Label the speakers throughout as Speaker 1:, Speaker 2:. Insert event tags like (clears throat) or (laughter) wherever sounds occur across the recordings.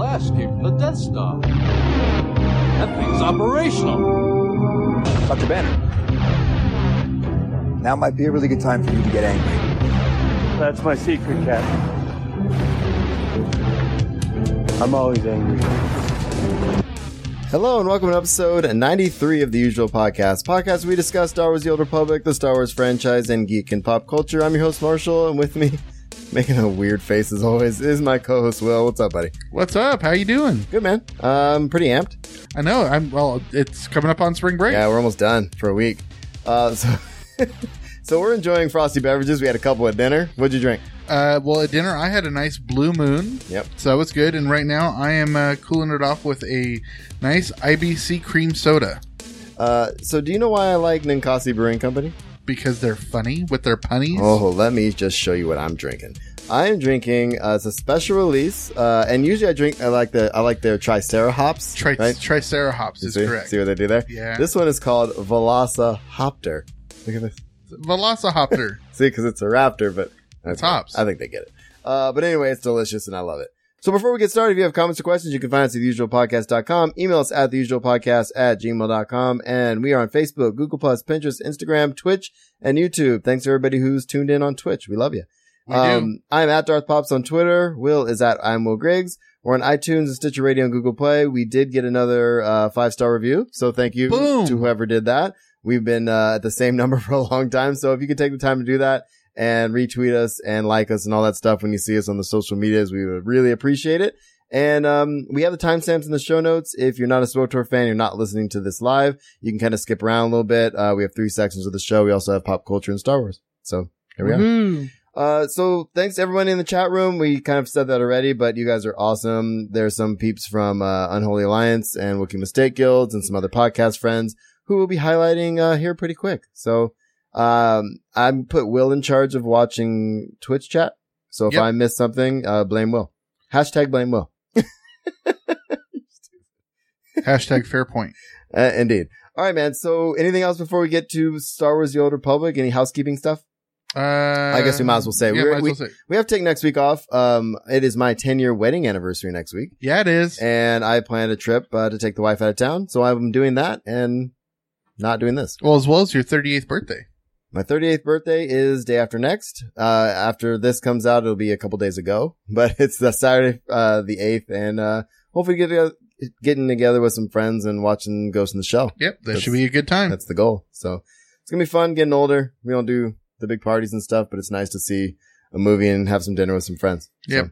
Speaker 1: the Death Star. That thing's operational.
Speaker 2: Dr. Banner. Now might be a really good time for you to get angry.
Speaker 3: That's my secret, Captain. I'm always angry.
Speaker 4: Hello and welcome to episode 93 of the usual podcast. Podcast where we discuss Star Wars The Old Republic, the Star Wars franchise, and geek and pop culture. I'm your host Marshall, and with me, (laughs) making a weird face as always, is my co-host Will. What's up, buddy?
Speaker 5: What's up? How you doing?
Speaker 4: Good man. Um, pretty amped.
Speaker 5: I know. I'm well. It's coming up on spring break.
Speaker 4: Yeah, we're almost done for a week. Uh, so, (laughs) so we're enjoying frosty beverages. We had a couple at dinner. What'd you drink?
Speaker 5: Uh, well, at dinner I had a nice blue moon.
Speaker 4: Yep.
Speaker 5: So that was good. And right now I am uh, cooling it off with a nice IBC cream soda
Speaker 4: Uh, so do you know why I like Ninkasi Brewing Company?
Speaker 5: because they're funny with their punnies.
Speaker 4: Oh, let me just show you what I'm drinking. I am drinking uh, it's a special release, uh, and usually I drink. I like the I like their Tricera hops.
Speaker 5: Tri-
Speaker 4: right?
Speaker 5: Tricera hops is
Speaker 4: see,
Speaker 5: correct.
Speaker 4: See what they do there?
Speaker 5: Yeah.
Speaker 4: This one is called Velasa Hopter. Look at this.
Speaker 5: Velocihopter.
Speaker 4: See, because it's a raptor, but
Speaker 5: It's hops.
Speaker 4: I think they get it. Uh, but anyway, it's delicious and I love it. So before we get started, if you have comments or questions, you can find us at theusualpodcast.com. Email us at theusualpodcast at gmail.com. And we are on Facebook, Google Plus, Pinterest, Instagram, Twitch, and YouTube. Thanks to everybody who's tuned in on Twitch. We love you.
Speaker 5: We
Speaker 4: (laughs) Um, I'm at Darth Pops on Twitter. Will is at I'm Will Griggs. We're on iTunes and Stitcher Radio and Google Play. We did get another uh, five star review, so thank you
Speaker 5: Boom.
Speaker 4: to whoever did that. We've been uh, at the same (laughs) number for a long time, so if you could take the time to do that and retweet us and like us and all that stuff when you see us on the social medias, we would really appreciate it. And um, we have the timestamps in the show notes. If you're not a SWTOR fan, you're not listening to this live. You can kind of skip around a little bit. Uh, we have three sections of the show. We also have pop culture and Star Wars. So here we are.
Speaker 5: Woohoo.
Speaker 4: Uh, so thanks everyone in the chat room. We kind of said that already, but you guys are awesome. There's some peeps from uh, Unholy Alliance and Wookiee Mistake Guilds and some other podcast friends who will be highlighting uh, here pretty quick. So um, I put Will in charge of watching Twitch chat. So if
Speaker 5: Yep.
Speaker 4: I miss something, uh, blame Will. Hashtag blame Will.
Speaker 5: Hashtag fair point.
Speaker 4: Uh, indeed. All right, man. So anything else before we get to Star Wars: The Old Republic? Any housekeeping stuff?
Speaker 5: Uh,
Speaker 4: I guess we might as well say
Speaker 5: yeah,
Speaker 4: We're-
Speaker 5: might as
Speaker 4: we-
Speaker 5: well say.
Speaker 4: We have to take next week off. Um, it is my 10 year wedding anniversary next week.
Speaker 5: Yeah, it is.
Speaker 4: and I planned a trip uh, to take the wife out of town. So I'm doing that and not doing this.
Speaker 5: well, as well as your 38th birthday.
Speaker 4: My 38th birthday is day after next. Uh, after this comes out, it'll be a couple days ago, (laughs) but it's the Saturday, uh, the 8th and, uh, hopefully get together, getting together with some friends and watching Ghost in the Shell.
Speaker 5: Yep, that
Speaker 4: That's-
Speaker 5: should be a good time.
Speaker 4: That's the goal. So it's going to be fun getting older. We don't do the big parties and stuff, but it's nice to see a movie and have some dinner with some friends. So
Speaker 5: Yep.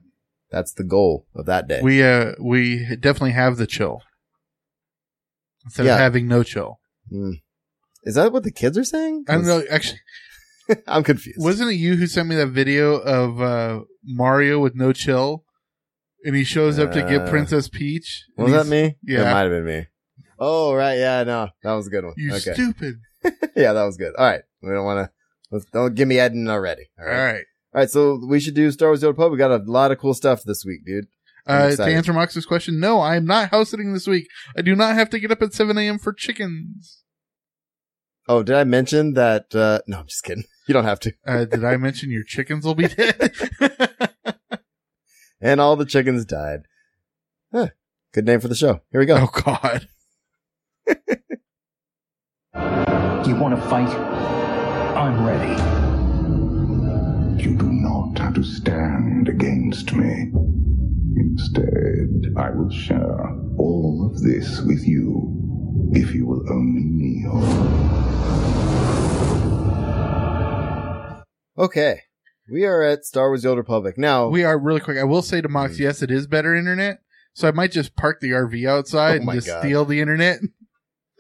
Speaker 4: that's the goal of that day.
Speaker 5: We uh we definitely have the chill. Instead
Speaker 4: Yeah.
Speaker 5: of having no chill.
Speaker 4: is that what the kids are saying?
Speaker 5: I don't know actually
Speaker 4: (laughs) I'm confused.
Speaker 5: wasn't it you who sent me that video of uh Mario with no chill? And he shows up to
Speaker 4: Uh,
Speaker 5: get Princess Peach. and
Speaker 4: Was that
Speaker 5: he's-
Speaker 4: me?
Speaker 5: Yeah.
Speaker 4: It might have been me. Oh, right. Yeah, no. That was a good one.
Speaker 5: You
Speaker 4: okay.
Speaker 5: stupid.
Speaker 4: (laughs) yeah, that was good. All right. We don't want to, don't give me Eden already. All
Speaker 5: All
Speaker 4: right. All right.
Speaker 5: right.
Speaker 4: So we should do Star Wars The Old Republic. We got a lot of cool stuff this week, dude. I'm
Speaker 5: Uh, to
Speaker 4: excited.
Speaker 5: answer Mox's question, no, I am not house sitting this week. I do not have to get up at 7 a.m. for chickens.
Speaker 4: Oh, did I mention that? Uh, no, I'm just kidding. (laughs) You don't have to.
Speaker 5: Uh, did I mention your
Speaker 4: (laughs)
Speaker 5: chickens will be dead?
Speaker 4: And all the chickens died. Huh. Good name for the show. Here we go.
Speaker 5: oh, God.
Speaker 6: You want to fight? I'm ready.
Speaker 7: You do not have to stand against me. Instead, I will share all of this with you if you will only kneel.
Speaker 4: Okay. We are at Star Wars The Old Republic. Now,
Speaker 5: Oh. We are really quick. I will say to
Speaker 4: Mm.
Speaker 5: Mox, yes, it is better internet. So I might just park the RV outside
Speaker 4: Oh
Speaker 5: and
Speaker 4: my
Speaker 5: just
Speaker 4: God.
Speaker 5: steal
Speaker 4: (laughs)
Speaker 5: the internet.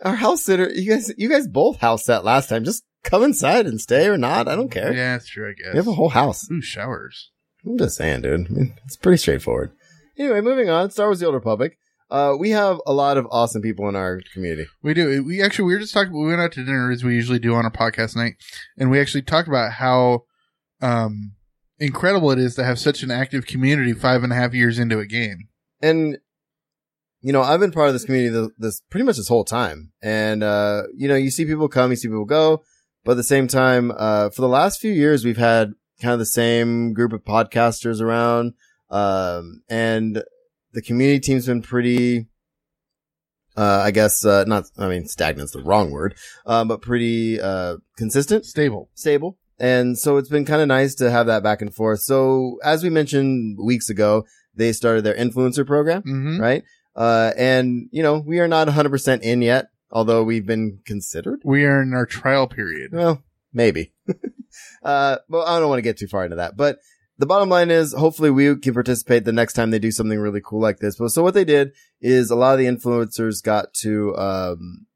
Speaker 4: our house sitter, you guys, you guys both house sat last time. Just come inside and stay or not. I don't care.
Speaker 5: Yeah, that's true. I guess.
Speaker 4: We have a whole house.
Speaker 5: Ooh, showers.
Speaker 4: I'm just saying, dude. I mean, it's pretty straightforward. Anyway, moving on. Star Wars: The Old Republic. Uh, we have a lot of awesome people in our community.
Speaker 5: We do. We actually we were just talking. We went out to dinner as we usually do on a podcast night, and we actually talked about how um incredible it is to have such an active community five and a half years into a game.
Speaker 4: and you know i've been part of this community this, this pretty much this whole time and uh you know you see people come you see people go but at the same time uh for the last few years we've had kind of the same group of podcasters around um and the community team's been pretty, uh, I guess, uh, not, I mean, stagnant's the wrong word, um, but pretty, uh, consistent,
Speaker 5: Stable.
Speaker 4: stable. And so it's been kind of nice to have that back and forth. So as we mentioned weeks ago, they started their influencer program,
Speaker 5: Mm-hmm.
Speaker 4: right? Uh, and you know, we are not 100% in yet, although we've been considered.
Speaker 5: We are in our trial period.
Speaker 4: Well, maybe. (laughs) uh, well, I don't want to get too far into that, but the bottom line is hopefully we can participate the next time they do something really cool like this. But so what they did is a lot of the influencers got to, um,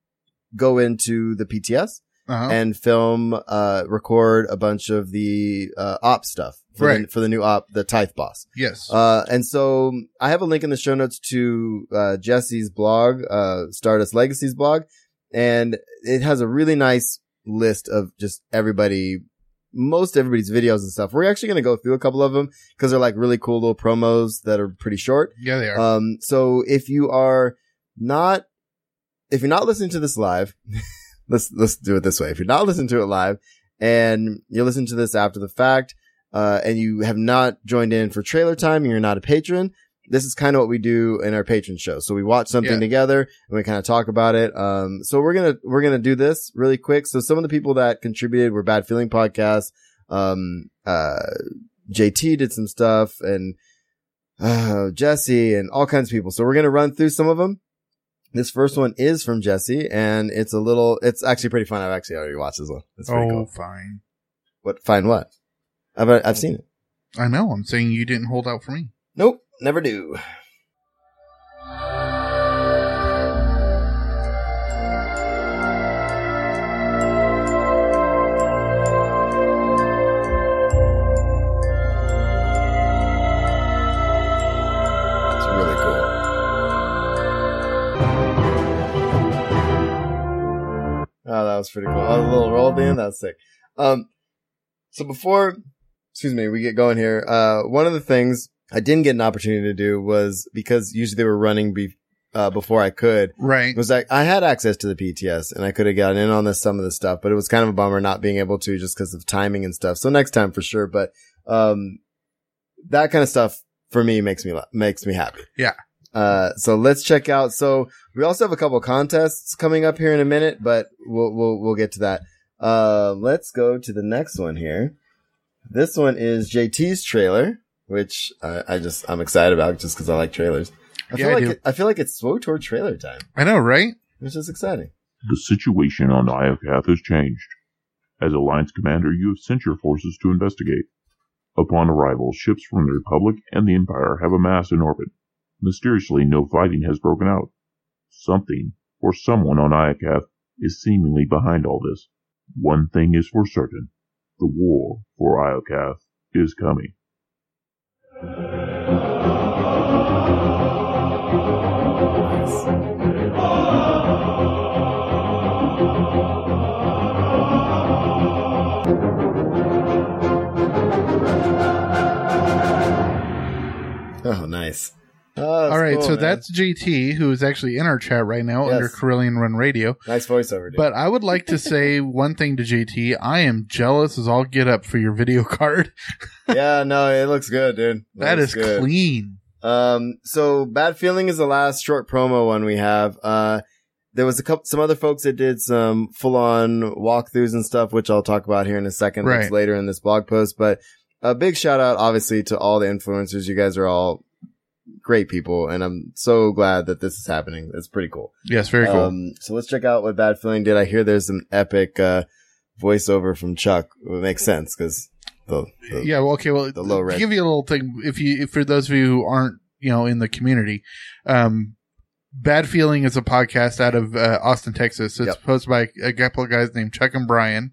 Speaker 4: go into the PTS
Speaker 5: Uh-huh.
Speaker 4: and film, uh, record a bunch of the, uh, op stuff for, the,
Speaker 5: Right.
Speaker 4: for the new op, the Tithe boss.
Speaker 5: yes.
Speaker 4: Uh, and so I have a link in the show notes to uh, Jesse's blog, uh, Stardust Legacy's blog, and it has a really nice list of just everybody, most everybody's videos and stuff. We're actually going to go through a couple of them because they're like really cool little promos that are pretty short.
Speaker 5: yeah, they are.
Speaker 4: Um, so if you are not, if you're not listening to this live, (laughs) let's, let's do it this way. If you're not listening to it live and you listen to this after the fact, uh, and you have not joined in for trailer time and you're not a patron, this is kind of what we do in our patron show. So we watch something
Speaker 5: Yeah.
Speaker 4: together and we kind of talk about it. Um, so we're going to, we're going to do this really quick. So some of the people that contributed were Bad Feeling Podcast. Um, uh, JT did some stuff and, uh, Jesse and all kinds of people. So we're going to run through some of them. This first one is from Jesse and it's a little, it's actually pretty fun. I've actually already watched this one. It's pretty
Speaker 5: oh,
Speaker 4: cool.
Speaker 5: fine.
Speaker 4: What, find what? I've, I've seen it.
Speaker 5: I know. I'm saying you didn't hold out for me.
Speaker 4: Nope. Never do. It's really cool. Oh, that was pretty cool. Oh, the little roll at the end. That's sick. Um, so before, excuse me, we get going here. Uh, one of the things I didn't get an opportunity to do was because usually they were running be, uh, before I could
Speaker 5: Right.
Speaker 4: was that I had access to the PTS and I could have gotten in on this, some of this stuff, but it was kind of a bummer not being able to just because of timing and stuff. So next time for sure. But, um, that kind of stuff for me makes me, la- makes me happy.
Speaker 5: Yeah.
Speaker 4: Uh, so let's check out. So we also have a couple contests coming up here in a minute, but we'll, we'll, we'll get to that. Uh, let's go to the next one here. This one is JT's trailer, which I, I just, I'm excited about just because I like trailers. I
Speaker 5: Yeah,
Speaker 4: feel
Speaker 5: I
Speaker 4: like
Speaker 5: do.
Speaker 4: It, I feel like it's SWOTOR trailer time
Speaker 5: I know, right?
Speaker 4: which is exciting.
Speaker 8: The situation on Iakath has changed. As Alliance commander, you have sent your forces to investigate. Upon arrival, ships from the Republic and the Empire have amassed in orbit. Mysteriously, no fighting has broken out. Something, or someone on Iakath, is seemingly behind all this. One thing is for certain. The war for Iakath is coming.
Speaker 4: Oh, nice. Oh,
Speaker 5: All right. so that's JT, who is actually in our chat right now
Speaker 4: Yes.
Speaker 5: under Carillion Run Radio.
Speaker 4: nice voiceover. Dude.
Speaker 5: But I would like to say one thing to JT. I am jealous as all get up for your video (laughs) card.
Speaker 4: (laughs) yeah, no, it looks good, dude.
Speaker 5: That
Speaker 4: Looks
Speaker 5: is
Speaker 4: good.
Speaker 5: clean.
Speaker 4: Um, so bad feeling is the last short promo one we have. Uh, there was a couple, some other folks that did some full on walkthroughs and stuff, which I'll talk about here in a second,
Speaker 5: Right.
Speaker 4: which later in this blog post. But a big shout out, obviously, to all the influencers. You guys are all great people, and I'm so glad that this is happening. It's pretty cool.
Speaker 5: Yes, very cool.
Speaker 4: Um, so let's check out what Bad Feeling did. I hear there's an epic uh, voiceover from Chuck. It makes sense because the, the
Speaker 5: yeah well okay well
Speaker 4: the low
Speaker 5: to
Speaker 4: res-
Speaker 5: give you a little thing if you if for those of you who aren't you know in the community um bad feeling is a podcast out of uh, austin texas it's
Speaker 4: Yep.
Speaker 5: hosted by a couple of guys named chuck and brian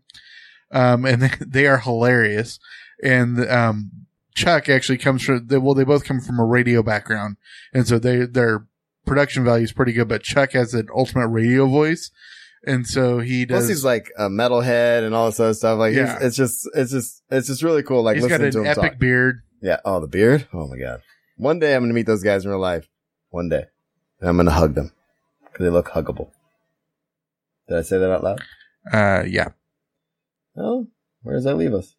Speaker 5: um and (laughs) they, they are hilarious and um chuck actually comes from they, well they both come from a radio background and so they their production value is pretty good but chuck has an ultimate radio voice and so he does
Speaker 4: plus he's like a metalhead and all this other stuff. Like he's-
Speaker 5: Yeah.
Speaker 4: it's just it's just it's just really cool. Like
Speaker 5: he's got
Speaker 4: listening to
Speaker 5: an
Speaker 4: him
Speaker 5: epic
Speaker 4: talk.
Speaker 5: beard
Speaker 4: Yeah. Oh, the beard. Oh my god. One day I'm gonna meet those guys in real life. One day, and I'm gonna hug them because they look huggable. Did I say that out loud?
Speaker 5: uh yeah
Speaker 4: No. Where does that leave us?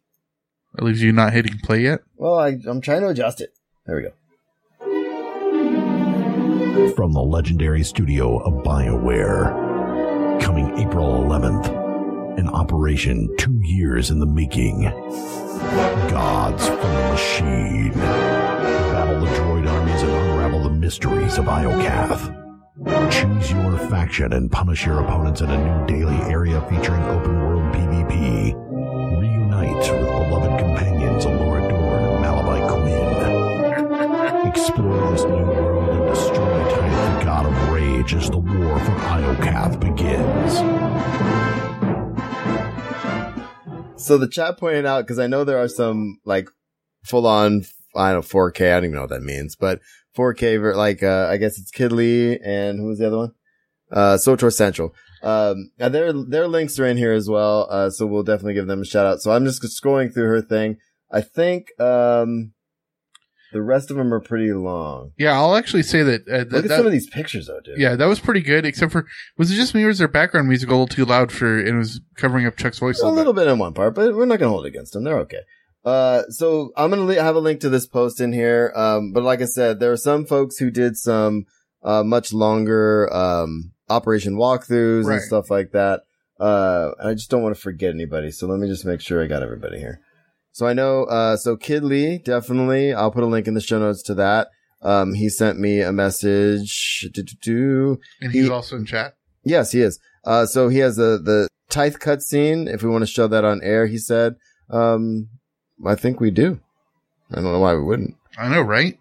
Speaker 5: that leaves you not hitting play yet
Speaker 4: Well, I, I'm trying to adjust it. There we go.
Speaker 9: From the legendary studio of BioWare, coming April 11th, an operation two years in the making. Gods from the Machine. Battle the droid armies and unravel the mysteries of Iocath. Choose your faction and punish your opponents in a new daily area featuring open world PvP. Reunite with beloved companions Alora Dorn and Malabai Quinn. Explore this new world and destroy Typhon, the god of rage, as the war for Iocath begins.
Speaker 4: So the chat pointed out, because I know there are some, like, full-on, I don't know, 4K, I don't even know what that means, but 4K, ver- like, uh, I guess it's Kid Lee and who was the other one? Uh, Sotor Central. Um, now their, their links are in here as well. Uh, so we'll definitely give them a shout out. So I'm just scrolling through her thing. I think, um, the rest of them are pretty long.
Speaker 5: Yeah, I'll actually say that. Uh, th-
Speaker 4: Look at
Speaker 5: that-
Speaker 4: some of these pictures though, dude.
Speaker 5: yeah, that was pretty good, except for, was it just me or was their background music a little too loud for, and it was covering up Chuck's voice
Speaker 4: a little bit in one part, but we're not going to hold it against them. They're okay. Uh, so I'm gonna li- have a link to this post in here. Um, but like I said, there are some folks who did some uh much longer um operation walkthroughs
Speaker 5: Right.
Speaker 4: and stuff like that. Uh, and I just don't want to forget anybody, so let me just make sure I got everybody here. So I know. Uh, so Kid Lee definitely. I'll put a link in the show notes to that. Um, he sent me a message. Do-do-do.
Speaker 5: And he's
Speaker 4: He-
Speaker 5: also in chat.
Speaker 4: Yes, he is. Uh, so he has the the tithe cut scene. If we want to show that on air, he said. Um, I think we do. I don't know why we wouldn't.
Speaker 5: I know, right?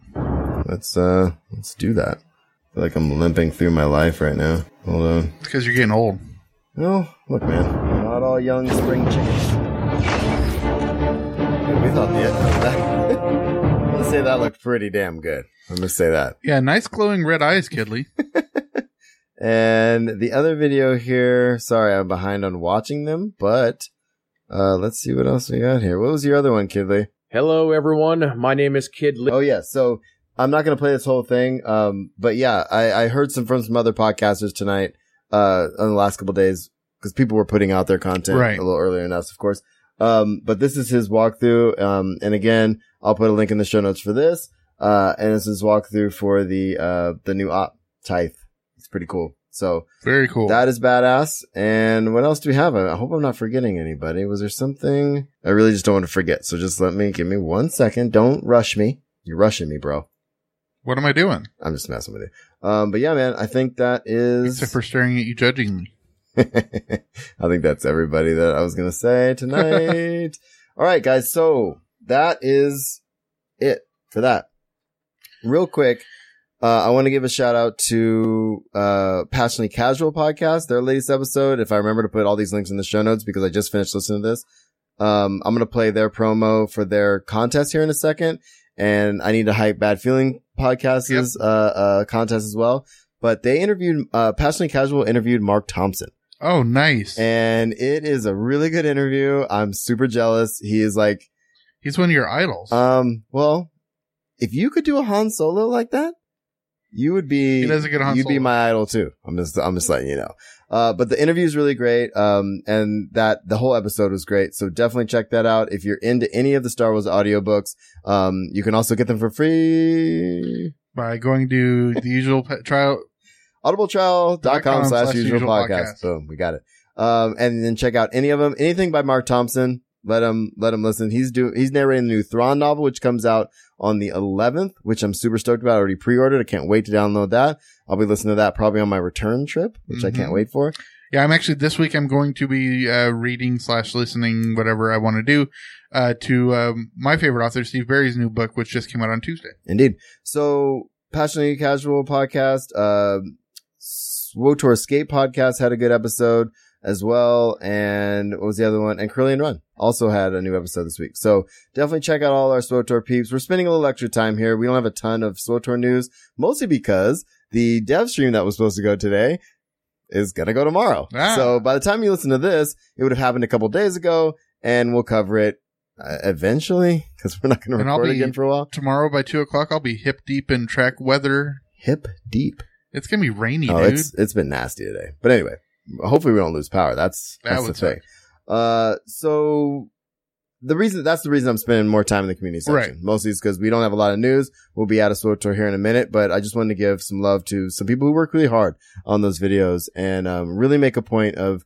Speaker 4: Let's uh, let's do that. I feel like I'm limping through my life right now. Hold on.
Speaker 5: Because you're getting old.
Speaker 4: Well, look, man. Not all young spring chickens. We thought the. (laughs) I'm gonna say that looked pretty damn good. I'm gonna say that.
Speaker 5: Yeah, nice glowing red
Speaker 4: (laughs)
Speaker 5: eyes, Kidley.
Speaker 4: And the other video here, sorry, I'm behind on watching them, but uh, let's see what else we got here. What was your other one, Kidley?
Speaker 10: Hello, everyone. My name is Kid Lee.
Speaker 4: Oh yeah, so I'm not gonna play this whole thing, um, but yeah, I, I heard some from some other podcasters tonight, uh, on the last couple days because people were putting out their content
Speaker 5: Right.
Speaker 4: a little earlier than us, of course. Um, but this is his walkthrough, um, and again, I'll put a link in the show notes for this, uh, and this is walkthrough for the uh the new op tithe. It's pretty cool. So
Speaker 5: Very cool.
Speaker 4: That is badass. And what else do we have? I I hope I'm not forgetting anybody. Was there something? I really just don't want to forget. So just let me give me one second. Don't rush me. You're rushing me, bro.
Speaker 5: what am I doing?
Speaker 4: I'm just messing with you. Um, but yeah, man, I think that is.
Speaker 5: Except for staring at you judgingly.
Speaker 4: (laughs) I think that's everybody that I was gonna say tonight. All right, guys. So that is it for that. Real quick, uh, I want to give a shout out to uh, Passionately Casual podcast, their latest episode. If I remember to put all these links in the show notes because I just finished listening to this, um, I'm gonna play their promo for their contest here in a second, and I need to hype Bad Feeling podcasts uh, uh, contest as well. But they interviewed uh, Passionately Casual interviewed Mark Thompson.
Speaker 5: Oh, nice.
Speaker 4: And it is a really good interview. I'm super jealous. He is like,
Speaker 5: he's one of your idols.
Speaker 4: um, well, if you could do a Han Solo like that, you would be
Speaker 5: He does a good Han
Speaker 4: you'd be
Speaker 5: Solo.
Speaker 4: my idol too. I'm just I'm just letting you know. Uh, but the interview is really great. Um, and that the whole episode was great. So definitely check that out if you're into any of the Star Wars audiobooks. Um, you can also get them for free.
Speaker 5: by going to the usual pe- trial.
Speaker 4: audibletrial.com slash
Speaker 5: slash
Speaker 4: usual
Speaker 5: usual
Speaker 4: podcast.
Speaker 5: podcast.
Speaker 4: Boom. We got it. Um, and then check out any of them, anything by Mark Thompson. Let him, let him listen. He's do, he's narrating the new Thrawn novel, which comes out on the 11th, which I'm super stoked about. I already pre-ordered. I can't wait to download that. I'll be listening to that probably on my return trip, which I
Speaker 5: Mhm.
Speaker 4: can't wait for.
Speaker 5: Yeah, I'm actually this week. I'm going to be uh, reading slash listening whatever I want to do uh, to um, my favorite author Steve Barry's new book, which just came out on Tuesday.
Speaker 4: Indeed. So, Passionately Casual podcast, uh, Wotor Escape podcast had a good episode as well. And what was the other one? And Curlian Run also had a new episode this week. So definitely check out all our SWOTOR peeps. We're spending a little extra time here. We don't have a ton of SWOTOR news, mostly because the dev stream that was supposed to go today is going to go tomorrow.
Speaker 5: Ah.
Speaker 4: So by the time you listen to this, it would have happened a couple days ago and we'll cover it uh, eventually because we're not going to
Speaker 5: And I'll
Speaker 4: record
Speaker 5: be-
Speaker 4: again for a while.
Speaker 5: Tomorrow by two o'clock, I'll be hip deep in track weather.
Speaker 4: hip deep.
Speaker 5: It's gonna be rainy,
Speaker 4: oh,
Speaker 5: dude.
Speaker 4: it's it's been nasty today. But anyway, hopefully we don't lose power. That's
Speaker 5: That
Speaker 4: that's the
Speaker 5: would
Speaker 4: thing. Uh, so the reason that's the reason I'm spending more time in the community section.
Speaker 5: Right.
Speaker 4: Mostly is because we don't have a lot of news. We'll be out of SWTOR here in a minute, but I just wanted to give some love to some people who work really hard on those videos and um, really make a point of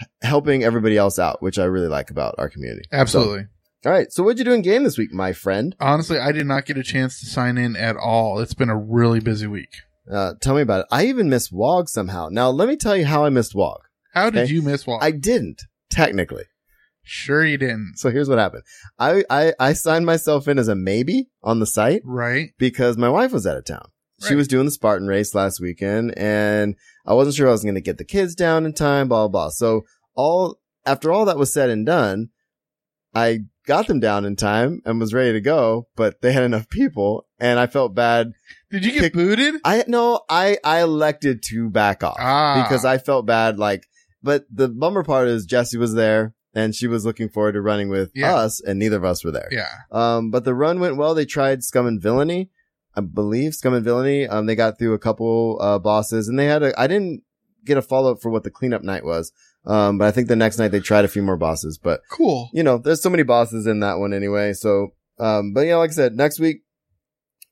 Speaker 4: h- helping everybody else out, which I really like about our community.
Speaker 5: Absolutely.
Speaker 4: So, all right. So what'd you do in game this week, my friend?
Speaker 5: Honestly, I did not get a chance to sign in at all. It's been a really busy week.
Speaker 4: Uh, tell me about it. I even missed WOG somehow. Now let me tell you how I missed WOG.
Speaker 5: How did
Speaker 4: Okay.
Speaker 5: you miss Walk?
Speaker 4: I didn't technically.
Speaker 5: sure you didn't.
Speaker 4: So here's what happened. I, I, I signed myself in as a maybe on the site
Speaker 5: Right.
Speaker 4: because my wife was out of town. She
Speaker 5: Right.
Speaker 4: was doing the Spartan race last weekend and I wasn't sure I was going to get the kids down in time, blah, blah, blah. So all, after all that was said and done, I got them down in time and was ready to go, but they had enough people and I felt bad.
Speaker 5: Did you get
Speaker 4: Kick-
Speaker 5: booted?
Speaker 4: I, no, I, I elected to back off
Speaker 5: Ah.
Speaker 4: because I felt bad. Like, but the bummer part is Jesse was there and she was looking forward to running with
Speaker 5: Yeah.
Speaker 4: us and neither of us were there.
Speaker 5: Yeah.
Speaker 4: Um, but the run went well. They tried Scum and Villainy, I believe Scum and Villainy. Um, they got through a couple uh, bosses, and they had a. I didn't get a follow up for what the cleanup night was. Um, but I think the next night they tried a few more bosses. But
Speaker 5: Cool.
Speaker 4: you know, there's so many bosses in that one anyway. So, um, but yeah, like I said, next week,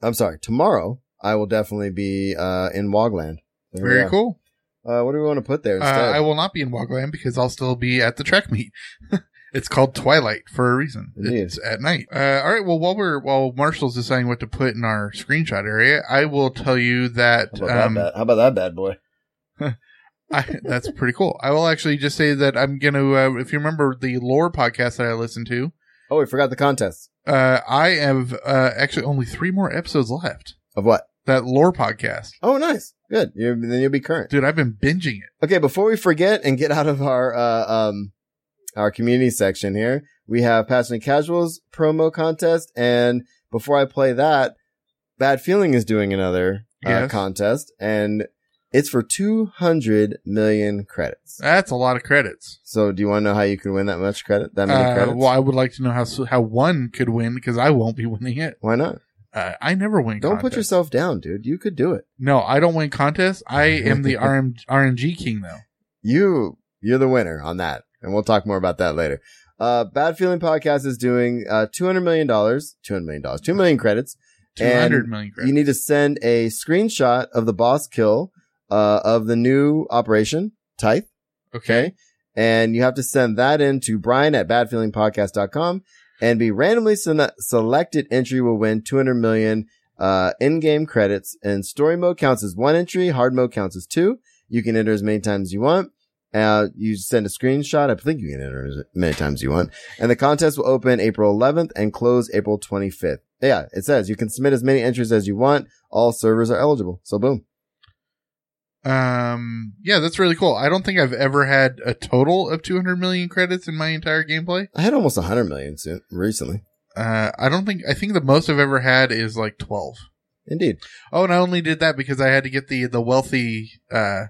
Speaker 4: I'm sorry, tomorrow I will definitely be uh in Wogland. There we
Speaker 5: Very
Speaker 4: are.
Speaker 5: cool.
Speaker 4: Uh, what do we want to put there
Speaker 5: Uh,
Speaker 4: instead?
Speaker 5: I will not be in Walkland because I'll still be at the track meet. (laughs) it's called Twilight for a reason.
Speaker 4: Indeed.
Speaker 5: It's at night. Uh, all right. Well, while we're while Marshall's deciding what to put in our screenshot area, I will tell you that,
Speaker 4: How about,
Speaker 5: um,
Speaker 4: that bad? How about that bad boy?
Speaker 5: I, that's pretty cool. I will actually just say that I'm gonna. Uh, if you remember the lore podcast that I listened to,
Speaker 4: Oh, we forgot the contest
Speaker 5: uh, I have uh, actually only three more episodes left.
Speaker 4: of what?
Speaker 5: That lore podcast,
Speaker 4: Oh, nice, good. you then you'll be current.
Speaker 5: dude. I've been binging it.
Speaker 4: Okay, before we forget and get out of our uh, um our community section here, we have Passionate Casuals promo contest, and before I play that, Bad Feeling is doing another uh,
Speaker 5: Yes.
Speaker 4: contest, and it's for two hundred million credits.
Speaker 5: That's a lot of credits.
Speaker 4: So, do you want to know how you can win that much credit? That many
Speaker 5: Uh,
Speaker 4: credits?
Speaker 5: well, I would like to know how s- how one could win because I won't be (laughs) winning it.
Speaker 4: Why not?
Speaker 5: Uh, I never win.
Speaker 4: Don't put
Speaker 5: contests.
Speaker 4: yourself down, dude. You could do it.
Speaker 5: No, I don't win contests. I
Speaker 4: (laughs)
Speaker 5: am the RM, RNG king though.
Speaker 4: you you're the winner on that and we'll talk more about that later uh bad feeling podcast is doing uh 200 million dollars 200 million dollars 2 million credits
Speaker 5: Two
Speaker 4: And
Speaker 5: hundred million credits.
Speaker 4: you need to send a screenshot of the boss kill uh of the new operation type
Speaker 5: okay.
Speaker 4: and you have to send that in to brian at badfeelingpodcast.com and be randomly sen- selected entry will win 200 million uh, in-game credits and story mode counts as one entry hard mode counts as two you can enter as many times as you want uh, you send a screenshot i think you can enter as many times as you want and the contest will open april 11th and close april 25th yeah it says you can submit as many entries as you want all servers are eligible so boom
Speaker 5: Um. Yeah, that's really cool. I don't think I've ever had a total of two hundred million credits in my entire gameplay.
Speaker 4: i had almost 100 million soon, recently
Speaker 5: Uh, I don't think. I think the most I've ever had is like twelve.
Speaker 4: indeed
Speaker 5: Oh, and I only did that because I had to get the the wealthy uh,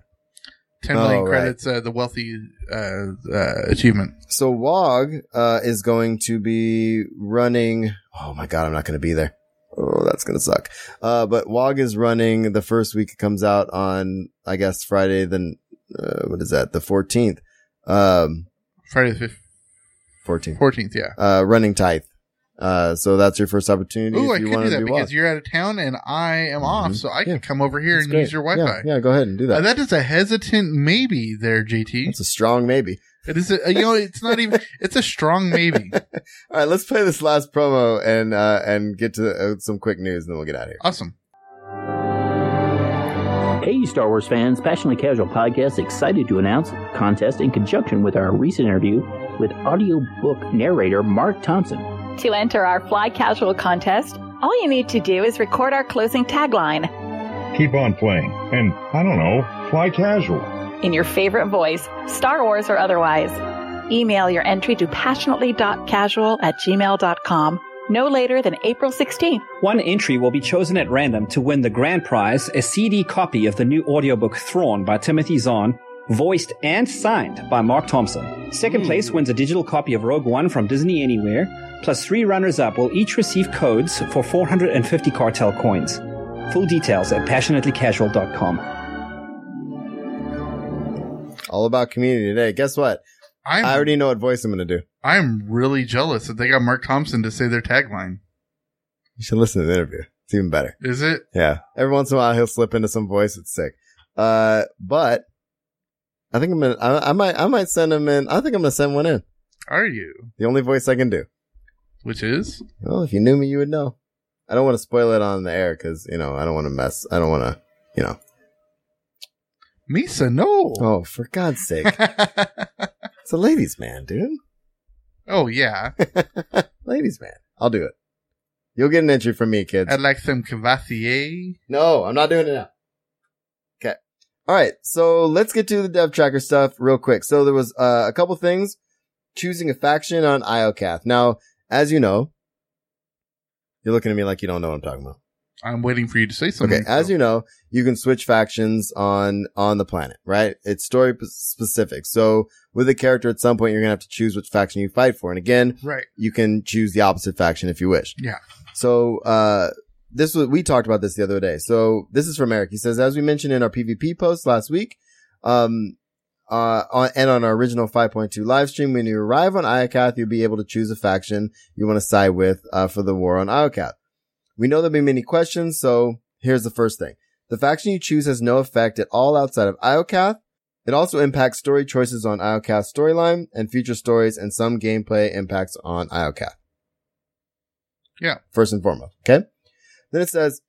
Speaker 5: ten
Speaker 4: Oh,
Speaker 5: million
Speaker 4: right.
Speaker 5: credits. Uh, the wealthy uh, uh, achievement.
Speaker 4: So Wog uh, is going to be running. Oh my god, I'm not going to be there. Oh, that's going to suck. Uh, but Wog is running the first week it comes out on, I guess Friday. Then uh, what is that? The 14th. Um,
Speaker 5: Friday the
Speaker 4: fourteenth.
Speaker 5: fourteenth. Yeah.
Speaker 4: Uh, running tithe. Uh, so that's your first opportunity
Speaker 5: Ooh, I
Speaker 4: if you
Speaker 5: could
Speaker 4: want
Speaker 5: do
Speaker 4: to
Speaker 5: that
Speaker 4: do
Speaker 5: because
Speaker 4: Wog.
Speaker 5: you're out of town and I am off,
Speaker 4: Mhm.
Speaker 5: so I
Speaker 4: Yeah.
Speaker 5: can come over here
Speaker 4: That's
Speaker 5: and
Speaker 4: great.
Speaker 5: use your Wi-Fi.
Speaker 4: Yeah, yeah, go ahead and do
Speaker 5: Uh,
Speaker 4: that.
Speaker 5: that is a hesitant maybe there, JT.
Speaker 4: That's a strong maybe.
Speaker 5: It is, a, uh, you know, it's
Speaker 4: (laughs)
Speaker 5: not even. It's a strong maybe.
Speaker 4: All right, let's play this last promo and uh, and get to uh, some quick news, and then we'll get out of here.
Speaker 5: Awesome.
Speaker 11: Hey, Star Wars fans, Passionately Casual Podcast excited to announce a contest in conjunction with our recent interview with audiobook narrator Mark Thompson.
Speaker 12: To enter our Fly Casual contest, all you need to do is record our closing tagline
Speaker 13: Keep on playing. And I don't know, fly casual.
Speaker 12: in your favorite voice, Star Wars or otherwise. Email your entry to passionately.casual at gmail.com no later than April 16th.
Speaker 14: One entry will be chosen at random to win the grand prize, a CD copy of the new audiobook Thrawn by Timothy Zahn, voiced and signed by Mark Thompson. Second place wins a digital copy of Rogue One from Disney Anywhere, plus three runners up will each receive codes for 450 cartel coins. Full details at passionatelycasual.com.
Speaker 4: All about community today. Guess what?
Speaker 5: I'm
Speaker 4: I already know what voice I'm going to do.
Speaker 5: I'm really jealous that they got Mark Thompson to say their tagline.
Speaker 4: You should listen to the interview. It's even better.
Speaker 5: Is it?
Speaker 4: Yeah. Every once in a while, he'll slip into some voice. It's sick. Uh, but I think I'm gonna. I, I might. I might send him in. I think I'm gonna send one in.
Speaker 5: Are you?
Speaker 4: The only voice I can do.
Speaker 5: Which is?
Speaker 4: Well, if you knew me, you would know. I don't want to spoil it on the air because you know I don't want to mess. I don't want to. You know.
Speaker 5: Misa, no.
Speaker 4: Oh, for God's sake! (laughs) it's a ladies' man, dude.
Speaker 5: (laughs) Oh yeah,
Speaker 4: (laughs) ladies' man. I'll do it. You'll get an entry from me, kids.
Speaker 5: I'd like some Cavassier.
Speaker 4: No, I'm not doing it now. Okay. All right. So let's get to the dev tracker stuff real quick. So there was uh, a couple things choosing a faction on IOCath. Now, as you know, you're looking at me like you don't know what I'm talking about.
Speaker 5: I'm waiting for you to say something.
Speaker 4: Okay. As you know, you can switch factions on, on the planet, right? It's story p- specific. So with a character at some point, you're going to have to choose which faction you fight for. And again,
Speaker 5: right.
Speaker 4: you can choose the opposite faction if you wish.
Speaker 5: Yeah.
Speaker 4: So, uh, this was, we talked about this the other day. So this is from Eric. He says, as we mentioned in our PvP post last week, um, uh, on, and on our original 5.2 live stream, when you arrive on Iocath, you'll be able to choose a faction you want to side with, uh, for the war on Iocath. We know there'll be many questions, so here's the first thing. The faction you choose has no effect at all outside of Iocath. It also impacts story choices on Iocath's storyline and future stories and some gameplay impacts on Iocath.
Speaker 5: Yeah.
Speaker 4: First and foremost. Okay. Then it says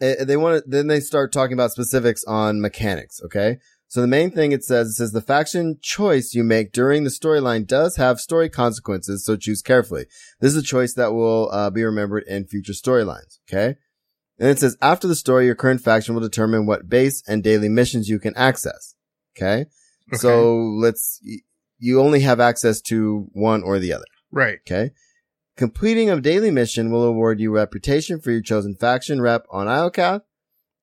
Speaker 4: eh, they want to, then they start talking about specifics on mechanics. Okay. So the main thing it says, it says the faction choice you make during the storyline does have story consequences. So choose carefully. This is a choice that will uh, be remembered in future storylines. Okay. And it says after the story, your current faction will determine what base and daily missions you can access. Okay. okay. So let's, you only have access to one or the other.
Speaker 5: Right.
Speaker 4: Okay. Completing a daily mission will award you reputation for your chosen faction rep on Iocath,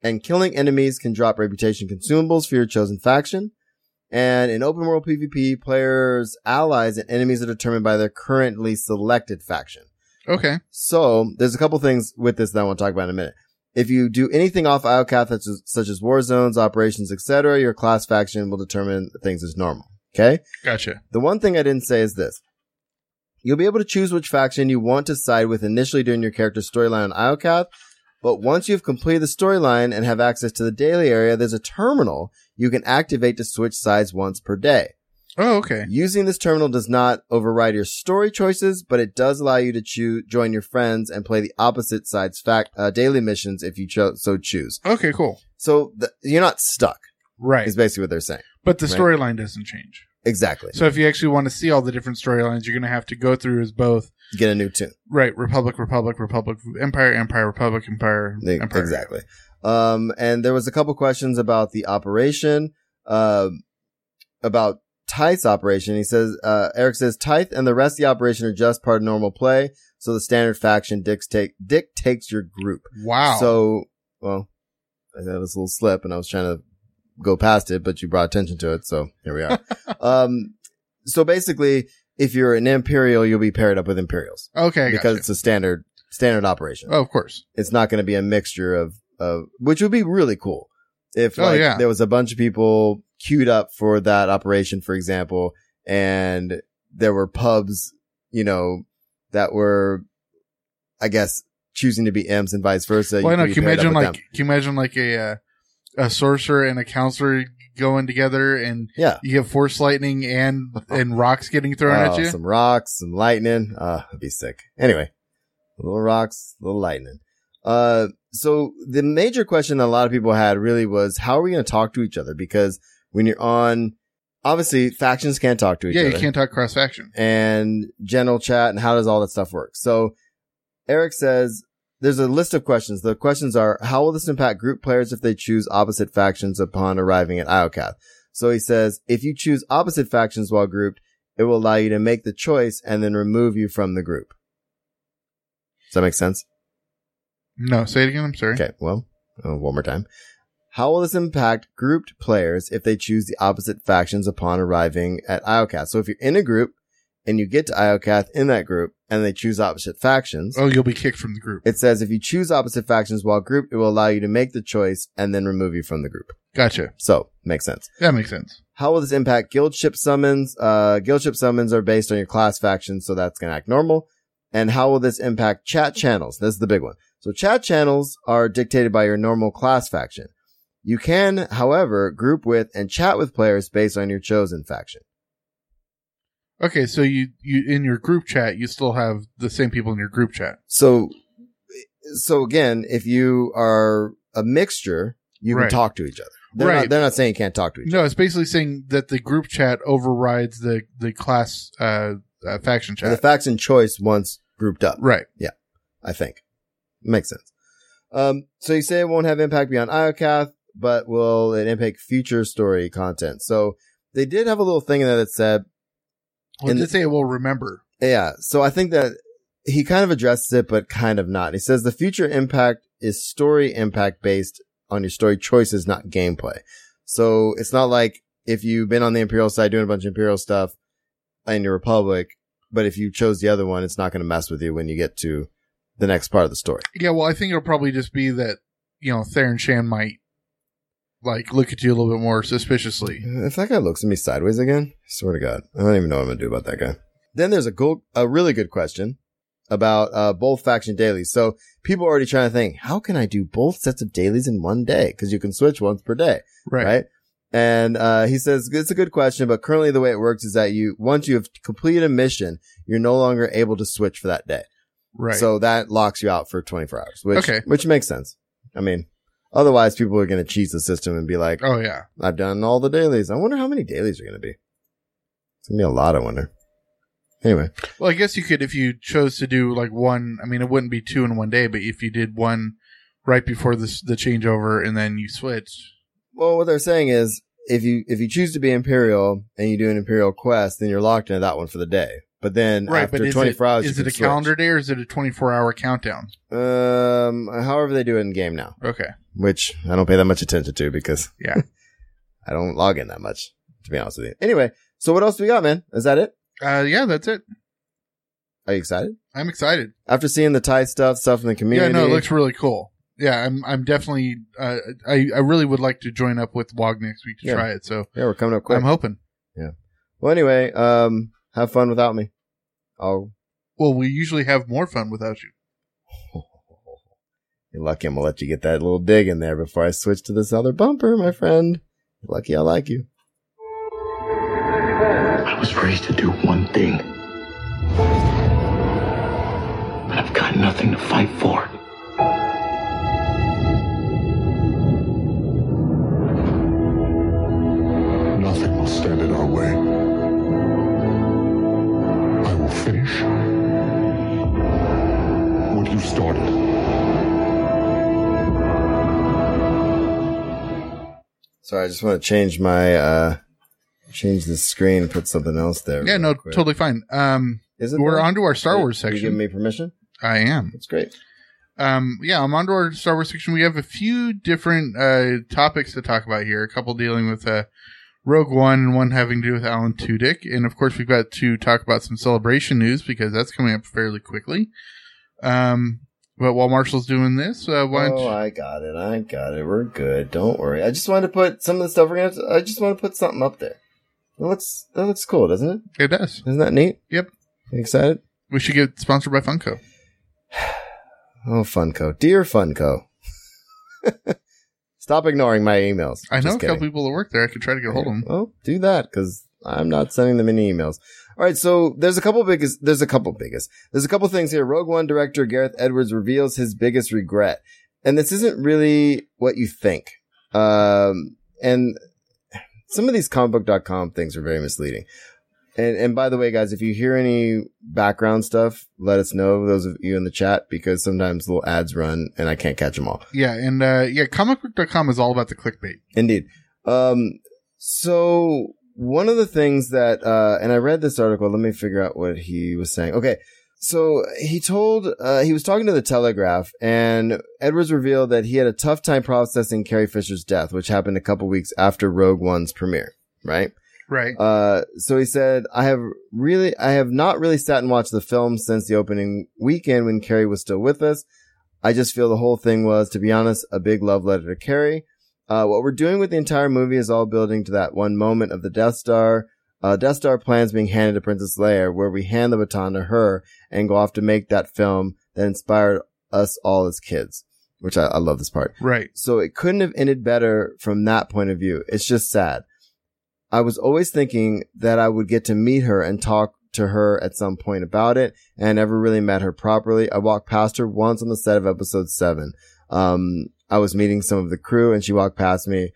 Speaker 4: and killing enemies can drop reputation consumables for your chosen faction. And in open world PvP, players' allies and enemies are determined by their currently selected faction.
Speaker 5: Okay.
Speaker 4: So there's a couple things with this that I want to talk about in a minute. If you do anything off Iocath, such as, such as war zones, operations, etc., your class faction will determine things as normal. Okay.
Speaker 5: Gotcha.
Speaker 4: The one thing I didn't say is this. You'll be able to choose which faction you want to side with initially during your character's storyline on Iocath, but once you've completed the storyline and have access to the daily area, there's a terminal you can activate to switch sides once per day.
Speaker 5: Oh, okay.
Speaker 4: Using this terminal does not override your story choices, but it does allow you to choose, join your friends and play the opposite side's fact, uh, daily missions if you cho- so choose.
Speaker 5: Okay, cool.
Speaker 4: So the, you're not stuck.
Speaker 5: Right.
Speaker 4: Is basically what they're saying.
Speaker 5: But the storyline right? doesn't change.
Speaker 4: Exactly.
Speaker 5: So if you actually want to see all the different storylines, you're going to have to go through as both.
Speaker 4: Get a new tune.
Speaker 5: Right. Republic, Republic, Republic, Empire, Empire, Republic, Empire, Empire.
Speaker 4: Exactly. Um, and there was a couple questions about the operation, uh, about Tith's operation. He says, uh, Eric says, Tithe and the rest of the operation are just part of normal play. So the standard faction dictate, dictates your group.
Speaker 5: Wow.
Speaker 4: So, well, I had this little slip and I was trying to go past it, but you brought attention to it. So here we
Speaker 5: (laughs)
Speaker 4: are. um, so basically, if you're an Imperial, you'll be paired up with Imperials.
Speaker 5: Okay.
Speaker 4: Because
Speaker 5: gotcha.
Speaker 4: it's a standard, standard operation.
Speaker 5: Oh, of course.
Speaker 4: It's not going to be a mixture of, of, which would be really cool if
Speaker 5: oh,
Speaker 4: like,
Speaker 5: yeah.
Speaker 4: there was a bunch of people queued up for that operation, for example, and there were pubs, you know, that were, I guess, choosing to be imps and vice versa.
Speaker 5: Well, you I know. Can you imagine like,
Speaker 4: them.
Speaker 5: can you imagine like a, uh, a sorcerer and a counselor going together and
Speaker 4: yeah.
Speaker 5: you get force lightning and and rocks getting thrown
Speaker 4: oh,
Speaker 5: at you.
Speaker 4: Some rocks, some lightning. Uh it'd be sick. Anyway, little rocks, little lightning. Uh so the major question a lot of people had really was how are we gonna talk to each other? Because when you're on obviously factions can't talk to each
Speaker 5: yeah,
Speaker 4: other.
Speaker 5: Yeah, you can't talk cross faction.
Speaker 4: And general chat and how does all that stuff work? So Eric says there's a list of questions. The questions are, how will this impact group players if they choose opposite factions upon arriving at Iocath? So he says, if you choose opposite factions while grouped, it will allow you to make the choice and then remove you from the group. Does that make sense?
Speaker 5: No, say it again. I'm sorry.
Speaker 4: Okay. Well, uh, one more time. How will this impact grouped players if they choose the opposite factions upon arriving at Iocath? So if you're in a group and you get to Iocath in that group, and they choose opposite factions.
Speaker 5: Oh, you'll be kicked from the group.
Speaker 4: It says if you choose opposite factions while grouped, it will allow you to make the choice and then remove you from the group.
Speaker 5: Gotcha.
Speaker 4: So makes sense.
Speaker 5: That makes sense.
Speaker 4: How will this impact guild ship summons? Uh, guild ship summons are based on your class faction, so that's going to act normal. And how will this impact chat channels? This is the big one. So chat channels are dictated by your normal class faction. You can, however, group with and chat with players based on your chosen faction.
Speaker 5: Okay, so you you in your group chat, you still have the same people in your group chat.
Speaker 4: So, so again, if you are a mixture, you
Speaker 5: Right.
Speaker 4: can talk to each other. They're
Speaker 5: Right.
Speaker 4: not they're not saying you can't talk to each
Speaker 5: No, it's basically saying that the group chat overrides the the class uh, uh faction
Speaker 4: other.
Speaker 5: chat.
Speaker 4: The faction choice once grouped up.
Speaker 5: Right.
Speaker 4: Yeah, I think makes sense. Um, so you say it won't have impact beyond Iocath, but will it impact future story content? So they did have a little thing that it said
Speaker 5: Well,
Speaker 4: And
Speaker 5: they
Speaker 4: the-
Speaker 5: say it will remember.
Speaker 4: Yeah. So I think that he kind of addresses it, but kind of not. He says the future impact is story impact based on your story choices, not gameplay. So it's not like if you've been on the Imperial side doing a bunch of Imperial stuff and your Republic, but if you chose the other one, it's not going to mess with you when you get to the next part of the story.
Speaker 5: Yeah, well, I think it'll probably just be that you know Theron Shan might like look at you a little bit more suspiciously.
Speaker 4: If that guy looks at me sideways again, I swear to God, I don't even know what I'm gonna do about that guy. Then there's a go- a really good question about uh, both faction dailies. So people are already trying to think, how can I do both sets of dailies in one day? Because you can switch once per day,
Speaker 5: Right.
Speaker 4: And uh, he says it's a good question, but currently the way it works is that you once you have completed a mission, you're no longer able to switch for that day.
Speaker 5: Right.
Speaker 4: So that locks you out for 24 hours, which
Speaker 5: Okay.
Speaker 4: which makes sense. I mean, otherwise people are going to cheat the system and be like,
Speaker 5: Oh yeah.
Speaker 4: I've done all the dailies. I wonder how many dailies are going to be. It's going to be a lot, I wonder. Anyway,
Speaker 5: Well, I guess you could if you chose to do like one. I mean, it wouldn't be two in one day, but if you did one right before this the changeover and then you switched.
Speaker 4: well, what they're saying is if you if you choose to be imperial and you do an imperial quest, then you're locked into that one for the day. But then
Speaker 5: Right,
Speaker 4: after
Speaker 5: but is
Speaker 4: 24
Speaker 5: it,
Speaker 4: hours,
Speaker 5: is
Speaker 4: you
Speaker 5: it a
Speaker 4: can switch.
Speaker 5: calendar day or is it a twenty four hour countdown?
Speaker 4: Um, however they do it in game now,
Speaker 5: Okay.
Speaker 4: which I don't pay that much attention to because
Speaker 5: Yeah.
Speaker 4: (laughs) I don't log in that much to be honest with you. Anyway, so what else do we got, man? Is that it?
Speaker 5: Uh, yeah, that's it.
Speaker 4: Are you excited
Speaker 5: I'm excited.
Speaker 4: after seeing the tie stuff, stuff in the community?
Speaker 5: Yeah, no, it looks really cool. Yeah, I'm I'm definitely uh, I I really would like to join up with Wog next week to
Speaker 4: Yeah.
Speaker 5: try it. So
Speaker 4: yeah, we're coming up quick.
Speaker 5: I'm hoping.
Speaker 4: Yeah. Well, anyway, um, have fun without me. Oh,
Speaker 5: Well, we usually have more fun without you.
Speaker 4: you're lucky I'm gonna let you get that little dig in there before I switch to this other bumper, my friend. You're lucky I like you.
Speaker 6: I was raised to do one thing. But I've got nothing to fight for.
Speaker 7: Nothing will stand in our way. I will finish what you started.
Speaker 4: Sorry, I just want to change my uh, change the screen and put something else there.
Speaker 5: Yeah,
Speaker 4: real
Speaker 5: no,
Speaker 4: quick.
Speaker 5: totally fine. Um,
Speaker 4: Is it
Speaker 5: we're
Speaker 4: though?
Speaker 5: onto our Star
Speaker 4: You-
Speaker 5: Wars
Speaker 4: You giving
Speaker 5: section.
Speaker 4: me permission?
Speaker 5: I am.
Speaker 4: That's great.
Speaker 5: um yeah i'm on to our star wars section we have a few different uh topics to talk about here a couple dealing with uh rogue one and one having to do with alan tudyk and of course we've got to talk about some celebration news because that's coming up fairly quickly um but while marshall's doing this uh why don't
Speaker 4: Oh, I got it. I got it. We're good. Don't worry. I just wanted to put some of the stuff we're gonna. I just want to put something up there. That looks that looks cool, doesn't it?
Speaker 5: it does
Speaker 4: Isn't that neat?
Speaker 5: Yep.
Speaker 4: You excited?
Speaker 5: we should get sponsored by funko
Speaker 4: Oh, Funko. Dear Funko. (laughs) Stop ignoring my emails.
Speaker 5: i know
Speaker 4: Just
Speaker 5: a couple
Speaker 4: kidding.
Speaker 5: people that work there i could try to get a hold of them
Speaker 4: Well, do that because I'm not sending them any emails. All right. So there's a couple biggest, there's a couple biggest, there's a couple things here. Rogue One director Gareth Edwards reveals his biggest regret. And this isn't really what you think. Um, and some of these comicbook.com things are very misleading. And, and by the way, guys, if you hear any background stuff, let us know, those of you in the chat, because sometimes little ads run and I can't catch them all.
Speaker 5: yeah and uh yeah comicbook.com is all about the clickbait
Speaker 4: Indeed. Um, so one of the things that, uh, and I read this article, let me figure out what he was saying. Okay. So he told, uh, he was talking to the Telegraph and Edwards revealed that he had a tough time processing Carrie Fisher's death, which happened a couple weeks after Rogue One's premiere, right?
Speaker 5: Right.
Speaker 4: Uh, so he said, I have really, I have not really sat and watched the film since the opening weekend when Carrie was still with us. I just feel the whole thing was, to be honest, a big love letter to Carrie. Uh, what we're doing with the entire movie is all building to that one moment of the Death Star, uh, Death Star plans being handed to Princess Leia, where we hand the baton to her and go off to make that film that inspired us all as kids, which I, I love this part.
Speaker 5: Right.
Speaker 4: So it couldn't have ended better from that point of view. It's just sad. I was always thinking that I would get to meet her and talk to her at some point about it, and I never really met her properly. I walked past her once on the set of episode seven. Um, I was meeting some of the crew and she walked past me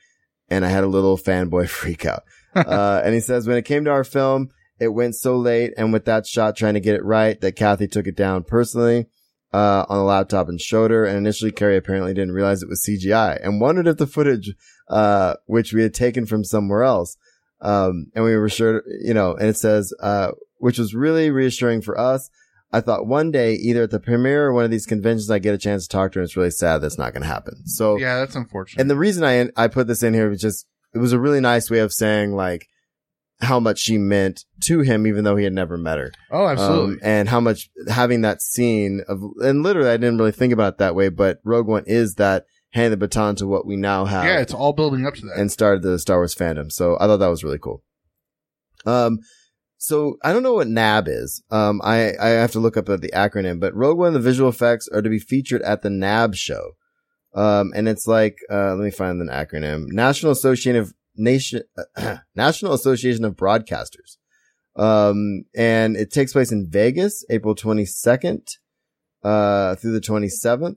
Speaker 4: and I had a little fanboy (laughs) freak out. uh, and he says, when it came to our film, it went so late. And with that shot trying to get it right, that Kathy took it down personally, uh, on a laptop and showed her. And initially Carrie apparently didn't realize it was CGI and wondered if the footage, uh, which we had taken from somewhere else. Um, and we were sure, you know, and it says, uh, which was really reassuring for us. I thought one day, either at the premiere or one of these conventions, I get a chance to talk to her. And it's really sad that's not going to happen. So
Speaker 5: yeah, that's unfortunate.
Speaker 4: And the reason I I put this in here was just it was a really nice way of saying like how much she meant to him, even though he had never met her.
Speaker 5: Oh, absolutely. Um,
Speaker 4: and how much having that scene of and literally, I didn't really think about it that way, but Rogue One is that hand the baton to what we now have.
Speaker 5: Yeah, it's all building up to that,
Speaker 4: uh, and started the Star Wars fandom. So I thought that was really cool. Um. So I don't know what NAB is. Um, I, I have to look up uh, the acronym, but Rogue One, the visual effects are to be featured at the NAB show. Um, and it's like, uh, let me find an acronym. National Association of Nation, (clears throat) National Association of Broadcasters. Um, and it takes place in Vegas, April 22nd, uh, through the 27th.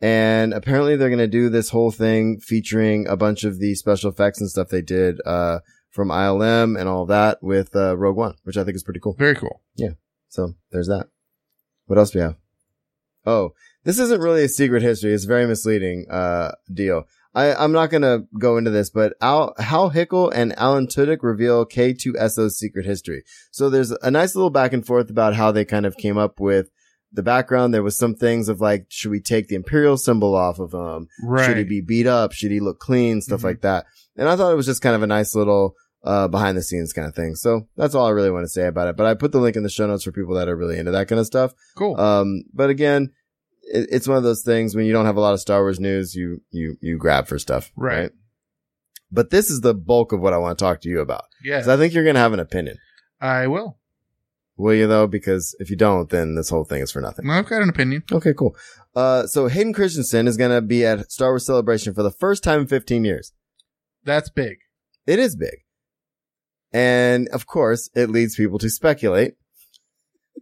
Speaker 4: And apparently they're going to do this whole thing featuring a bunch of the special effects and stuff they did, uh, from ILM and all that with uh, Rogue One, which I think is pretty cool.
Speaker 5: Very cool.
Speaker 4: Yeah. So there's that. What else do we have? Oh, this isn't really a secret history. It's a very misleading uh, deal. I, I'm not going to go into this, but Al, Hal Hickel and Alan Tudyk reveal K2SO's secret history. So there's a nice little back and forth about how they kind of came up with the background. There was some things of like, should we take the Imperial symbol off of um, him?
Speaker 5: Right.
Speaker 4: Should he be beat up? Should he look clean? Stuff mm-hmm. like that. And I thought it was just kind of a nice little uh, behind the scenes kind of thing. So that's all I really want to say about it. But I put the link in the show notes for people that are really into that kind of stuff.
Speaker 5: Cool.
Speaker 4: Um, but again, it, it's one of those things when you don't have a lot of Star Wars news, you you you grab for stuff,
Speaker 5: right? right?
Speaker 4: But this is the bulk of what I want to talk to you about.
Speaker 5: Yeah.
Speaker 4: I think you're gonna have an opinion.
Speaker 5: I will.
Speaker 4: Will you though? Because if you don't, then this whole thing is for nothing.
Speaker 5: I've got an opinion.
Speaker 4: Okay, cool. Uh, so Hayden Christensen is gonna be at Star Wars Celebration for the first time in 15 years.
Speaker 5: That's big.
Speaker 4: It is big. And of course, it leads people to speculate (laughs)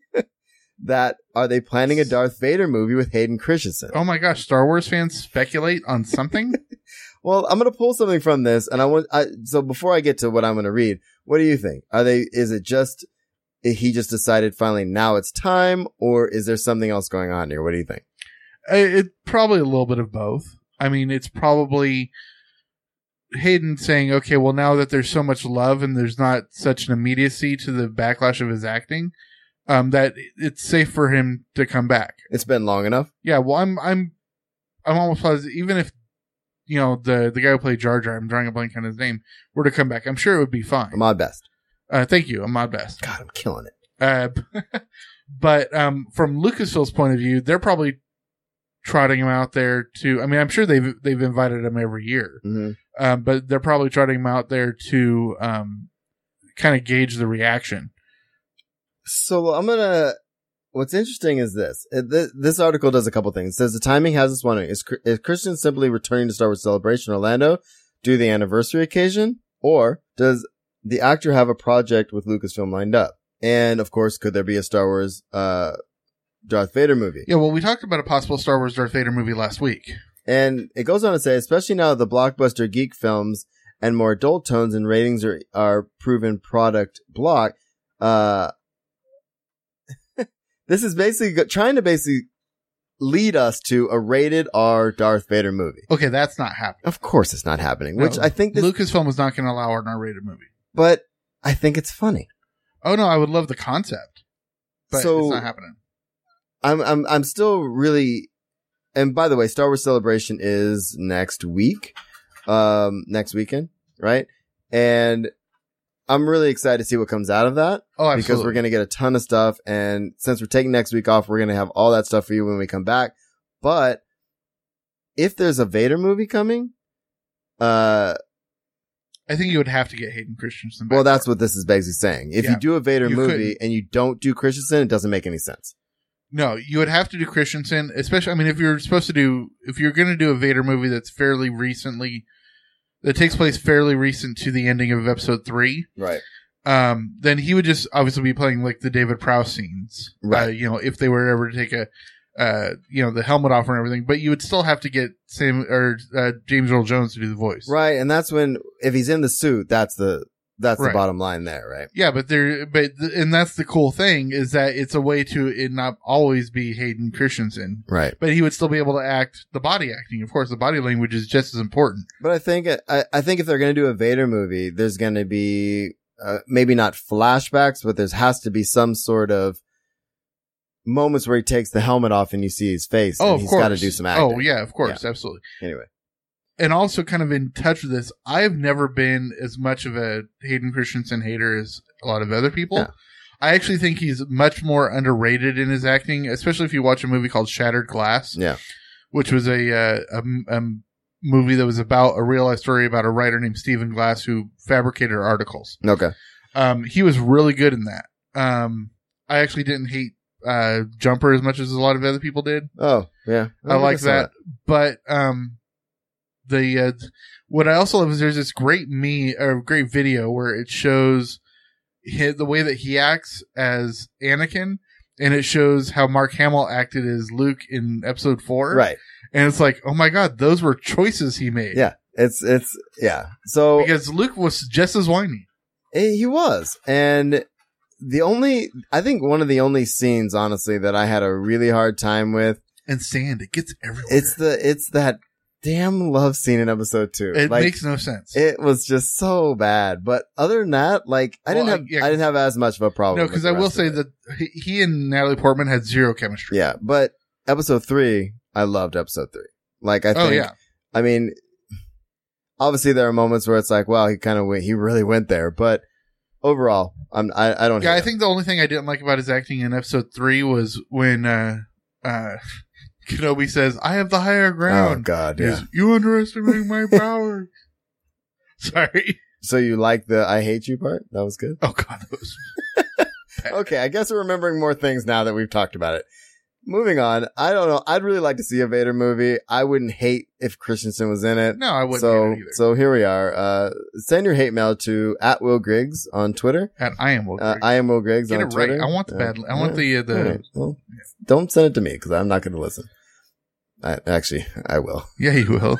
Speaker 4: that are they planning a Darth Vader movie with Hayden Christensen?
Speaker 5: Oh my gosh, Star Wars fans speculate
Speaker 4: (laughs)
Speaker 5: on something?
Speaker 4: well, I'm going to pull something from this and I want I, so before I get to what I'm going to read, what do you think? Are they is it just eh, he just decided finally now it's time or is there something else going on here? What do you think?
Speaker 5: It probably a little bit of both. I mean, it's probably Hayden saying, okay, well, now that there's so much love and there's not such an immediacy to the backlash of his acting, um, that it's safe for him to come back.
Speaker 4: It's been long enough.
Speaker 5: Yeah. Well, I'm, I'm, I'm almost positive, even if, you know, the, the guy who played Jar Jar, I'm drawing a blank on his name, were to come back, I'm sure it would be fine.
Speaker 4: Ahmad Best.
Speaker 5: Uh, thank you. Ahmad Best.
Speaker 4: God, I'm killing it.
Speaker 5: Uh, (laughs) but, um, from Lucasfilm's point of view, they're probably trotting him out there to, I mean, I'm sure they've, they've invited him every year.
Speaker 4: Mm-hmm.
Speaker 5: Um, but they're probably trotting him out there to um, kind of gauge the reaction.
Speaker 4: So I'm gonna. What's interesting is this. Th- this article does a couple things. It says the timing has us wondering: is, is Christian simply returning to Star Wars Celebration Orlando due the anniversary occasion, or does the actor have a project with Lucasfilm lined up? And of course, could there be a Star Wars uh, Darth Vader movie?
Speaker 5: Yeah, well, we talked about a possible Star Wars Darth Vader movie last week.
Speaker 4: And it goes on to say, especially now that the blockbuster geek films and more adult tones and ratings are, are proven product block, uh, (laughs) this is basically go- trying to basically lead us to a rated R Darth Vader movie.
Speaker 5: Okay, that's not happening.
Speaker 4: Of course it's not happening, which
Speaker 5: No,
Speaker 4: I think this,
Speaker 5: Lucasfilm is not going to allow an R rated movie.
Speaker 4: but I think it's funny.
Speaker 5: Oh, no, I would love the concept, but
Speaker 4: So-
Speaker 5: it's not happening.
Speaker 4: I'm, I'm, I'm still really, and by the way, Star Wars Celebration is next week, um, next weekend, right? And I'm really excited to see what comes out of that.
Speaker 5: Oh, absolutely.
Speaker 4: because we're going to get a ton of stuff. And since we're taking next week off, we're going to have all that stuff for you when we come back. But if there's a Vader movie coming, uh,
Speaker 5: I think you would have to get Hayden Christensen.
Speaker 4: Well, that's what this is basically saying. If
Speaker 5: Yeah.
Speaker 4: you do a Vader
Speaker 5: You
Speaker 4: movie
Speaker 5: couldn't.
Speaker 4: and you don't do Christensen, it doesn't make any sense.
Speaker 5: No, you would have to do Christensen, especially. I mean, if you're supposed to do, if you're going to do a Vader movie that's fairly recently, that takes place fairly recent to the ending of Episode Three,
Speaker 4: Right.
Speaker 5: um, then he would just obviously be playing like the David Prowse scenes,
Speaker 4: Right.
Speaker 5: Uh, you know, if they were ever to take a, uh, you know, the helmet off and everything, but you would still have to get Sam or uh, James Earl Jones to do the voice,
Speaker 4: Right. And that's when, if he's in the suit, that's the, that's the
Speaker 5: Right.
Speaker 4: bottom line there, right?
Speaker 5: Yeah, but there, but th- and that's the cool thing is that it's a way to it not always be Hayden Christensen,
Speaker 4: Right.
Speaker 5: but he would still be able to act the body acting. Of course, the body language is just as important.
Speaker 4: But I think I, I think if they're going to do a Vader movie, there's going to be uh, maybe not flashbacks, but there's has to be some sort of moments where he takes the helmet off and you see his face.
Speaker 5: Oh,
Speaker 4: and
Speaker 5: of
Speaker 4: he's
Speaker 5: course.
Speaker 4: got to do some acting.
Speaker 5: Oh, yeah, of course, absolutely.
Speaker 4: Anyway,
Speaker 5: And also, kind of in touch with this, I've never been as much of a Hayden Christensen hater as a lot of other people.
Speaker 4: Yeah.
Speaker 5: I actually think he's much more underrated in his acting, especially if you watch a movie called Shattered Glass.
Speaker 4: yeah,
Speaker 5: which was a, uh, a m- a m- movie that was about a real life story about a writer named Stephen Glass who fabricated articles.
Speaker 4: okay,
Speaker 5: Um, he was really good in that. Um, I actually didn't hate uh, Jumper as much as a lot of other people did.
Speaker 4: oh yeah,
Speaker 5: I, like that, but um, the uh, what I also love is there's this great me or great video where it shows hi the way that he acts as Anakin, and it shows how Mark Hamill acted as Luke in Episode Four,
Speaker 4: Right.
Speaker 5: and it's like, oh my god, those were choices he made.
Speaker 4: Yeah, it's it's yeah. So
Speaker 5: because Luke was just as whiny.
Speaker 4: Eh, He was. And the only, I think one of the only scenes, honestly, that I had a really hard time with,
Speaker 5: And sand, it gets everywhere.
Speaker 4: it's the, it's that damn love scene in episode two.
Speaker 5: it
Speaker 4: Like,
Speaker 5: makes no sense.
Speaker 4: it was just so bad. But other than that, like, I didn't
Speaker 5: Well, I-
Speaker 4: have,
Speaker 5: yeah,
Speaker 4: I didn't have as much of a problem.
Speaker 5: no,
Speaker 4: with
Speaker 5: because
Speaker 4: the
Speaker 5: I will
Speaker 4: rest of
Speaker 5: say
Speaker 4: it.
Speaker 5: that he- he and Natalie Portman had zero chemistry.
Speaker 4: Yeah. But episode three, I loved episode three. Like, I think,
Speaker 5: oh yeah,
Speaker 4: I mean, obviously there are moments where it's like, wow, he kind of went, he really went there. But overall, I'm, I, I don't
Speaker 5: yeah.
Speaker 4: hate
Speaker 5: I
Speaker 4: him.
Speaker 5: think the only thing I didn't like about his acting in episode three was when uh, uh, (laughs) Kenobi says, "I have the higher
Speaker 4: Oh
Speaker 5: ground."
Speaker 4: God,
Speaker 5: He
Speaker 4: yeah.
Speaker 5: goes, you
Speaker 4: (laughs)
Speaker 5: underestimate my power. Sorry. (laughs)
Speaker 4: So you like the I hate you part? That was good.
Speaker 5: Oh God, that was
Speaker 4: Okay, I guess we're remembering more things now that we've talked about it. Moving on, I don't know. I'd really like to see a Vader movie. I wouldn't hate if Christensen was in it.
Speaker 5: no, I wouldn't.
Speaker 4: so,
Speaker 5: hate it either.
Speaker 4: so here we are. Uh, send your hate mail to at Will Griggs on Twitter.
Speaker 5: And I am. Will
Speaker 4: Uh,
Speaker 5: Griggs.
Speaker 4: I am Will Griggs
Speaker 5: Get
Speaker 4: on
Speaker 5: it right.
Speaker 4: Twitter.
Speaker 5: I want the
Speaker 4: Uh,
Speaker 5: bad- I want
Speaker 4: yeah.
Speaker 5: the, uh, the-
Speaker 4: All right. Well, don't send it to me because I'm not going to listen. I, actually, I will. (laughs)
Speaker 5: yeah, you will.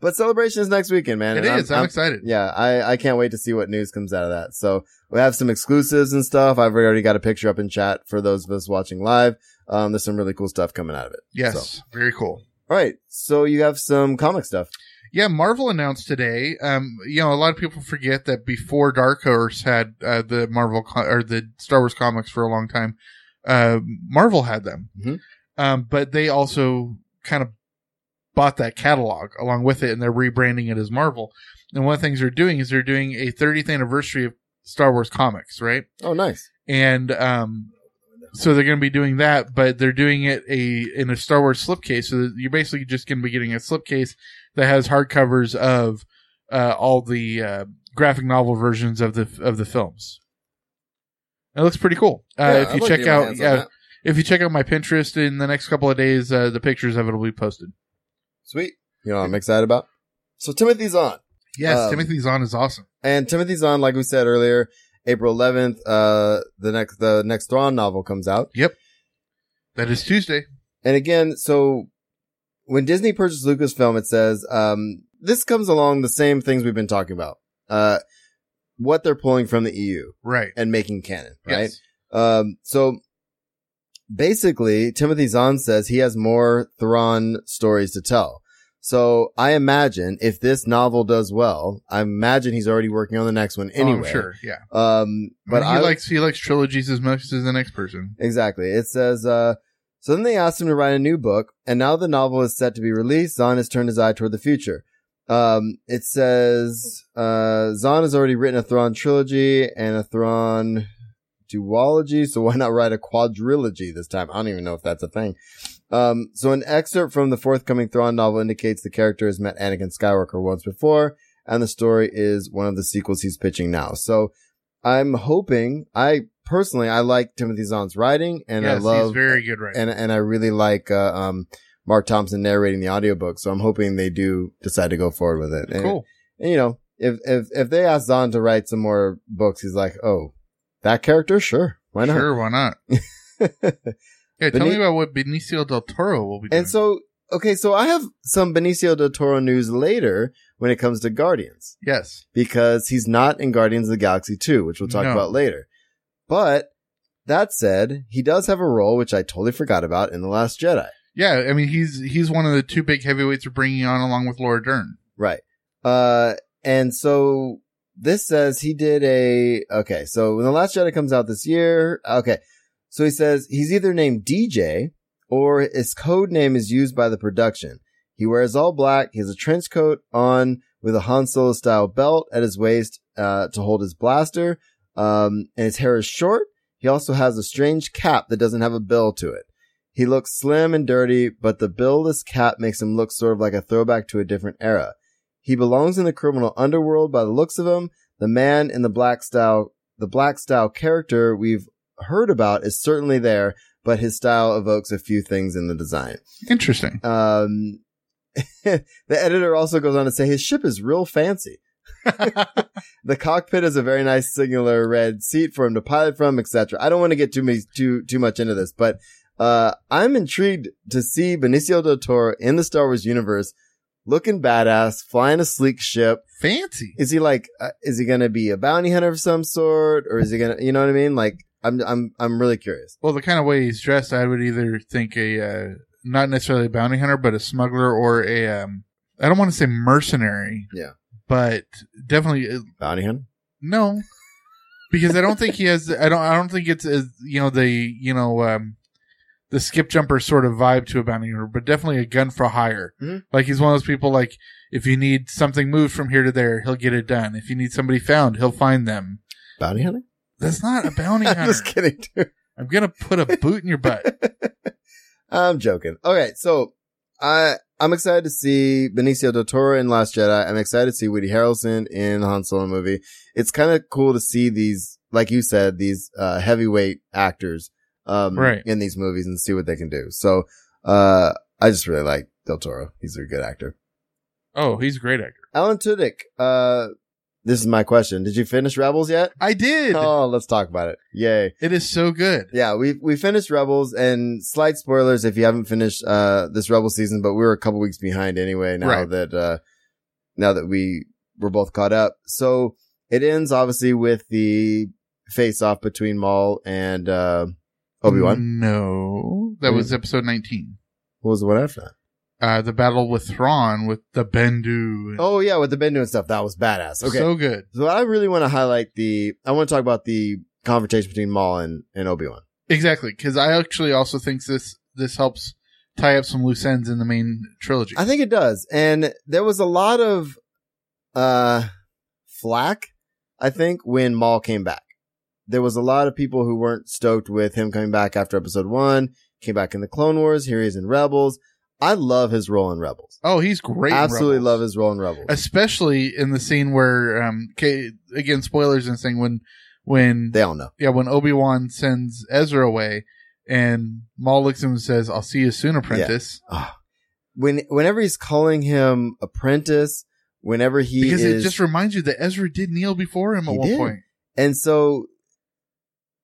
Speaker 4: But celebration is next weekend, man.
Speaker 5: It
Speaker 4: and
Speaker 5: is. I'm excited.
Speaker 4: Yeah, I, I can't wait to see what news comes out of that. So we have some exclusives and stuff. I've already got a picture up in chat for those of us watching live. Um, there's some really cool stuff coming out of it.
Speaker 5: Yes,
Speaker 4: So-
Speaker 5: very cool.
Speaker 4: all right. So you have some comic stuff.
Speaker 5: Yeah, Marvel announced today. Um, you know, a lot of people forget that before Dark Horse had uh, the Marvel co- or the Star Wars comics for a long time, uh, Marvel had them.
Speaker 4: Mhm.
Speaker 5: Um, but they also kind of bought that catalog along with it, and they're rebranding it as Marvel. And one of the things they're doing is they're doing a 30th anniversary of Star Wars comics, right?
Speaker 4: Oh, nice.
Speaker 5: and um, so they're going to be doing that, but they're doing it a in a Star Wars slipcase. So that you're basically just going to be getting a slipcase that has hardcovers of uh, all the uh, graphic novel versions of the of the films. It looks pretty cool.
Speaker 4: Yeah,
Speaker 5: Uh,
Speaker 4: I'd
Speaker 5: if you
Speaker 4: like to
Speaker 5: check
Speaker 4: get my
Speaker 5: out,
Speaker 4: hands on
Speaker 5: yeah,
Speaker 4: that.
Speaker 5: if you check out my Pinterest in the next couple of days, uh, the pictures of it will be posted.
Speaker 4: Sweet. You know, what I'm excited about. So Timothy's on.
Speaker 5: Yes,
Speaker 4: Um,
Speaker 5: Timothy Zahn is awesome.
Speaker 4: And Timothy's on, like we said earlier, April 11th. Uh, the next, the next Thrawn novel comes out.
Speaker 5: Yep, that is Tuesday.
Speaker 4: And again, so when Disney purchased Lucasfilm, it says, um, this comes along the same things we've been talking about. Uh, what they're pulling from the EU
Speaker 5: Right.
Speaker 4: and making canon, right?
Speaker 5: Yes.
Speaker 4: Um, so basically, Timothy Zahn says he has more Thrawn stories to tell. So I imagine if this novel does well, I imagine he's already working on the next one
Speaker 5: Oh, I'm
Speaker 4: anyway.
Speaker 5: sure. Yeah.
Speaker 4: Um, but
Speaker 5: But he
Speaker 4: I
Speaker 5: likes he likes trilogies as much as the next person.
Speaker 4: Exactly. It says, uh, so then they asked him to write a new book, and now the novel is set to be released. Zahn has turned his eye toward the future. Um, it says uh, Zahn has already written a Thrawn trilogy and a Thrawn duology, so why not write a quadrilogy this time? I don't even know if that's a thing. Um, so an excerpt from the forthcoming Thrawn novel indicates the character has met Anakin Skywalker once before, and the story is one of the sequels he's pitching now. So I'm hoping I personally I like Timothy Zahn's writing and
Speaker 5: yes,
Speaker 4: I love
Speaker 5: he's very good writing.
Speaker 4: and and I really like uh, um Mark Thompson narrating the audiobook. So I'm hoping they do decide to go forward with it. And,
Speaker 5: Cool.
Speaker 4: and, you know, if if if they ask Zahn to write some more books, he's like, oh, that character, sure, why not?
Speaker 5: Sure, why not? Yeah, tell me
Speaker 4: Beni-
Speaker 5: about what Benicio del Toro will be
Speaker 4: (laughs)
Speaker 5: doing.
Speaker 4: And so, okay, so I have some Benicio del Toro news later when it comes to Guardians
Speaker 5: yes.
Speaker 4: because he's not in Guardians of the Galaxy 2, which we'll talk
Speaker 5: No.
Speaker 4: about later. But that said, he does have a role which I totally forgot about in The Last Jedi.
Speaker 5: Yeah, I mean he's he's one of the two big heavyweights we're bringing on along with Laura Dern.
Speaker 4: Right. Uh, and so this says he did a, okay. So when the last Jedi comes out this year, okay. So he says he's either named DJ or his code name is used by the production. He wears all black. He has a trench coat on with a Han Solo style belt at his waist, uh, to hold his blaster. Um, and his hair is short. He also has a strange cap that doesn't have a bill to it. He looks slim and dirty, but the billless cap makes him look sort of like a throwback to a different era. He belongs in the criminal underworld by the looks of him. The man in the black style, the black style character we've heard about is certainly there, but his style evokes a few things in the design.
Speaker 5: Interesting.
Speaker 4: Um, (laughs) the editor also goes on to say his ship is real
Speaker 5: (laughs)
Speaker 4: fancy. the cockpit is a very nice singular red seat for him to pilot from, etc. I don't want to get too many, too too much into this, but uh, I'm intrigued to see Benicio del Toro in the Star Wars universe, looking badass, flying a sleek ship.
Speaker 5: Fancy.
Speaker 4: Is he like? Uh, is he gonna be a bounty hunter of some sort, or is he gonna? You know what I mean? Like, I'm I'm I'm really curious.
Speaker 5: Well, the kind of way he's dressed, I would either think a uh, not necessarily a bounty hunter, but a smuggler or a um, I don't want to say mercenary,
Speaker 4: Yeah,
Speaker 5: but definitely uh,
Speaker 4: bounty hunter.
Speaker 5: no, because I don't think he has. I don't. I don't think it's as you know the you know um, the skip jumper sort of vibe to a bounty hunter, but definitely a gun for hire.
Speaker 4: Mhm.
Speaker 5: Like he's one of those people. Like if you need something moved from here to there, he'll get it done. If you need somebody found, he'll find them.
Speaker 4: Bounty hunter.
Speaker 5: That's not a bounty
Speaker 4: (laughs) I'm
Speaker 5: hunter.
Speaker 4: just kidding, dude.
Speaker 5: I'm gonna put a boot in your butt.
Speaker 4: (laughs) I'm joking. All right, so I I'm excited to see Benicio del Toro in Last Jedi. I'm excited to see Woody Harrelson in the Han Solo movie. It's kind of cool to see these, like you said, these uh, heavyweight actors um,
Speaker 5: Right.
Speaker 4: in these movies and see what they can do. So uh, I just really like Del Toro. He's a good actor.
Speaker 5: Oh, he's a great actor.
Speaker 4: Alan Tudyk. Uh, this is my question. Did you finish Rebels yet?
Speaker 5: I did.
Speaker 4: Oh, let's talk about it. Yay.
Speaker 5: It is so good.
Speaker 4: Yeah, we we finished Rebels and slight spoilers if you haven't finished uh this Rebel season, but we were a couple weeks behind anyway now
Speaker 5: Right.
Speaker 4: that uh now that we were both caught up. So it ends obviously with the face off between Maul and uh Obi-Wan.
Speaker 5: No, that was episode 19.
Speaker 4: What was the one after that?
Speaker 5: Uh, the battle with Thrawn with the Bendu.
Speaker 4: Oh yeah, with the Bendu and stuff. That was badass. Okay. So,
Speaker 5: so good.
Speaker 4: I really want to highlight the I want to talk about the confrontation between Maul and, and Obi-Wan.
Speaker 5: Exactly, because I actually also think this this helps tie up some loose ends in the main trilogy.
Speaker 4: I think it does. And there was a lot of uh flack, I think, when Maul came back. There was a lot of people who weren't stoked with him coming back after episode one, came back in the Clone Wars, here he is in Rebels. I love his role in Rebels.
Speaker 5: oh, he's great. in
Speaker 4: Absolutely
Speaker 5: Rebels.
Speaker 4: love his role in Rebels.
Speaker 5: especially in the scene where um, 'kay, again spoilers and thing when when
Speaker 4: they all know.
Speaker 5: yeah when Obi Wan sends Ezra away and Maul looks at him and says, "I'll see you soon, apprentice."
Speaker 4: When whenever he's calling him apprentice, whenever he
Speaker 5: because
Speaker 4: is
Speaker 5: it just reminds you that Ezra did kneel before him at
Speaker 4: He
Speaker 5: one
Speaker 4: did.
Speaker 5: point.
Speaker 4: and so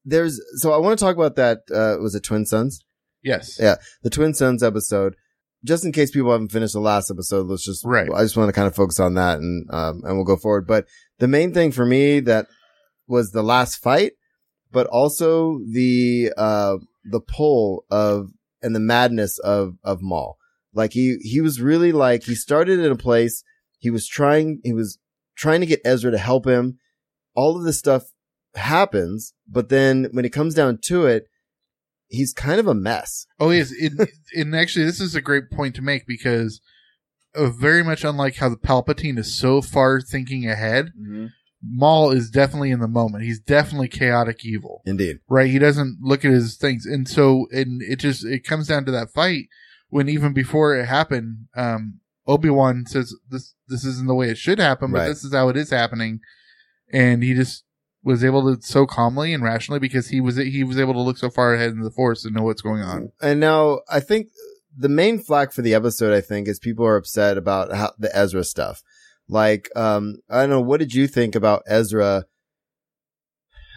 Speaker 4: there's so I want to talk about that uh was it Twin Sons?
Speaker 5: Yes.
Speaker 4: Yeah, the Twin Sons episode. Just in case people haven't finished the last episode, let's just.
Speaker 5: Right.
Speaker 4: I just want to kind of focus on that, and um, and we'll go forward. But the main thing for me that was the last fight, but also the uh the pull of and the madness of of Maul. Like he he was really like he started in a place he was trying he was trying to get Ezra to help him. All of this stuff happens, but then when it comes down to it, he's kind of a mess.
Speaker 5: Oh yes, it, and actually, this is a great point to make because uh, very much unlike how the Palpatine is so far thinking ahead. Mm-hmm. Maul is definitely in the moment. He's definitely chaotic evil.
Speaker 4: Indeed.
Speaker 5: Right? He doesn't look at his things. And so and it just it comes down to that fight when even before it happened, um, Obi Wan says this this isn't the way it should happen, but
Speaker 4: Right.
Speaker 5: this is how it is happening. And he just was able to so calmly and rationally because he was he was able to look so far ahead in the force and know what's going on.
Speaker 4: And now I think the main flack for the episode, I think, is people are upset about how the Ezra stuff. Like, um, I don't know. What did you think about Ezra?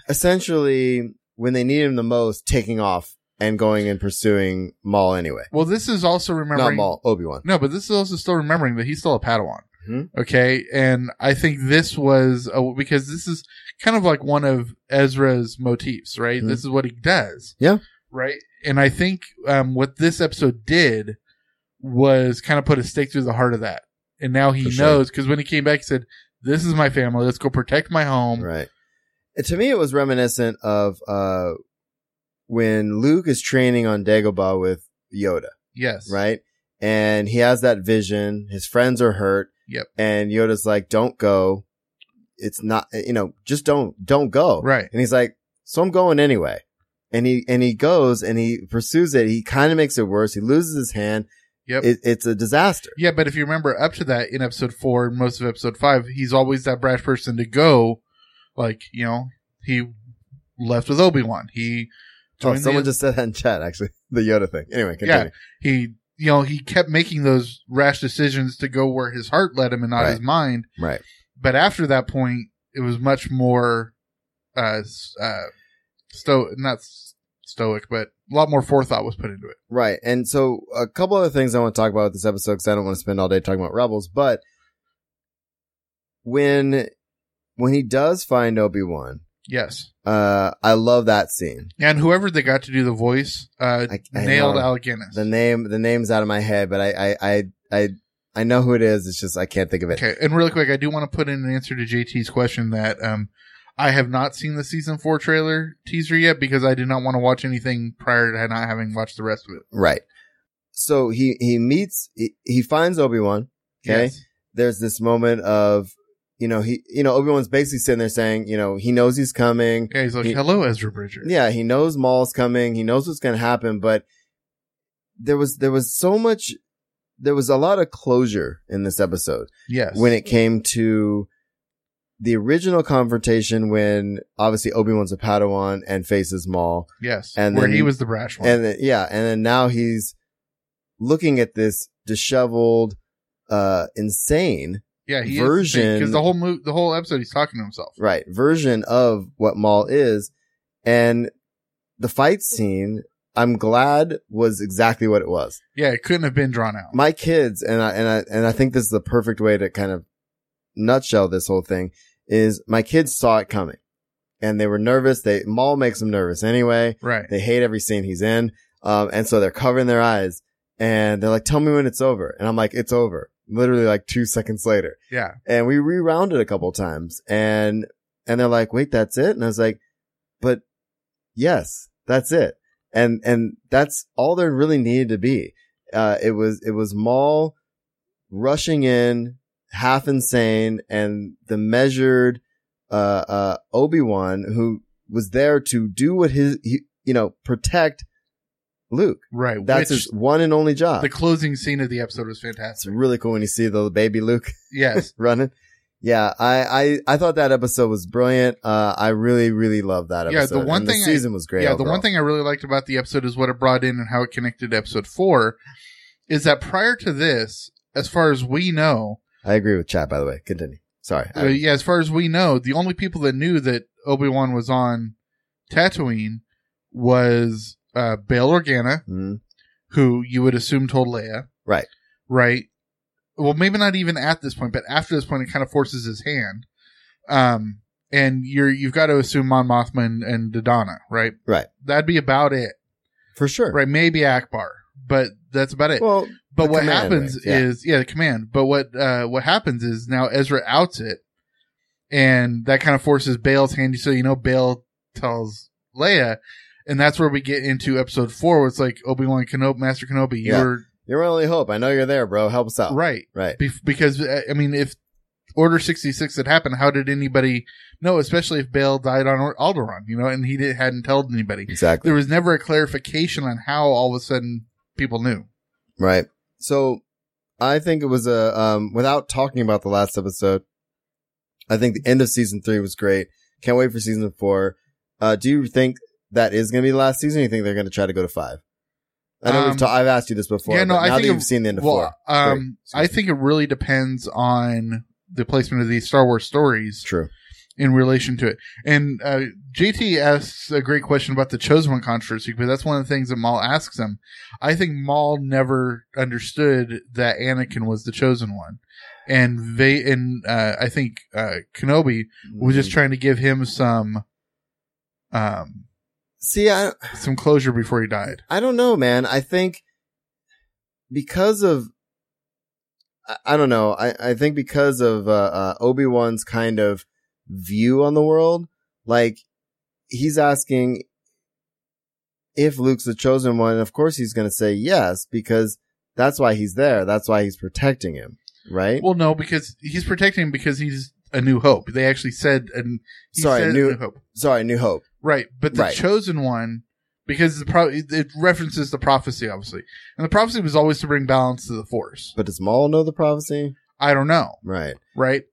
Speaker 4: Essentially, when they need him the most, taking off and going and pursuing Maul anyway.
Speaker 5: Well, this is also
Speaker 4: Not
Speaker 5: remembering
Speaker 4: Maul, Obi Wan.
Speaker 5: No, but this is also still remembering that he's still a Padawan.
Speaker 4: Hmm?
Speaker 5: Okay, and I think this was a, because this is kind of like one of Ezra's motifs, right?
Speaker 4: Mhm.
Speaker 5: This is what he does,
Speaker 4: Yeah.
Speaker 5: right? And I think um, what this episode did was kind of put a stake through the heart of that, and now
Speaker 4: For
Speaker 5: he knows 'cause
Speaker 4: sure.
Speaker 5: knows because when he came back, he said, "This is my family. Let's go protect my home."
Speaker 4: Right. And to me, it was reminiscent of uh, when Luke is training on Dagobah with Yoda.
Speaker 5: Yes,
Speaker 4: right? And he has that vision. His friends are hurt.
Speaker 5: Yep.
Speaker 4: And Yoda's like, "Don't go. It's not. You know, just don't. Don't go."
Speaker 5: Right.
Speaker 4: And he's like, "So I'm going anyway." And he and he goes and he pursues it. He kind of makes it worse. He loses his hand.
Speaker 5: Yep.
Speaker 4: It, it's a disaster.
Speaker 5: Yeah, but if you remember up to that in episode four and most of episode five, he's always that brash person to go. Like, you know, he left with Obi Wan. He
Speaker 4: Oh,
Speaker 5: joined the-
Speaker 4: someone just said that in chat. Actually, (laughs) the Yoda thing. Anyway, continue.
Speaker 5: Yeah. He you know, he kept making those rash decisions to go where his heart led him and not
Speaker 4: Right.
Speaker 5: his mind.
Speaker 4: Right.
Speaker 5: But after that point, it was much more uh s- uh sto not s- stoic, but a lot more forethought was put into it.
Speaker 4: Right. And so a couple other things I want to talk about with this episode because I don't want to spend all day talking about Rebels, but when when he does find Obi Wan,
Speaker 5: Yes.
Speaker 4: uh, I love that scene.
Speaker 5: And whoever they got to do the voice, uh
Speaker 4: I, I
Speaker 5: nailed
Speaker 4: know
Speaker 5: Alec Guinness.
Speaker 4: The name the name's out of my head, but I I I I, I know who it is. It's just I can't think of it.
Speaker 5: Okay, and really quick, I do want to put in an answer to JT's question that um, I have not seen the season four trailer teaser yet because I did not want to watch anything prior to not having watched the rest of it.
Speaker 4: Right. So he he meets he, he finds Obi Wan. Okay.
Speaker 5: Yes.
Speaker 4: There's this moment of you know he you know Obi Wan's basically sitting there saying you know he knows he's coming.
Speaker 5: Yeah, he's like,
Speaker 4: He-
Speaker 5: "Hello, Ezra Bridger."
Speaker 4: Yeah, he knows Maul's coming. He knows what's going to happen, but there was there was so much there was a lot of closure in this episode
Speaker 5: Yes.
Speaker 4: when it came to the original confrontation when obviously Obi-Wan's a Padawan and faces Maul
Speaker 5: yes,
Speaker 4: and
Speaker 5: where
Speaker 4: then-
Speaker 5: he was the brash one.
Speaker 4: and then, yeah, and then now he's looking at this disheveled uh insane
Speaker 5: yeah, he
Speaker 4: version-
Speaker 5: because the whole mo- the whole episode he's talking to himself.
Speaker 4: right version of what Maul is, and the fight scene. I'm glad was exactly what it was.
Speaker 5: Yeah, it couldn't have been drawn out.
Speaker 4: My kids and I and I and I think this is the perfect way to kind of nutshell this whole thing is my kids saw it coming, and they were nervous. They Maul makes them nervous anyway.
Speaker 5: Right.
Speaker 4: They hate every scene he's in, um, and so they're covering their eyes and they're like, "Tell me when it's over," and I'm like, "It's over." Literally like two seconds later
Speaker 5: Yeah.
Speaker 4: and we rerounded a couple times and and they're like wait that's it and i was like but yes that's it and and that's all there really needed to be uh it was it was maul rushing in half insane and the measured uh uh obi-wan who was there to do what his he, you know protect luke
Speaker 5: Right.
Speaker 4: that's
Speaker 5: Which,
Speaker 4: his one and only job
Speaker 5: the closing scene of the episode was
Speaker 4: it's
Speaker 5: fantastic.
Speaker 4: really cool when you see the baby luke
Speaker 5: Yes.
Speaker 4: running. Yeah, I, I I thought that episode was brilliant. Uh, I really really loved that episode.
Speaker 5: Yeah, the one
Speaker 4: And
Speaker 5: thing
Speaker 4: the
Speaker 5: I-
Speaker 4: season was great.
Speaker 5: Yeah, the
Speaker 4: overall.
Speaker 5: one thing I really liked about the episode is what it brought in and how it connected to episode four is that prior to this, as far as we know,
Speaker 4: I agree with chat. By the way, continue. Sorry.
Speaker 5: Uh,
Speaker 4: I-
Speaker 5: yeah, as far as we know, the only people that knew that Obi Wan was on Tatooine was uh, Bail Organa,
Speaker 4: Mhm.
Speaker 5: who you would assume told Leia,
Speaker 4: Right.
Speaker 5: right? Well, maybe not even at this point, but after this point, it kind of forces his hand. Um, and you're you've got to assume Mon Mothma and, and Dodonna, right?
Speaker 4: Right.
Speaker 5: That'd be about it,
Speaker 4: For sure.
Speaker 5: right? Maybe Akbar, but that's about it.
Speaker 4: Well,
Speaker 5: But
Speaker 4: the
Speaker 5: what
Speaker 4: command
Speaker 5: happens
Speaker 4: wings, yeah.
Speaker 5: is, yeah, the command. But what uh, what happens is now Ezra outs it, and that kind of forces Bale's hand. So you know, Bale tells Leia, and that's where we get into episode four. Where it's like Obi Wan Kenobi, Master Kenobi, you
Speaker 4: Yeah.
Speaker 5: were
Speaker 4: You're my only hope. I know you're there, bro. Help us out.
Speaker 5: Right.
Speaker 4: Right.
Speaker 5: Be- because, uh, I mean, if Order 66 had happened, how did anybody know, especially if Bail died on or- Alderaan, you know, and he did, hadn't told anybody?
Speaker 4: Exactly.
Speaker 5: There was never a clarification on how all of a sudden people knew.
Speaker 4: Right. So I think it was a, um, without talking about the last episode, I think the end of season three was great. Can't wait for season four. Uh, do you think that is going to be the last season? Or you think they're going to try to go to five? I know
Speaker 5: Um,
Speaker 4: we've ta- I've asked you this before.
Speaker 5: yeah, no,
Speaker 4: but
Speaker 5: I
Speaker 4: now
Speaker 5: think
Speaker 4: that
Speaker 5: it-
Speaker 4: you've seen the end of
Speaker 5: Well,
Speaker 4: four,
Speaker 5: um, I think it really depends on the placement of these Star Wars stories.
Speaker 4: True.
Speaker 5: In relation to it, and uh, JT asks a great question about the chosen one controversy because that's one of the things that Maul asks him. I think Maul never understood that Anakin was the chosen one, and they and uh, I think uh, Kenobi was
Speaker 4: Mm.
Speaker 5: just trying to give him some, um,
Speaker 4: see, I
Speaker 5: some closure before he died.
Speaker 4: I don't know, man. I think because of I, I don't know. I, I think because of uh, uh, Obi Wan's kind of view on the world, like he's asking if Luke's the chosen one. and Of course, he's going to say yes because that's why he's there. That's why he's protecting him, right?
Speaker 5: Well, no, because he's protecting him because he's a new hope. They actually said and he
Speaker 4: sorry,
Speaker 5: said
Speaker 4: new,
Speaker 5: a new hope.
Speaker 4: Sorry, New Hope.
Speaker 5: Right, but the
Speaker 4: Right.
Speaker 5: chosen one because the pro- it references the prophecy obviously. And the prophecy was always to bring balance to the force.
Speaker 4: But does Maul know the prophecy?
Speaker 5: I don't know,
Speaker 4: Right.
Speaker 5: right?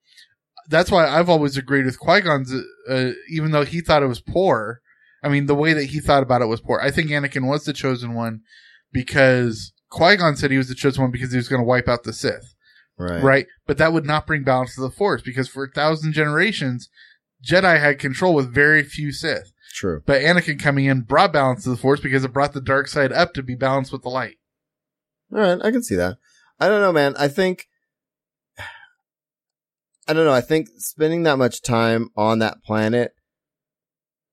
Speaker 5: That's why I've always agreed with Qui-Gon's uh, even though he thought it was poor. I mean, the way that he thought about it was poor. I think Anakin was the chosen one because Qui-Gon said he was the chosen one because he was going to wipe out the Sith.
Speaker 4: Right.
Speaker 5: right? But that would not bring balance to the Force because for a thousand generations, Jedi had control with very few Sith.
Speaker 4: True.
Speaker 5: But Anakin coming in brought balance to the Force because it brought the dark side up to be balanced with the light.
Speaker 4: All right, I can see that. I don't know, man. I think I don't know. I think spending that much time on that planet,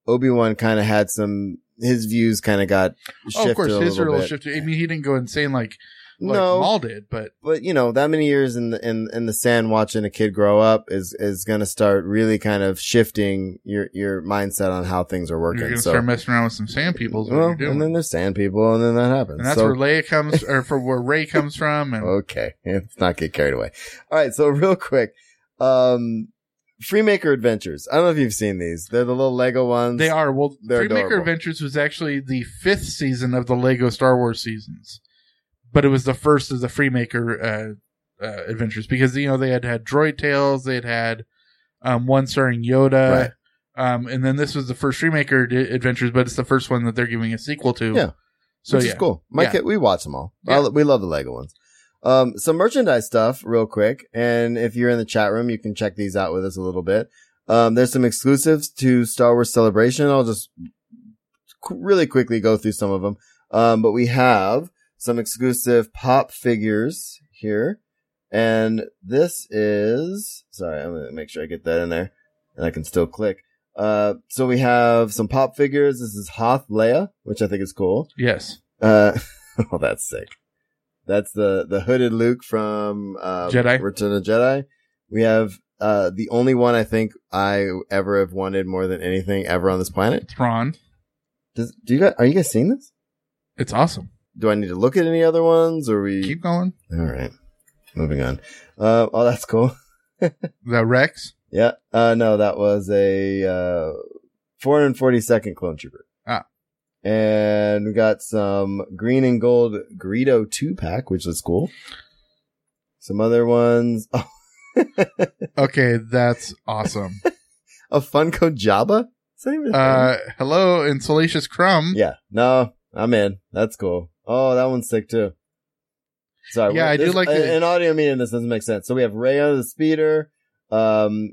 Speaker 4: Obi Wan kind of had some his views kind of got shifted
Speaker 5: oh, of course,
Speaker 4: a
Speaker 5: his
Speaker 4: little
Speaker 5: role
Speaker 4: bit.
Speaker 5: shifted. I mean, he didn't go insane like, like
Speaker 4: No.
Speaker 5: Maul did, but
Speaker 4: But you know, that many years in the in, in the sand watching a kid grow up is is going to start really kind of shifting your your mindset on how things are
Speaker 5: you're
Speaker 4: working.
Speaker 5: going to
Speaker 4: so
Speaker 5: start messing around with some sand people.
Speaker 4: well, and then there's sand people, and then that happens.
Speaker 5: and that's
Speaker 4: So-
Speaker 5: where Leia comes, or from where Ray comes
Speaker 4: (laughs)
Speaker 5: from, and
Speaker 4: Okay. Let's not get carried away. All right. So (laughs) real quick, um, Freemaker Adventures. I don't know if you've seen these. They're the little Lego ones.
Speaker 5: they are. Well,
Speaker 4: They're
Speaker 5: Freemaker
Speaker 4: adorable.
Speaker 5: Adventures was actually the fifth season of the Lego Star Wars seasons, but it was the first of the Freemaker uh, uh, Adventures because you know they had had Droid Tales, they had had um, one starring Yoda, um, and then this was the first Freemaker d- Adventures, but it's the first one that they're giving a sequel to.
Speaker 4: Yeah.
Speaker 5: so
Speaker 4: which
Speaker 5: yeah,
Speaker 4: is cool. My
Speaker 5: Yeah.
Speaker 4: kid, we watch them all.
Speaker 5: Yeah.
Speaker 4: I- we love the Lego ones. Um, some merchandise stuff real quick. And if you're in the chat room, you can check these out with us a little bit. Um, there's some exclusives to Star Wars Celebration. I'll just qu- really quickly go through some of them. Um, but we have some exclusive pop figures here. And this is, sorry, I'm going to make sure I get that in there and I can still click. Uh, so we have some pop figures. This is Hoth Leia, which I think is cool.
Speaker 5: yes,
Speaker 4: Uh, (laughs) oh, that's sick. That's the the hooded Luke from uh,
Speaker 5: Jedi.
Speaker 4: Return of the Jedi. We have uh, the only one I think I ever have wanted more than anything ever on this planet.
Speaker 5: Thrawn.
Speaker 4: Does, do you guys are you guys seeing this?
Speaker 5: It's awesome.
Speaker 4: Do I need to look at any other ones? Or we
Speaker 5: Keep going.
Speaker 4: all right? Moving on. Uh, oh, that's cool.
Speaker 5: The Rex.
Speaker 4: Yeah. Uh, no, that was a uh, 442nd clone trooper.
Speaker 5: Ah.
Speaker 4: And we got some green and gold Greedo two pack, which is cool. Some other ones. (laughs) Oh,
Speaker 5: Okay, that's
Speaker 4: (laughs)
Speaker 5: awesome.
Speaker 4: a Funko Jabba. Is that even a thing?
Speaker 5: uh, hello, and Salacious Crumb.
Speaker 4: yeah. No, I'm in. That's cool. Oh, that one's sick too. Sorry.
Speaker 5: Yeah,
Speaker 4: well,
Speaker 5: I do
Speaker 4: this-
Speaker 5: like
Speaker 4: in,
Speaker 5: the-
Speaker 4: in audio medium. This doesn't make sense. So we have Raya the speeder. Um,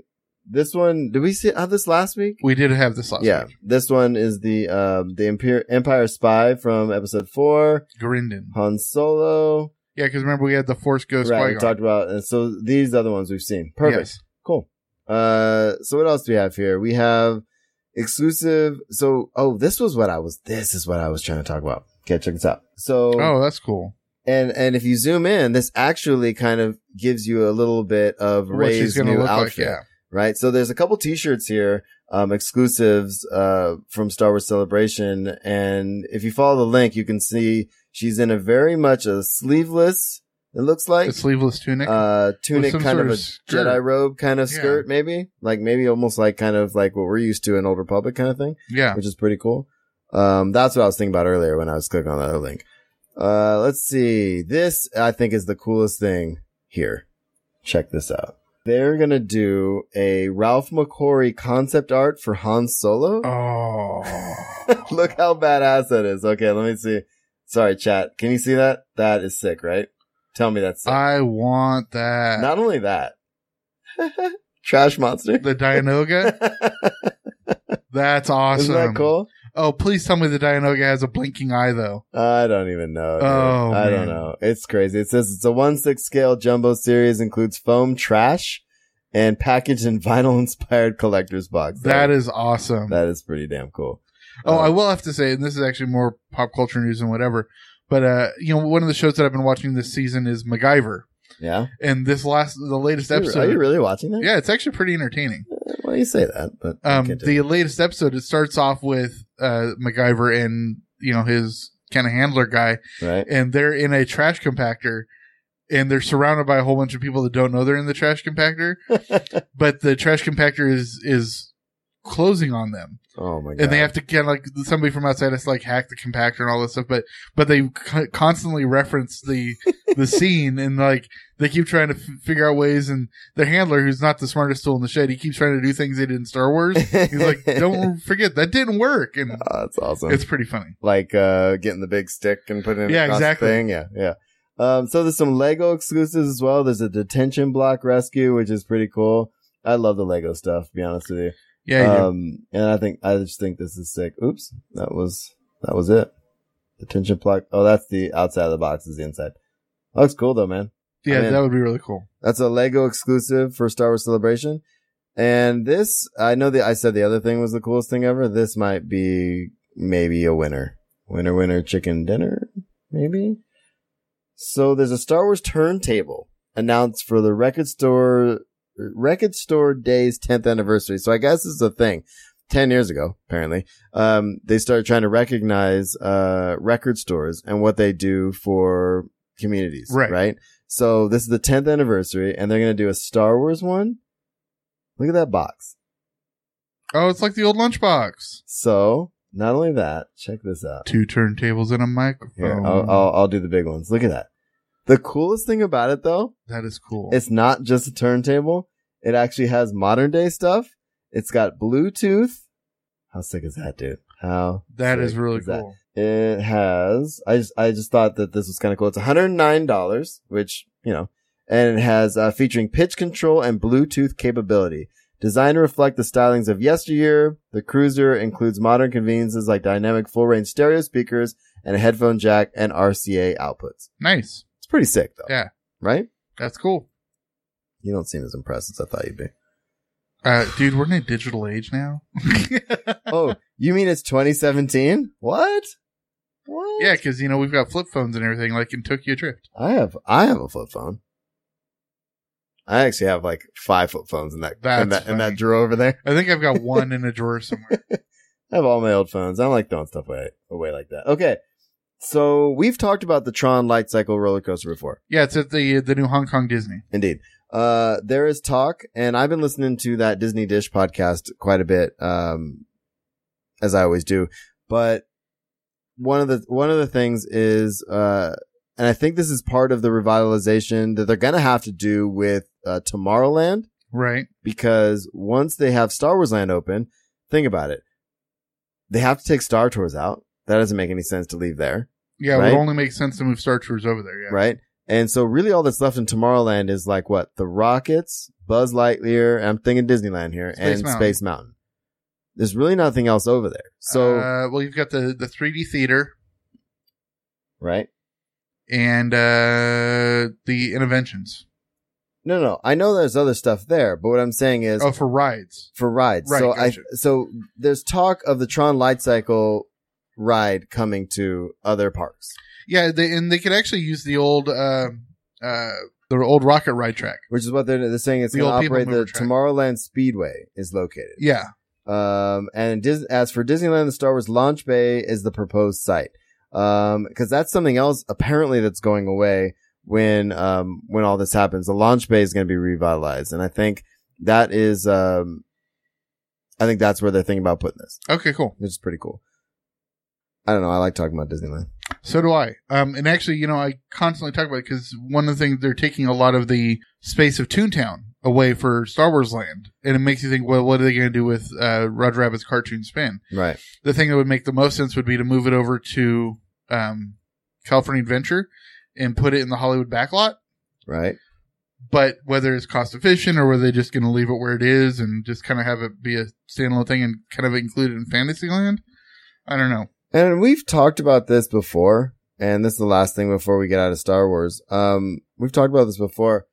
Speaker 4: this one. Did we see have this last week?
Speaker 5: We did have this last
Speaker 4: yeah,
Speaker 5: week.
Speaker 4: this one is the um the Empire, Empire Spy from episode four.
Speaker 5: Grindin.
Speaker 4: Han Solo.
Speaker 5: Yeah, because remember we had the Force Ghost
Speaker 4: Right, we
Speaker 5: Qui-Gon.
Speaker 4: talked about. And so these other ones we've seen. Perfect.
Speaker 5: Yes.
Speaker 4: Cool. Uh, so what else do we have here? We have exclusive. So oh, this was what I was. This is what I was trying to talk about. Okay, check this out. So
Speaker 5: Oh, that's cool.
Speaker 4: and and if you zoom in, this actually kind of gives you a little bit of
Speaker 5: What she's
Speaker 4: Ray's
Speaker 5: gonna
Speaker 4: new
Speaker 5: look like,
Speaker 4: outfit,
Speaker 5: yeah.
Speaker 4: right? So there's a couple T-shirts here, um, exclusives uh, from Star Wars Celebration, and if you follow the link, you can see She's in a very much a sleeveless. It looks like
Speaker 5: a sleeveless tunic,
Speaker 4: uh, tunic kind of, of a skirt. Jedi robe kind of yeah. skirt, maybe like maybe almost like kind of like what we're used to in Old Republic kind of thing.
Speaker 5: Yeah,
Speaker 4: which is pretty cool. Um, that's what I was thinking about earlier when I was clicking on that other link. Uh, let's see. This I think is the coolest thing here. Check this out. They're gonna do a Ralph McQuarrie concept art for Han Solo.
Speaker 5: Oh,
Speaker 4: (laughs) look how badass that is. Okay, let me see. Sorry, chat. Can you see that? That is sick, right? Tell me that's. Sick.
Speaker 5: I want that.
Speaker 4: Not only that, (laughs) trash monster. (laughs)
Speaker 5: The Dianoga. that's awesome.
Speaker 4: Isn't that cool?
Speaker 5: Oh, please tell me the Dianoga has a blinking eye though.
Speaker 4: I don't even know. Dude.
Speaker 5: Oh,
Speaker 4: I
Speaker 5: man.
Speaker 4: don't know. It's crazy. It says it's a one six scale jumbo series includes foam trash and packaged in (laughs) vinyl inspired collector's box.
Speaker 5: That so, is awesome.
Speaker 4: That uh, is pretty damn cool.
Speaker 5: Oh, um, I will have to say, and this is actually more pop culture news and whatever, but uh, you know, one of the shows that I've been watching this season is MacGyver.
Speaker 4: Yeah.
Speaker 5: And this last, the latest
Speaker 4: are you,
Speaker 5: episode.
Speaker 4: Are you really watching that?
Speaker 5: Yeah, it's actually pretty entertaining.
Speaker 4: Uh, well, you say that, but
Speaker 5: um, the latest episode it starts off with uh, MacGyver and you know his kind of handler guy,
Speaker 4: right?
Speaker 5: And they're in a trash compactor, and they're surrounded by a whole bunch of people that don't know they're in the trash compactor, but the trash compactor is is closing on them.
Speaker 4: Oh my god!
Speaker 5: And they have to get like somebody from outside has to like hack the compactor and all this stuff, but but they co- constantly reference the the scene and like they keep trying to f- figure out ways. And their handler, who's not the smartest tool in the shed, he keeps trying to do things they did in Star Wars.
Speaker 4: (laughs)
Speaker 5: He's like, don't forget that didn't work. And
Speaker 4: oh, that's awesome.
Speaker 5: It's pretty funny.
Speaker 4: Like uh getting the big stick and putting it in yeah exactly thing. yeah yeah. Um, so there's some Lego exclusives as well. There's a detention block rescue, which is pretty cool. I love the Lego stuff. To be honest with you.
Speaker 5: Yeah.
Speaker 4: Um, and I think I just think this is sick. Oops, that was that was it. The tension plug. Oh, that's the outside of the box. Is the inside. That looks cool though, man.
Speaker 5: Yeah, I mean, that would be really cool.
Speaker 4: That's a Lego exclusive for Star Wars Celebration. And this, I know that I said the other thing was the coolest thing ever. This might be maybe a winner. Winner, winner, chicken dinner, maybe. So there's a Star Wars turntable announced for the record store Record Store Day's 10th anniversary. So I guess it's a thing. 10 years ago, apparently, um, they started trying to recognize, uh, record stores and what they do for communities.
Speaker 5: Right.
Speaker 4: Right. So this is the 10th anniversary and they're going to do a Star Wars one. Look at that box.
Speaker 5: Oh, it's like the old lunchbox.
Speaker 4: So not only that, check this out.
Speaker 5: Two turntables and a microphone.
Speaker 4: Here, I'll, I'll, I'll do the big ones. Look at that. The coolest thing about it though,
Speaker 5: that is cool.
Speaker 4: It's not just a turntable. It actually has modern day stuff. It's got Bluetooth. How sick is that, dude? How
Speaker 5: that is really is cool.
Speaker 4: That? It has. I just I just thought that this was kind of cool. It's one hundred nine dollars, which you know, and it has uh, featuring pitch control and Bluetooth capability. Designed to reflect the stylings of yesteryear, the cruiser includes modern conveniences like dynamic full range stereo speakers and a headphone jack and RCA outputs.
Speaker 5: Nice
Speaker 4: pretty sick though.
Speaker 5: Yeah.
Speaker 4: Right?
Speaker 5: That's cool.
Speaker 4: You don't seem as impressed as I thought you'd be.
Speaker 5: Uh, dude, we're in a digital age now. (laughs)
Speaker 4: oh, (laughs) you mean it's 2017? What?
Speaker 5: What? Yeah, because you know we've got flip phones and everything, like in Tokyo Drift.
Speaker 4: I have, I have a flip phone. I actually have like five flip phones in that That's in that, in that drawer over there. (laughs)
Speaker 5: I think I've got one in a drawer somewhere.
Speaker 4: I have all my old phones. I don't like throwing stuff away, away like that. Okay, so we've talked about the Tron Light Cycle roller coaster before.
Speaker 5: Yeah, it's at the the new Hong Kong Disney.
Speaker 4: Indeed. Uh, there is talk, and I've been listening to that Disney Dish podcast quite a bit, um, as I always do. But one of the one of the things is, uh, and I think this is part of the revitalization that they're gonna have to do with uh, Tomorrowland,
Speaker 5: right?
Speaker 4: Because once they have Star Wars Land open, think about it. They have to take Star Tours out. That doesn't make any sense to leave there.
Speaker 5: Yeah, right? it would only make sense to move Star Tours over there. Yeah.
Speaker 4: Right. And so really all that's left in Tomorrowland is like what? The Rockets, Buzz Lightyear, I'm thinking Disneyland here, Space and Mountain. Space Mountain. There's really nothing else over there. So
Speaker 5: uh, well you've got the the 3D theater.
Speaker 4: Right.
Speaker 5: And uh the interventions.
Speaker 4: No, no, I know there's other stuff there, but what I'm saying is
Speaker 5: Oh, for rides.
Speaker 4: For rides. Right, so gotcha. I so there's talk of the Tron Light Cycle ride coming to other parks.
Speaker 5: Yeah, they, and they could actually use the old uh, uh, the old rocket ride track,
Speaker 4: which is what they're, they're saying. It's the going to operate the track. Tomorrowland Speedway is located.
Speaker 5: Yeah.
Speaker 4: Um, and Dis- as for Disneyland, the Star Wars Launch Bay is the proposed site. Um, cause that's something else apparently that's going away when, um, when all this happens. The launch bay is going to be revitalized. And I think that is, um, I think that's where they're thinking about putting this.
Speaker 5: Okay, cool.
Speaker 4: Which is pretty cool. I don't know. I like talking about Disneyland.
Speaker 5: So do I. Um, and actually, you know, I constantly talk about it because one of the things they're taking a lot of the space of Toontown away for Star Wars Land, and it makes you think, well, what are they going to do with uh, Roger Rabbit's cartoon spin?
Speaker 4: Right.
Speaker 5: The thing that would make the most sense would be to move it over to um, California Adventure and put it in the Hollywood backlot.
Speaker 4: Right.
Speaker 5: But whether it's cost efficient or were they just going to leave it where it is and just kind of have it be a standalone thing and kind of include it in Fantasyland, I don't know.
Speaker 4: And we've talked about this before, and this is the last thing before we get out of Star Wars. Um, we've talked about this before.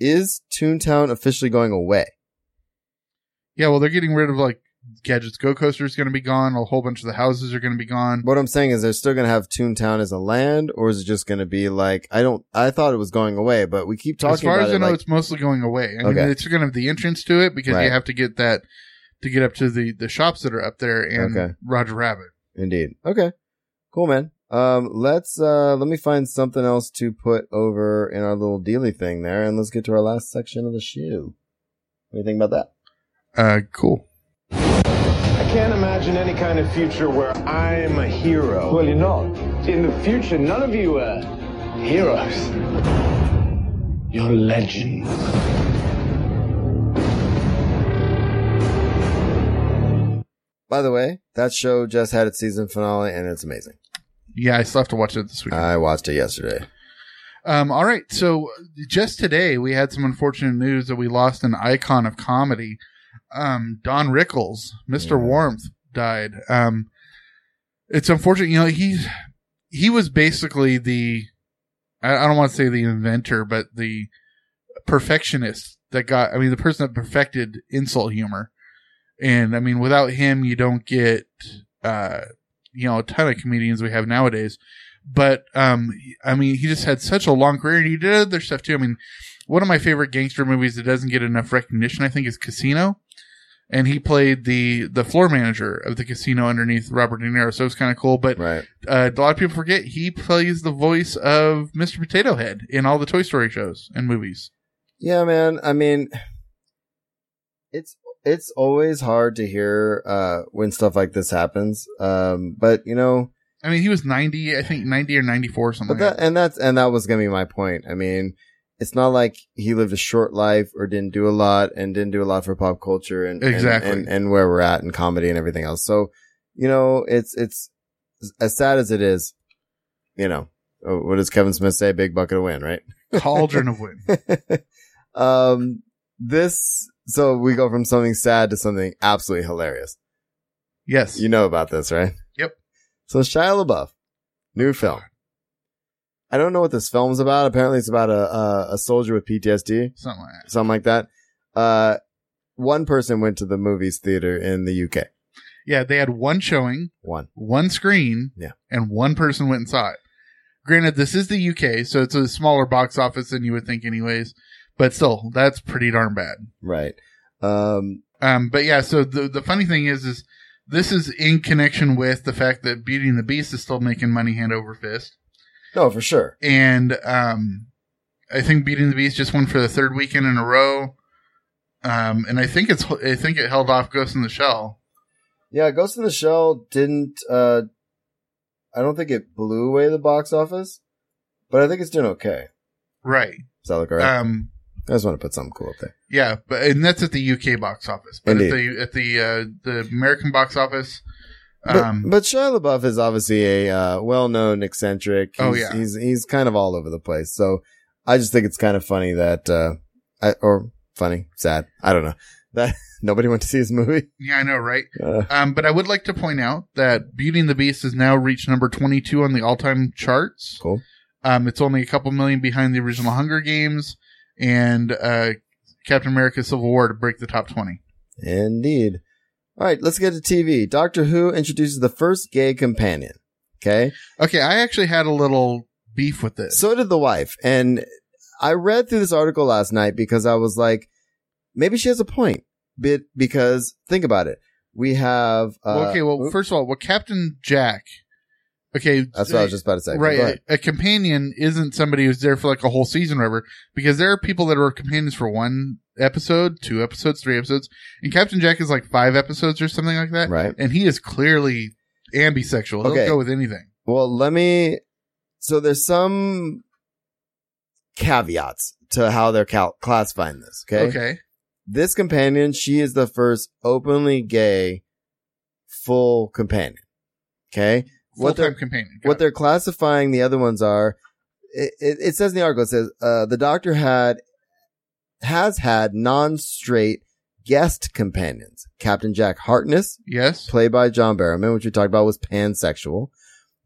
Speaker 4: Is Toontown officially going away?
Speaker 5: Yeah, well, they're getting rid of like Gadgets Go Coaster is going to be gone. A whole bunch of the houses are going to be gone.
Speaker 4: What I'm saying is they're still going to have Toontown as a land, or is it just going to be like I don't? I thought it was going away, but we keep talking.
Speaker 5: As far as I
Speaker 4: it,
Speaker 5: know,
Speaker 4: like-
Speaker 5: it's mostly going away. I
Speaker 4: Okay.
Speaker 5: mean, it's going to have the entrance to it because
Speaker 4: Right.
Speaker 5: you have to get that to get up to the the shops that are up there and
Speaker 4: Okay.
Speaker 5: Roger Rabbit.
Speaker 4: Indeed. Okay. Cool, man. Um, let's uh, let me find something else to put over in our little dealy thing there, and let's get to our last section of the shoe. What do you think about that?
Speaker 5: Uh, cool.
Speaker 15: I can't imagine any kind of future where I'm a hero. Well, you're not. In the future, none of you are heroes. You're legends.
Speaker 4: By the way, that show just had its season finale, and it's amazing.
Speaker 5: Yeah, I still have to watch it this week.
Speaker 4: I watched it yesterday.
Speaker 5: Um, all right. So just today, we had some unfortunate news that we lost an icon of comedy. Um, Don Rickles, Mr. Warmth, died. Um, it's unfortunate. You know, he, he was basically the, I, I don't want to say the inventor, but the perfectionist that got, I mean, the person that perfected insult humor. And I mean, without him, you don't get, uh, you know, a ton of comedians we have nowadays but um, I mean, he just had such a long career, and he did other stuff too. I mean, one of my favorite gangster movies that doesn't get enough recognition, I think, is Casino, and he played the the floor manager of the casino underneath Robert De Niro, so it's kind of cool. But
Speaker 4: Right.
Speaker 5: uh, a lot of people forget he plays the voice of Mr. Potato Head in all the Toy Story shows and movies.
Speaker 4: Yeah, man. I mean, it's it's always hard to hear uh, when stuff like this happens. Um, but you know,
Speaker 5: I mean, he was ninety, I think ninety or ninety four, something.
Speaker 4: But
Speaker 5: like
Speaker 4: that and that's and that was gonna be my point. I mean, it's not like he lived a short life or didn't do a lot and didn't do a lot for pop culture and and-
Speaker 5: Exactly.
Speaker 4: and, and, where we're at in comedy and everything else. So, you know, it's it's as sad as it is, you know, uh, what does Kevin Smith say? Big bucket of wind, right?
Speaker 5: that. Cauldron
Speaker 4: (laughs)
Speaker 5: of Wind.
Speaker 4: um, this so we go from something sad to something absolutely hilarious.
Speaker 5: Yes.
Speaker 4: You know about this, right?
Speaker 5: Yep.
Speaker 4: So Shia LaBeouf, new film. I don't know what this film's about. Apparently, it's about a a, a soldier with PTSD,
Speaker 5: Something like that.
Speaker 4: something like that. Uh, one person went to the movies theater in the UK.
Speaker 5: Yeah, they had one showing,
Speaker 4: One.
Speaker 5: one screen,
Speaker 4: Yeah.
Speaker 5: and one person went and saw it. Granted, this is the UK, so it's a smaller box office than you would think, anyways. But still, that's pretty darn bad.
Speaker 4: Right. Um,
Speaker 5: Um, but yeah, so the the funny thing is, is this is in connection with the fact that Beauty and the Beast is still making money hand over fist,
Speaker 4: no, for sure.
Speaker 5: and um, I think Beauty and the Beast just won for the third weekend in a row. Um, and I think it's I think it held off Ghost in the Shell.
Speaker 4: Yeah, Ghost in the Shell didn't. Uh, I don't think it blew away the box office, but I think it's doing okay.
Speaker 5: Right.
Speaker 4: Does that look alright?
Speaker 5: Um,
Speaker 4: I just want to put something cool up there.
Speaker 5: Yeah, but and that's at the UK box office. But at
Speaker 4: Indeed.
Speaker 5: the at the uh, the American box office,
Speaker 4: But,
Speaker 5: um,
Speaker 4: but Shia LaBeouf is obviously a uh, well-known eccentric. He's,
Speaker 5: Oh, yeah.
Speaker 4: he's he's kind of all over the place. So I just think it's kind of funny that, uh, I, or funny, sad, I don't know (laughs) that nobody went to see his movie.
Speaker 5: yeah, I know, right?
Speaker 4: Uh,
Speaker 5: Um, but I would like to point out that Beauty and the Beast has now reached number twenty two on the all time charts.
Speaker 4: cool.
Speaker 5: Um, it's only a couple million behind the original Hunger Games and uh, Captain America: Civil War to break the top twenty.
Speaker 4: Indeed. All right, let's get to TV. Doctor Who introduces the first gay companion. Okay.
Speaker 5: Okay, I actually had a little beef with this.
Speaker 4: So did the wife. And I read through this article last night because I was like, maybe she has a point. Bit because think about it. We have, uh,
Speaker 5: Well, okay, well, first of all, well, Captain Jack Okay,
Speaker 4: That's what I was just about to say. Go
Speaker 5: Right,
Speaker 4: ahead.
Speaker 5: a, a companion isn't somebody who's there for like a whole season, or whatever. Because there are people that are companions for one episode, two episodes, three episodes, and Captain Jack is like five episodes or something like that.
Speaker 4: Right.
Speaker 5: and he is clearly ambisexual.
Speaker 4: Okay.
Speaker 5: He'll go with anything.
Speaker 4: Well, let me. So there's some caveats to how they're cal- classifying this. Okay.
Speaker 5: Okay.
Speaker 4: This companion, she is the first openly gay full companion. Okay.
Speaker 5: Full
Speaker 4: What
Speaker 5: time
Speaker 4: they're,
Speaker 5: companion.
Speaker 4: what they're classifying the other ones are, it, it, it says in the article, it says, uh, the doctor had, has had non-straight guest companions. Captain Jack Hartness.
Speaker 5: Yes.
Speaker 4: Played by John Barrowman, which we talked about was pansexual.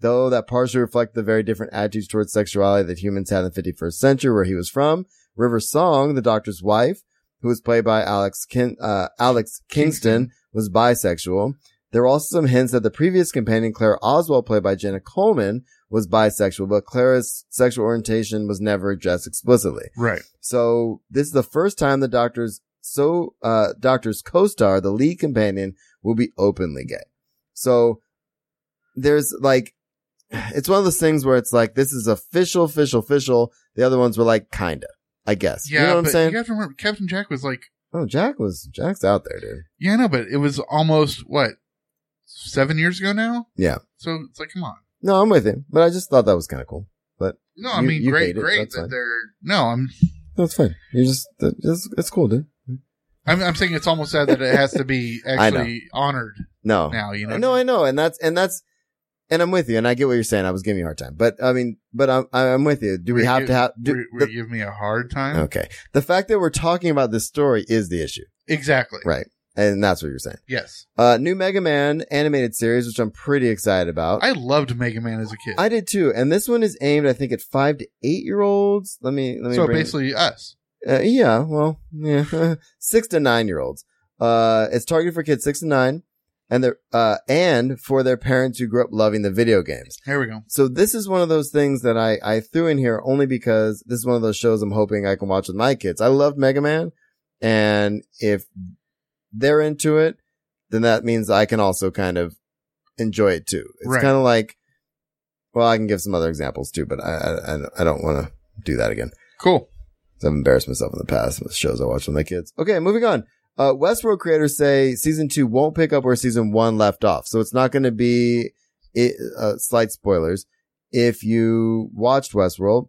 Speaker 4: Though that partially reflected the very different attitudes towards sexuality that humans had in the 51st century where he was from. River Song, the doctor's wife, who was played by Alex Kin- uh, Alex Kingston, was bisexual. There were also some hints that the previous companion, Clara Oswald, played by Jenna Coleman, was bisexual, but Clara's sexual orientation was never addressed explicitly.
Speaker 5: Right.
Speaker 4: So this is the first time the doctor's so uh doctor's co-star, the lead companion, will be openly gay. So there's like (sighs) it's one of those things where it's like this is official, official, official. The other ones were like kinda, I guess.
Speaker 5: Yeah,
Speaker 4: you know what I'm
Speaker 5: but
Speaker 4: saying?
Speaker 5: you have to remember Captain Jack was like,
Speaker 4: Oh, Jack was Jack's out there, dude.
Speaker 5: yeah, no, but it was almost what seven years ago now.
Speaker 4: Yeah.
Speaker 5: So it's like, come on.
Speaker 4: No, I'm with him, but I just thought that was kind of cool. But
Speaker 5: No, I
Speaker 4: you-
Speaker 5: mean,
Speaker 4: you
Speaker 5: great,
Speaker 4: hate it.
Speaker 5: great
Speaker 4: That's
Speaker 5: that
Speaker 4: fine.
Speaker 5: they're no. I'm,
Speaker 4: That's fine. You just that, that's it's cool, dude.
Speaker 5: I'm, I'm saying it's almost sad that it has to be
Speaker 4: (laughs) I know.
Speaker 5: actually honored.
Speaker 4: No.
Speaker 5: Now, you know?
Speaker 4: No, I know, and that's and that's and I'm with you, and I get what you're saying. I was giving you a hard time, but I mean, but I'm I'm with you. Do we have to have? Do,
Speaker 5: Were, were
Speaker 4: the-
Speaker 5: you giving me a hard time?
Speaker 4: okay, the fact that we're talking about this story is the issue,
Speaker 5: Exactly.
Speaker 4: right? And that's what you're saying.
Speaker 5: Yes.
Speaker 4: Uh, new Mega Man animated series, which I'm pretty excited about.
Speaker 5: I loved Mega Man as a kid.
Speaker 4: I did too, and this one is aimed, I think, at five to eight year olds. Let me let me.
Speaker 5: so
Speaker 4: bring-
Speaker 5: basically, us.
Speaker 4: Uh, yeah, well, yeah, (laughs) six to nine year olds. Uh, it's targeted for kids six to nine, and their uh, and for their parents who grew up loving the video games.
Speaker 5: Here we go.
Speaker 4: So this is one of those things that I I threw in here only because this is one of those shows I'm hoping I can watch with my kids. I love Mega Man, and if they're into it, then that means I can also kind of enjoy it too. It's
Speaker 5: Right.
Speaker 4: kind of like, well, I can give some other examples too, but I I- I, I don't want to do that again.
Speaker 5: Cool.
Speaker 4: 'Cause I've embarrassed myself in the past with shows I watched with my kids. Okay, moving on. Uh, Westworld creators say season two won't pick up where season one left off, so it's not going to be it, uh, slight spoilers. If you watched Westworld,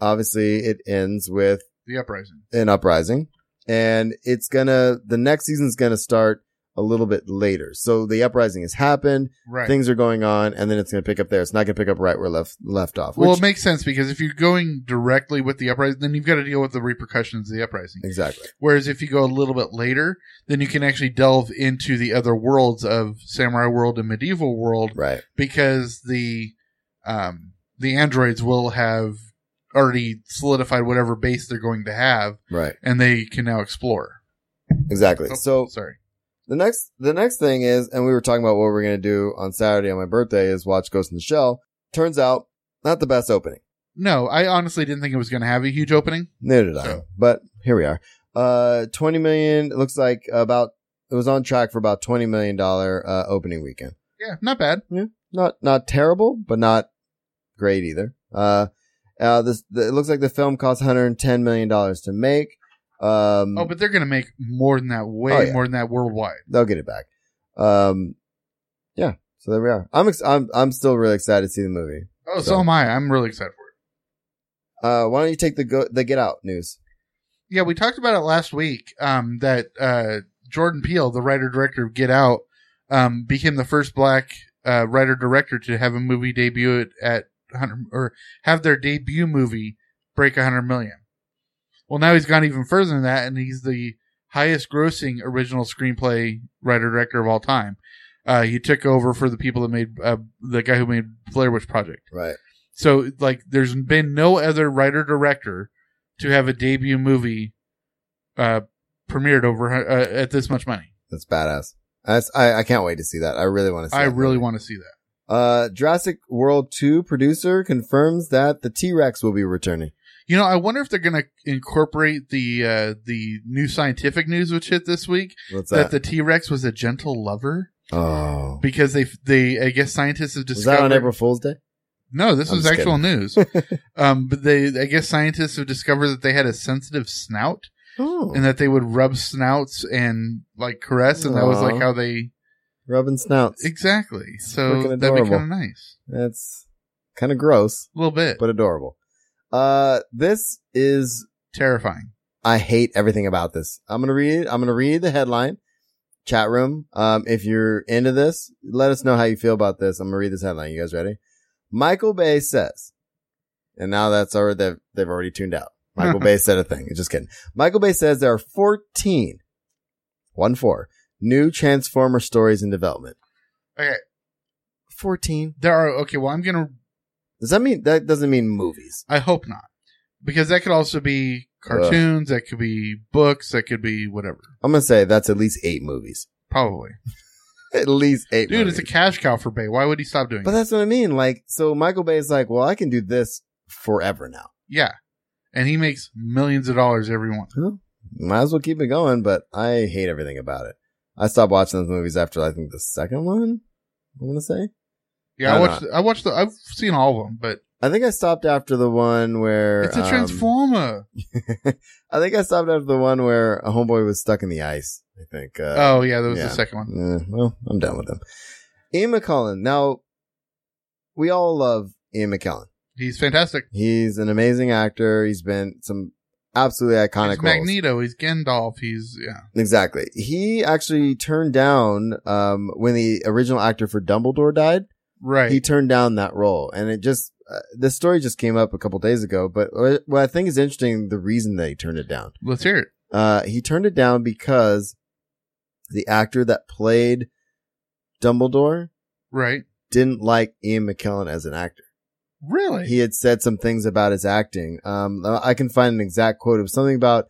Speaker 4: obviously it ends with
Speaker 5: The uprising.
Speaker 4: an uprising, and it's gonna the next season's gonna start a little bit later. So the uprising has happened,
Speaker 5: Right.
Speaker 4: things are going on, and then it's gonna pick up there. It's not gonna pick up right where left left off.
Speaker 5: Well, it
Speaker 4: which-
Speaker 5: makes sense because if you're going directly with the uprising, then you've got to deal with the repercussions of the uprising.
Speaker 4: exactly.
Speaker 5: Whereas if you go a little bit later, then you can actually delve into the other worlds of samurai world and medieval world,
Speaker 4: Right.
Speaker 5: Because the um, the androids will have already solidified whatever base they're going to have,
Speaker 4: Right.
Speaker 5: and they can now explore.
Speaker 4: Exactly.
Speaker 5: Oh,
Speaker 4: so
Speaker 5: sorry,
Speaker 4: The next, the next thing is, and we were talking about what we're gonna do on Saturday on my birthday is watch Ghost in the Shell. Turns out, not the best opening.
Speaker 5: no, I honestly didn't think it was going to have a huge opening.
Speaker 4: Neither did I.
Speaker 5: So-
Speaker 4: But here we are. Uh, twenty million. It looks like about it was on track for about twenty million dollar uh, opening weekend.
Speaker 5: Yeah, not bad.
Speaker 4: Yeah, not not terrible, but not great either. Uh, uh, this the, it looks like the film cost one hundred ten million dollars to make. Um,
Speaker 5: Oh, but they're going to make more than that, way
Speaker 4: Oh, yeah.
Speaker 5: more than that worldwide.
Speaker 4: they'll get it back. Um, yeah. So there we are. I'm ex- I'm I'm still really excited to see the movie.
Speaker 5: Oh, so, am I. I'm really excited for
Speaker 4: Uh, why don't you take the go- the Get Out news?
Speaker 5: it. Yeah, we talked about it last week. Um, that uh, Jordan Peele, the writer director of Get Out, um, became the first black uh, writer director to have a movie debut at, at hundred or have their debut movie break hundred million. Well, now he's gone even further than that, and he's the highest grossing original screenplay writer director of all time. Uh, he took over for the people that made uh, the guy who made Blair Witch Project.
Speaker 4: Right.
Speaker 5: So like there's been no other writer director to have a debut movie uh premiered over uh, at this much money.
Speaker 4: That's badass. That's, I I can't wait to see that. I really want to. see
Speaker 5: I
Speaker 4: that
Speaker 5: really
Speaker 4: movie.
Speaker 5: want to see that.
Speaker 4: Uh, Jurassic World Two producer confirms that the T Rex will be returning.
Speaker 5: You know, I wonder if they're going to incorporate the uh the new scientific news which hit this week
Speaker 4: What's that?
Speaker 5: that the T-Rex was a gentle lover.
Speaker 4: Oh.
Speaker 5: because they they I guess scientists have
Speaker 4: Was
Speaker 5: discovered
Speaker 4: that on April Fool's Day?
Speaker 5: no this
Speaker 4: I'm
Speaker 5: was
Speaker 4: just
Speaker 5: actual
Speaker 4: kidding. (laughs)
Speaker 5: news. um, but they I guess scientists have discovered that they had a sensitive snout
Speaker 4: Oh.
Speaker 5: and that they would rub snouts and like caress, and that was like
Speaker 4: Aw.
Speaker 5: how they
Speaker 4: Rubbing snouts.
Speaker 5: exactly. So
Speaker 4: Freaking
Speaker 5: that'd be
Speaker 4: adorable.
Speaker 5: kind of nice,
Speaker 4: That's kind of gross,
Speaker 5: a little bit,
Speaker 4: but adorable. Uh, this is
Speaker 5: terrifying.
Speaker 4: I hate everything about this. I'm gonna read. I'm gonna read the headline. Chat room. Um, if you're into this, let us know how you feel about this. I'm gonna read this headline. You guys ready? Michael Bay says, and now that's already they've, they've already tuned
Speaker 5: (laughs)
Speaker 4: out. Michael Bay said a thing. Just kidding. Michael Bay says there are 14, one four new Transformer stories in development.
Speaker 5: Okay,
Speaker 4: 14.
Speaker 5: there are okay. Well, I'm gonna.
Speaker 4: Does that mean that doesn't mean movies?
Speaker 5: I hope not, because that could also be cartoons. That could be books. That could be whatever.
Speaker 4: I'm gonna say that's at least eight movies.
Speaker 5: Probably,
Speaker 4: At least eight.
Speaker 5: dude.
Speaker 4: movies.
Speaker 5: It's a cash cow for Bay. Why would he stop doing?
Speaker 4: But
Speaker 5: it?
Speaker 4: that's what I mean. Like, so Michael Bay is like, well, I can do this forever now.
Speaker 5: Yeah, and he makes millions of dollars every one.
Speaker 4: Might as well keep it going, but I hate everything about it. I stopped watching those movies after I think the second one. I want to say.
Speaker 5: Yeah, I,
Speaker 4: I don't
Speaker 5: watched. I watched the. I've seen all of them, but
Speaker 4: I think I stopped after the one where
Speaker 5: it's a
Speaker 4: um,
Speaker 5: transformer.
Speaker 4: (laughs) I think I stopped after the one where a homeboy was stuck in the ice. I think. Uh,
Speaker 5: oh yeah, that was
Speaker 4: yeah.
Speaker 5: the second one.
Speaker 4: Yeah, well, I'm done with him. Ian McCullen. Now, we all love Ian McCullen.
Speaker 5: He's fantastic.
Speaker 4: He's an amazing actor. He's been some absolutely iconic
Speaker 5: He's
Speaker 4: roles.
Speaker 5: Magneto. He's Gandalf. He's yeah.
Speaker 4: Exactly. He actually turned down um, when the original actor for Dumbledore died.
Speaker 5: Right.
Speaker 4: He turned down that role, and it just uh, this story just came up a couple days ago. But what what I think is interesting, the reason that he turned it down.
Speaker 5: Let's hear it.
Speaker 4: Uh, he turned it down because the actor that played Dumbledore
Speaker 5: Right.
Speaker 4: didn't like Ian McKellen as an actor.
Speaker 5: Really?
Speaker 4: He had said some things about his acting. Um, I can find an exact quote. It was something about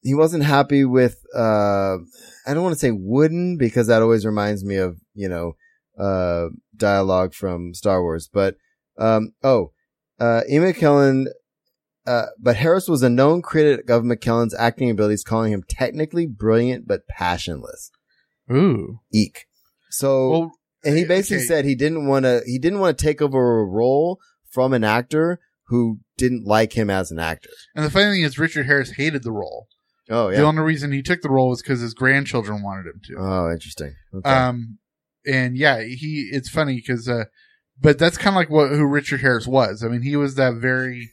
Speaker 4: he wasn't happy with. Uh, I don't want to say wooden because that always reminds me of you know uh, dialogue from Star Wars. But um, oh, uh, Ian McKellen. Uh, but Harris was a known critic of McKellen's acting abilities, calling him technically brilliant but passionless.
Speaker 5: Ooh.
Speaker 4: Eek. So
Speaker 5: Well,
Speaker 4: and he basically
Speaker 5: Okay.
Speaker 4: said he didn't want to he didn't want to take over a role from an actor who didn't like him as an actor.
Speaker 5: and the funny thing is, Richard Harris hated the role.
Speaker 4: Oh
Speaker 5: The
Speaker 4: yeah.
Speaker 5: only reason he took the role was because his grandchildren wanted him to.
Speaker 4: Oh, interesting. Okay.
Speaker 5: Um, and yeah, he. It's funny because, uh, but that's kind of like what who Richard Harris was. I mean, he was that very.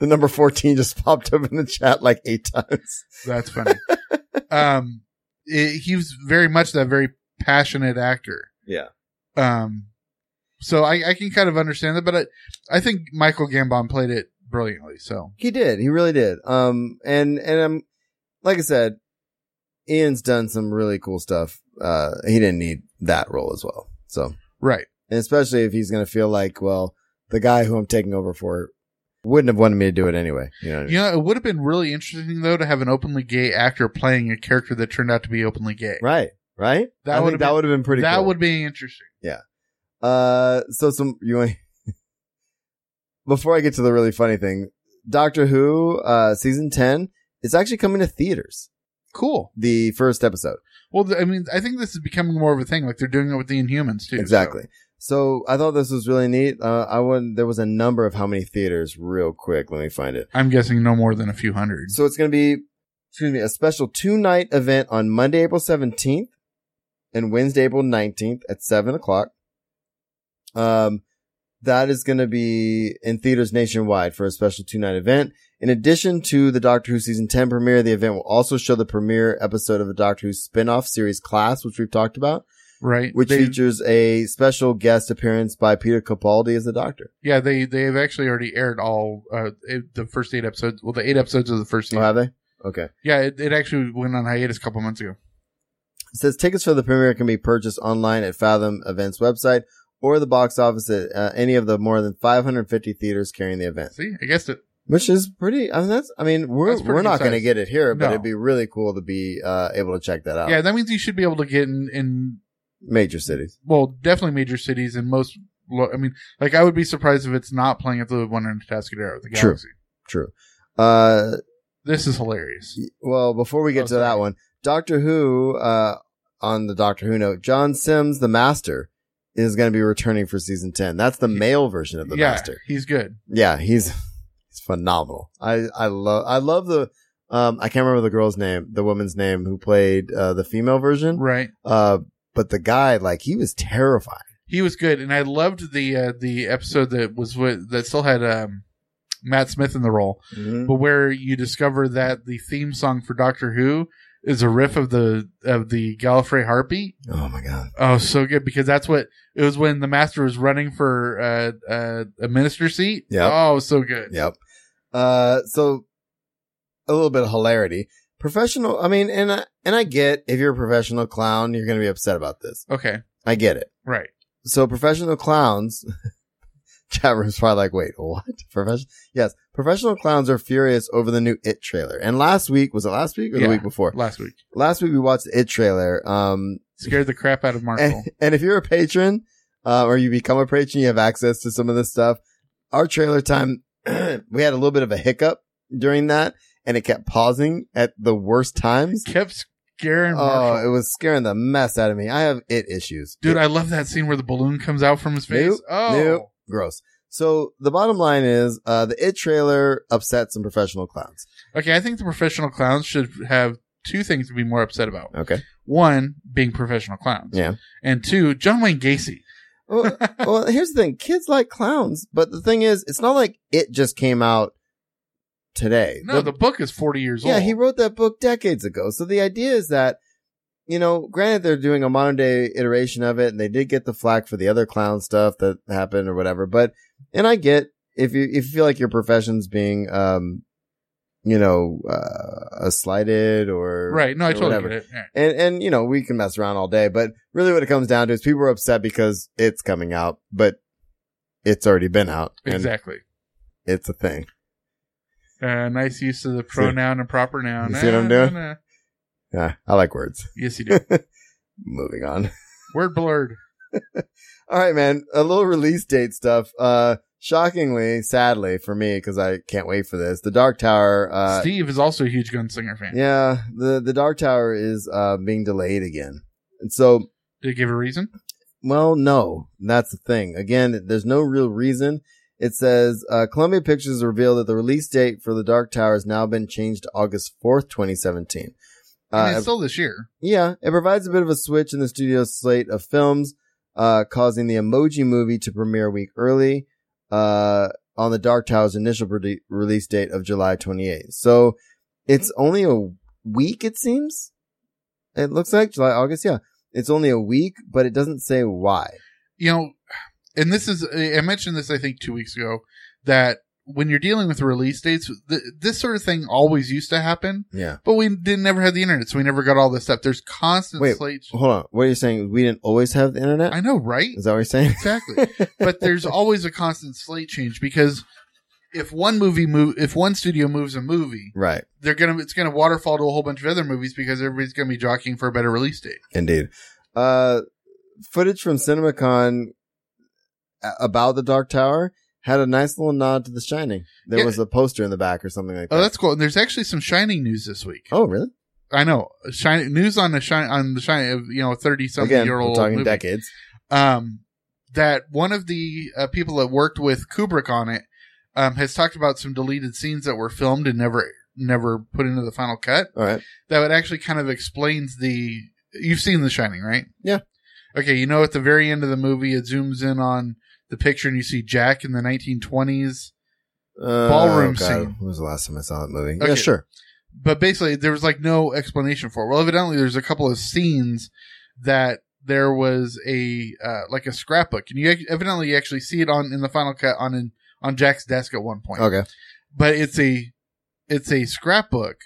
Speaker 4: the number fourteen just (laughs) popped up in the chat like eight times. (laughs)
Speaker 5: That's funny. um, it, he was very much that very passionate actor.
Speaker 4: Yeah.
Speaker 5: Um, so I, I can kind of understand that, but I, I think Michael Gambon played it brilliantly. So
Speaker 4: He did. He really did. Um, and and um, like I said, Ian's done some really cool stuff. Uh, he didn't need that role as well. So,
Speaker 5: right,
Speaker 4: and especially if he's gonna feel like, well, the guy who I'm taking over for wouldn't have wanted me to do it anyway. You know what I mean?
Speaker 5: you know, it would have been really interesting though to have an openly gay actor playing a character that turned out to be openly gay.
Speaker 4: Right. Right.
Speaker 5: That
Speaker 4: I think
Speaker 5: would've
Speaker 4: that
Speaker 5: been-
Speaker 4: would have been pretty.
Speaker 5: that
Speaker 4: cool.
Speaker 5: would be interesting.
Speaker 4: Uh, so some you want (laughs) before I get to the really funny thing, Doctor Who, uh, season ten is actually coming to theaters.
Speaker 5: Cool.
Speaker 4: The first episode,
Speaker 5: Well, th- I mean, I think this is becoming more of a thing. Like they're doing it with the Inhumans too. so-
Speaker 4: exactly. So I thought this was really neat. Uh, I went there was a number of how many theaters real quick. Let me find it.
Speaker 5: I'm guessing no more than a few hundred.
Speaker 4: So it's going to be, excuse me, a special two night event on Monday, April 17th and Wednesday, April 19th at seven o'clock. Um, that is going to be in theaters nationwide for a special two night event. In addition to the Doctor Who season 10 premiere, the event will also show the premiere episode of the Doctor Who spin off series Class, which we've talked about,
Speaker 5: right.
Speaker 4: which
Speaker 5: They-
Speaker 4: features a special guest appearance by Peter Capaldi as the Doctor.
Speaker 5: yeah, they they've actually already aired all uh, it- the first eight episodes. Well, the eight episodes of the first
Speaker 4: Oh,
Speaker 5: season.
Speaker 4: have they? Okay.
Speaker 5: yeah, it, it actually went on hiatus a couple months ago.
Speaker 4: It says tickets for the premiere can be purchased online at Fathom Events website or the box office at uh, any of the more than 550 theaters carrying the event,
Speaker 5: See, I guessed it.
Speaker 4: which is pretty. I mean, that's. I mean, we're
Speaker 5: That's pretty
Speaker 4: we're not
Speaker 5: good
Speaker 4: going to
Speaker 5: size.
Speaker 4: get it here, but
Speaker 5: No.
Speaker 4: it'd be really cool to be uh, able to check that out.
Speaker 5: Yeah, that means you should be able to get in, in
Speaker 4: major cities.
Speaker 5: well, definitely major cities and most. Lo- I mean, like I would be surprised if it's not playing at the one in Atascadero, the
Speaker 4: True.
Speaker 5: Galaxy.
Speaker 4: True. Uh,
Speaker 5: This is hilarious.
Speaker 4: well, before we get
Speaker 5: Oh,
Speaker 4: to
Speaker 5: sorry.
Speaker 4: that one, Doctor Who. Uh, on the Doctor Who note, John Sims, the Master, is going to be returning for season 10. That's the male version of the
Speaker 5: yeah,
Speaker 4: Master.
Speaker 5: he's good.
Speaker 4: Yeah, he's, he's phenomenal. I, I love, I love the, um, I can't remember the girl's name, the woman's name who played, uh, the female version.
Speaker 5: Right.
Speaker 4: Uh, but the guy, like, he was terrifying.
Speaker 5: He was good, and I loved the uh, the episode that was with, that still had um, Matt Smith in the role,
Speaker 4: Mhm.
Speaker 5: but where you discover that the theme song for Doctor Who is a riff of the of the Gallifrey harpy.
Speaker 4: Oh my god.
Speaker 5: Oh, so good because that's what it was when the master was running for uh, uh, a minister seat.
Speaker 4: Yep.
Speaker 5: Oh, so good.
Speaker 4: Yep. Uh, so a little bit of hilarity. Professional, I mean, and I, and I get if you're a professional clown, you're going to be upset about this.
Speaker 5: Okay.
Speaker 4: I get it.
Speaker 5: Right.
Speaker 4: So professional clowns, (laughs) chat room's probably like, wait, what? Professional? Yes. Professional clowns are furious over the new It trailer. And last week, was it last week or
Speaker 5: Yeah,
Speaker 4: the week before?
Speaker 5: Last week
Speaker 4: Last week we watched the It trailer. Um,
Speaker 5: scared the crap out of Marshall.
Speaker 4: (laughs) and, and if you're a patron, uh, or you become a patron, you have access to some of this stuff. Our trailer time, (clears throat) we had a little bit of a hiccup during that and it kept pausing at the worst times.
Speaker 5: Kept scaring
Speaker 4: Oh,
Speaker 5: Marshall.
Speaker 4: it was scaring the mess out of me. I have it issues.
Speaker 5: Dude,
Speaker 4: It-
Speaker 5: I love that scene where the balloon comes out from his face.
Speaker 4: Nope,
Speaker 5: oh,
Speaker 4: nope. gross. So the bottom line is, uh, the it trailer upset some professional clowns.
Speaker 5: okay. I think the professional clowns should have two things to be more upset about.
Speaker 4: Okay.
Speaker 5: One being professional clowns.
Speaker 4: Yeah.
Speaker 5: And two, John Wayne Gacy.
Speaker 4: well, well, here's the thing. Kids like clowns, but the thing is, it's not like it just came out today.
Speaker 5: (laughs) No, the, book is forty years
Speaker 4: yeah,
Speaker 5: old.
Speaker 4: he wrote that book decades ago. So the idea is that, you know, granted they're doing a modern day iteration of it and they did get the flack for the other clown stuff that happened or whatever. But, and I get if you, if you feel like your profession's being, um, you know, uh, uh, slighted or
Speaker 5: right. No, I
Speaker 4: or
Speaker 5: totally
Speaker 4: whatever.
Speaker 5: get it. Yeah.
Speaker 4: And and you know, we can mess around all day, but really what it comes down to is people are upset because it's coming out, but it's already been out. and
Speaker 5: Exactly.
Speaker 4: It's a thing.
Speaker 5: Uh, nice use of the pronoun and proper noun.
Speaker 4: You see what I'm
Speaker 5: Nah, nah,
Speaker 4: doing?
Speaker 5: nah.
Speaker 4: Yeah, I like words.
Speaker 5: Yes, you do.
Speaker 4: (laughs) Moving on. (laughs)
Speaker 5: Word blurred.
Speaker 4: All right, man. A little release date stuff. Uh shockingly, sadly for me, because I can't wait for this. The Dark Tower uh
Speaker 5: Steve is also a huge Gunslinger fan.
Speaker 4: Yeah, the the Dark Tower is uh being delayed again. And so
Speaker 5: Did it give a reason?
Speaker 4: Well, no, that's the thing. Again, there's no real reason. It says uh, Columbia Pictures revealed that the release date for The Dark Tower has now been changed to August 4th, 2017.
Speaker 5: I mean,
Speaker 4: Uh,
Speaker 5: it's still this year.
Speaker 4: yeah, it provides a bit of a switch in the studio's slate of films, uh, causing the Emoji movie to premiere a week early uh, on The Dark Tower's initial produ- release date of July 28th. So it's only a week, it seems. It looks like July, August, yeah. It's only a week, but it doesn't say why.
Speaker 5: You know, and this is, I mentioned this, I think, two weeks ago, that when you're dealing with release dates, th- this sort of thing always used to happen,
Speaker 4: Yeah.
Speaker 5: but we didn't never had the internet, so we never got all this stuff. There's constant
Speaker 4: Wait,
Speaker 5: slates.
Speaker 4: hold on. What are you saying? We didn't always have the internet?
Speaker 5: I know,
Speaker 4: (laughs)
Speaker 5: right?
Speaker 4: Is that what you're
Speaker 5: (laughs)
Speaker 4: saying?
Speaker 5: Exactly. but there's always a constant slate change because if one movie move, if one studio moves a movie,
Speaker 4: right.
Speaker 5: they're gonna it's gonna waterfall to a whole bunch of other movies because everybody's gonna be jockeying for a better release date.
Speaker 4: Indeed. Uh, footage from CinemaCon a- about the Dark Tower had a nice little nod to The Shining. There
Speaker 5: Yeah.
Speaker 4: was a poster in the back or something like that.
Speaker 5: Oh, that's cool. And there's actually some Shining news this week.
Speaker 4: Oh, really?
Speaker 5: I know Shining news on the shine on the Shining, you know, thirty something
Speaker 4: Again,
Speaker 5: year
Speaker 4: we're
Speaker 5: old
Speaker 4: talking
Speaker 5: movie.
Speaker 4: decades.
Speaker 5: Um, that one of the uh, people that worked with Kubrick on it um, has talked about some deleted scenes that were filmed and never never put into the final cut.
Speaker 4: All right.
Speaker 5: that would actually kind of explains the you've seen the shining right
Speaker 4: Yeah.
Speaker 5: okay you know at the very end of the movie it zooms in on the picture and you see jack in the 1920s
Speaker 4: Uh,
Speaker 5: Ballroom
Speaker 4: God,
Speaker 5: scene.
Speaker 4: When was the last time I saw that movie? Yeah,
Speaker 5: Okay.
Speaker 4: sure.
Speaker 5: but basically there was like no explanation for it well evidently there's a couple of scenes that there was a uh, like a scrapbook and you ac- evidently you actually see it on in the final cut on in, on jack's desk at one point
Speaker 4: Okay.
Speaker 5: but it's a it's a scrapbook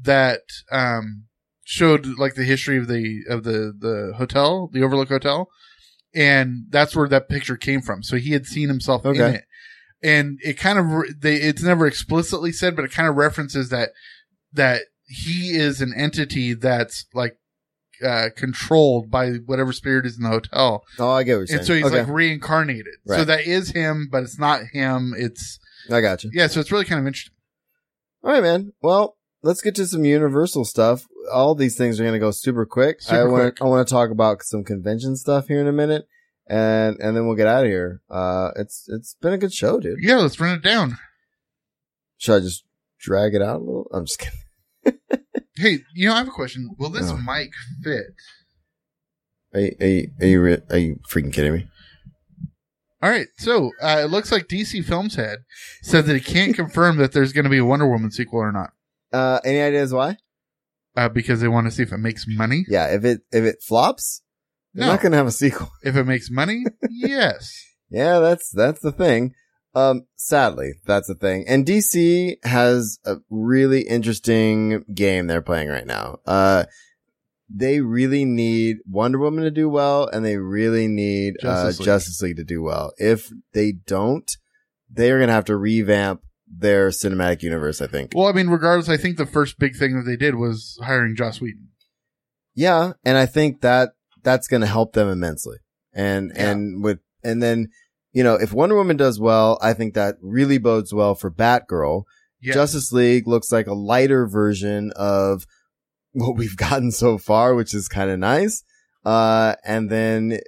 Speaker 5: that um showed like the history of the of the the hotel the overlook hotel and that's where that picture came from so he had seen himself in
Speaker 4: Okay.
Speaker 5: it and it kind of re- they it's never explicitly said but it kind of references that that he is an entity that's like uh controlled by whatever spirit is in the hotel
Speaker 4: Oh, I get what you're saying.
Speaker 5: and so he's
Speaker 4: okay.
Speaker 5: like reincarnated so
Speaker 4: Right.
Speaker 5: that is him but it's not him it's
Speaker 4: I got you.
Speaker 5: yeah so it's really kind of interesting
Speaker 4: All right, man. Well, let's get to some Universal stuff. all these things are going to go super quick.
Speaker 5: Super
Speaker 4: I want
Speaker 5: quick.
Speaker 4: I want to talk about some convention stuff here in a minute, and and then we'll get out of here. Uh, it's it's been a good show, dude.
Speaker 5: Yeah, let's run it down.
Speaker 4: Should I just drag it out a little? I'm just kidding.
Speaker 5: Hey, you know, I have a question. Will this
Speaker 4: Oh.
Speaker 5: mic fit?
Speaker 4: Are you are you are you, re- are you freaking kidding me?
Speaker 5: All right, so uh, it looks like DC Films head said that he can't confirm that there's going to be a Wonder Woman sequel or not
Speaker 4: Uh, any ideas why?
Speaker 5: uh, because they want to see if it makes money.
Speaker 4: Yeah, if it if it flops, they're
Speaker 5: No.
Speaker 4: not going to have a sequel.
Speaker 5: If it makes money, yes.
Speaker 4: Yeah, that's that's the thing. Um, sadly, that's the thing. And DC has a really interesting game they're playing right now. Uh, they really need Wonder Woman to do well, and they really need
Speaker 5: Justice
Speaker 4: uh,
Speaker 5: League.
Speaker 4: Justice League to do well. If they don't, they are gonna have to revamp their cinematic universe. I think.
Speaker 5: Well, I mean, regardless, I think the first big thing that they did was hiring Joss Whedon.
Speaker 4: Yeah, and I think that that's going to help them immensely. And
Speaker 5: Yeah.
Speaker 4: and with and then you know if Wonder Woman does well, I think that really bodes well for Batgirl.
Speaker 5: Yes.
Speaker 4: Justice League looks like a lighter version of what we've (laughs) gotten so far, which is kind of nice. Uh, and then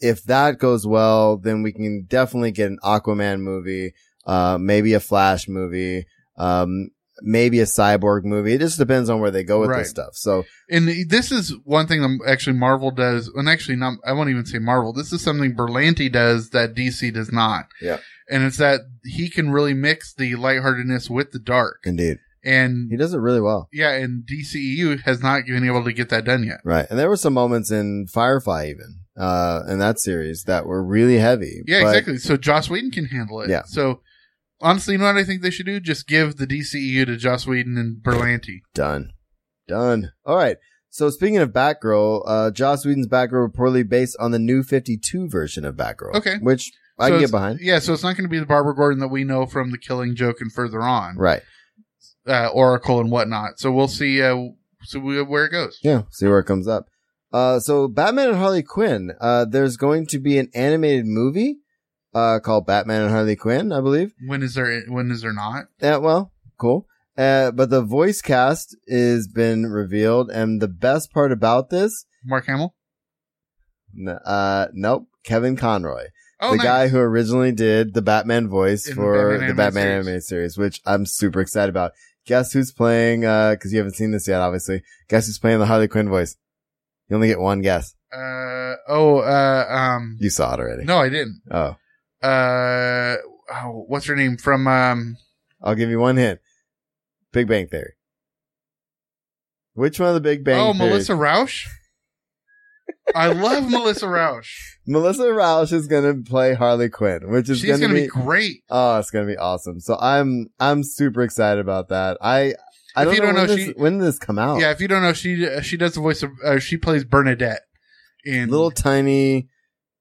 Speaker 4: if that goes well, then we can definitely get an Aquaman movie, uh, maybe a Flash movie, um, maybe a Cyborg movie. It just depends on where they go with
Speaker 5: Right.
Speaker 4: this stuff. So
Speaker 5: And this is one thing that actually Marvel does, and actually not, I won't even say Marvel. This is something Berlanti does that DC does not.
Speaker 4: yeah,
Speaker 5: And it's that he can really mix the lightheartedness with the dark.
Speaker 4: indeed.
Speaker 5: And
Speaker 4: He does it really well.
Speaker 5: yeah, and DCEU has not been able to get that done yet.
Speaker 4: Right. And there were some moments in Firefly even, uh, in that series that were really heavy.
Speaker 5: Yeah,
Speaker 4: but-
Speaker 5: exactly. So Joss Whedon can handle it.
Speaker 4: Yeah.
Speaker 5: So honestly, you know what I think they should do? Just give the DCEU to Joss Whedon and Berlanti.
Speaker 4: Done. Done. All right. So speaking of Batgirl, uh, Joss Whedon's Batgirl reportedly based on the new 52 version of Batgirl.
Speaker 5: Okay.
Speaker 4: Which I
Speaker 5: So
Speaker 4: can
Speaker 5: it's-
Speaker 4: get behind.
Speaker 5: Yeah, so it's not going to be the Barbara Gordon that we know from the Killing Joke and further on,
Speaker 4: Right.
Speaker 5: uh, Oracle and whatnot. So we'll see. Uh, so we, where it goes.
Speaker 4: Yeah. See where it comes up. Uh, so Batman and Harley Quinn, uh, there's going to be an animated movie, uh, called Batman and Harley Quinn, I believe.
Speaker 5: When is there? When is there not?
Speaker 4: Yeah, well, cool. Uh, but the voice cast is been revealed, and the best part about this,
Speaker 5: Mark Hamill.
Speaker 4: n- uh, nope, Kevin Conroy,
Speaker 5: Oh,
Speaker 4: the
Speaker 5: nice.
Speaker 4: guy who originally did the Batman voice
Speaker 5: In the
Speaker 4: for
Speaker 5: Batman
Speaker 4: the
Speaker 5: animated
Speaker 4: Batman
Speaker 5: series.
Speaker 4: animated series, which I'm super excited about. Guess who's playing? Uh, because you haven't seen this yet, obviously. Guess who's playing the Harley Quinn voice? You only get one guess.
Speaker 5: Uh, oh, uh, um,
Speaker 4: You saw it already.
Speaker 5: no, I didn't.
Speaker 4: Oh,
Speaker 5: Uh, oh, what's her name from? Um,
Speaker 4: I'll give you one hint. Big Bang Theory. Which one of the Big Bang?
Speaker 5: oh,
Speaker 4: Theories-
Speaker 5: Melissa Rausch. I love
Speaker 4: (laughs)
Speaker 5: Melissa Rausch.
Speaker 4: Melissa Roush is gonna play Harley Quinn, which is
Speaker 5: She's gonna,
Speaker 4: gonna,
Speaker 5: be, great.
Speaker 4: oh, it's gonna be awesome. So I'm I'm super excited about that. I I
Speaker 5: If
Speaker 4: don't
Speaker 5: you
Speaker 4: know, when,
Speaker 5: don't know,
Speaker 4: this,
Speaker 5: she-
Speaker 4: when did this come out.
Speaker 5: Yeah, if you don't know, she she does the voice of uh, she plays Bernadette in
Speaker 4: little tiny,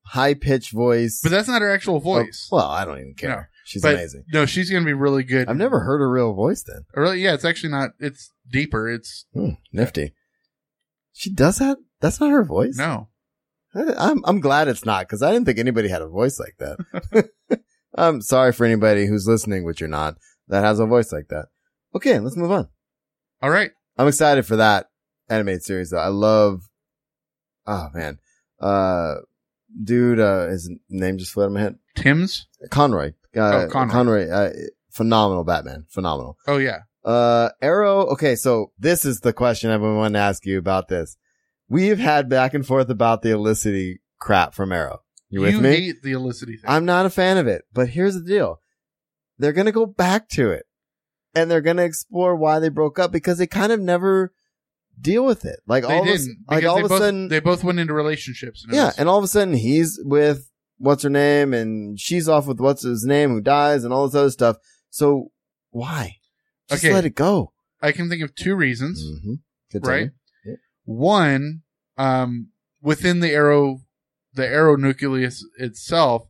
Speaker 4: high pitched voice.
Speaker 5: but that's not her actual voice.
Speaker 4: Oh, well, I don't even care.
Speaker 5: No,
Speaker 4: She's
Speaker 5: but
Speaker 4: amazing.
Speaker 5: No, she's gonna be really good.
Speaker 4: I've never heard her real voice. Then
Speaker 5: Or really, yeah, it's actually not. It's deeper. It's
Speaker 4: Hmm, nifty. She does that. That's not her voice.
Speaker 5: no.
Speaker 4: I- I'm I'm glad it's not because I didn't think anybody had a voice like that. (laughs) I'm sorry for anybody who's listening, which you're not, that has a voice like that. Okay, let's move on.
Speaker 5: All right.
Speaker 4: I'm excited for that animated series though. I love, oh man, uh, dude, uh, his name just fled out of my head.
Speaker 5: Tim's.
Speaker 4: Conroy, uh,
Speaker 5: Oh,
Speaker 4: Conroy,
Speaker 5: Conroy.
Speaker 4: uh, phenomenal Batman, phenomenal.
Speaker 5: Oh yeah.
Speaker 4: Uh, Arrow. Okay. So this is the question I've been wanting to ask you about this. We've had back and forth about the illicity crap from Arrow. You with me?
Speaker 5: hate the illicity thing.
Speaker 4: I'm not a fan of it, but here's the deal. They're going to go back to it and they're going to explore why they broke up because they kind of never deal with it. Like
Speaker 5: they
Speaker 4: all of a,
Speaker 5: didn't.
Speaker 4: like
Speaker 5: because
Speaker 4: all
Speaker 5: they
Speaker 4: of a
Speaker 5: both,
Speaker 4: sudden,
Speaker 5: they both went into relationships. And it
Speaker 4: yeah.
Speaker 5: was-
Speaker 4: And all of a sudden he's with what's her name and she's off with what's his name who dies and all this other stuff. So why? Just
Speaker 5: Okay.
Speaker 4: let it go.
Speaker 5: I can think of two reasons.
Speaker 4: Mhm. Continue.
Speaker 5: Right. One, um, within the arrow, the arrow nucleus itself,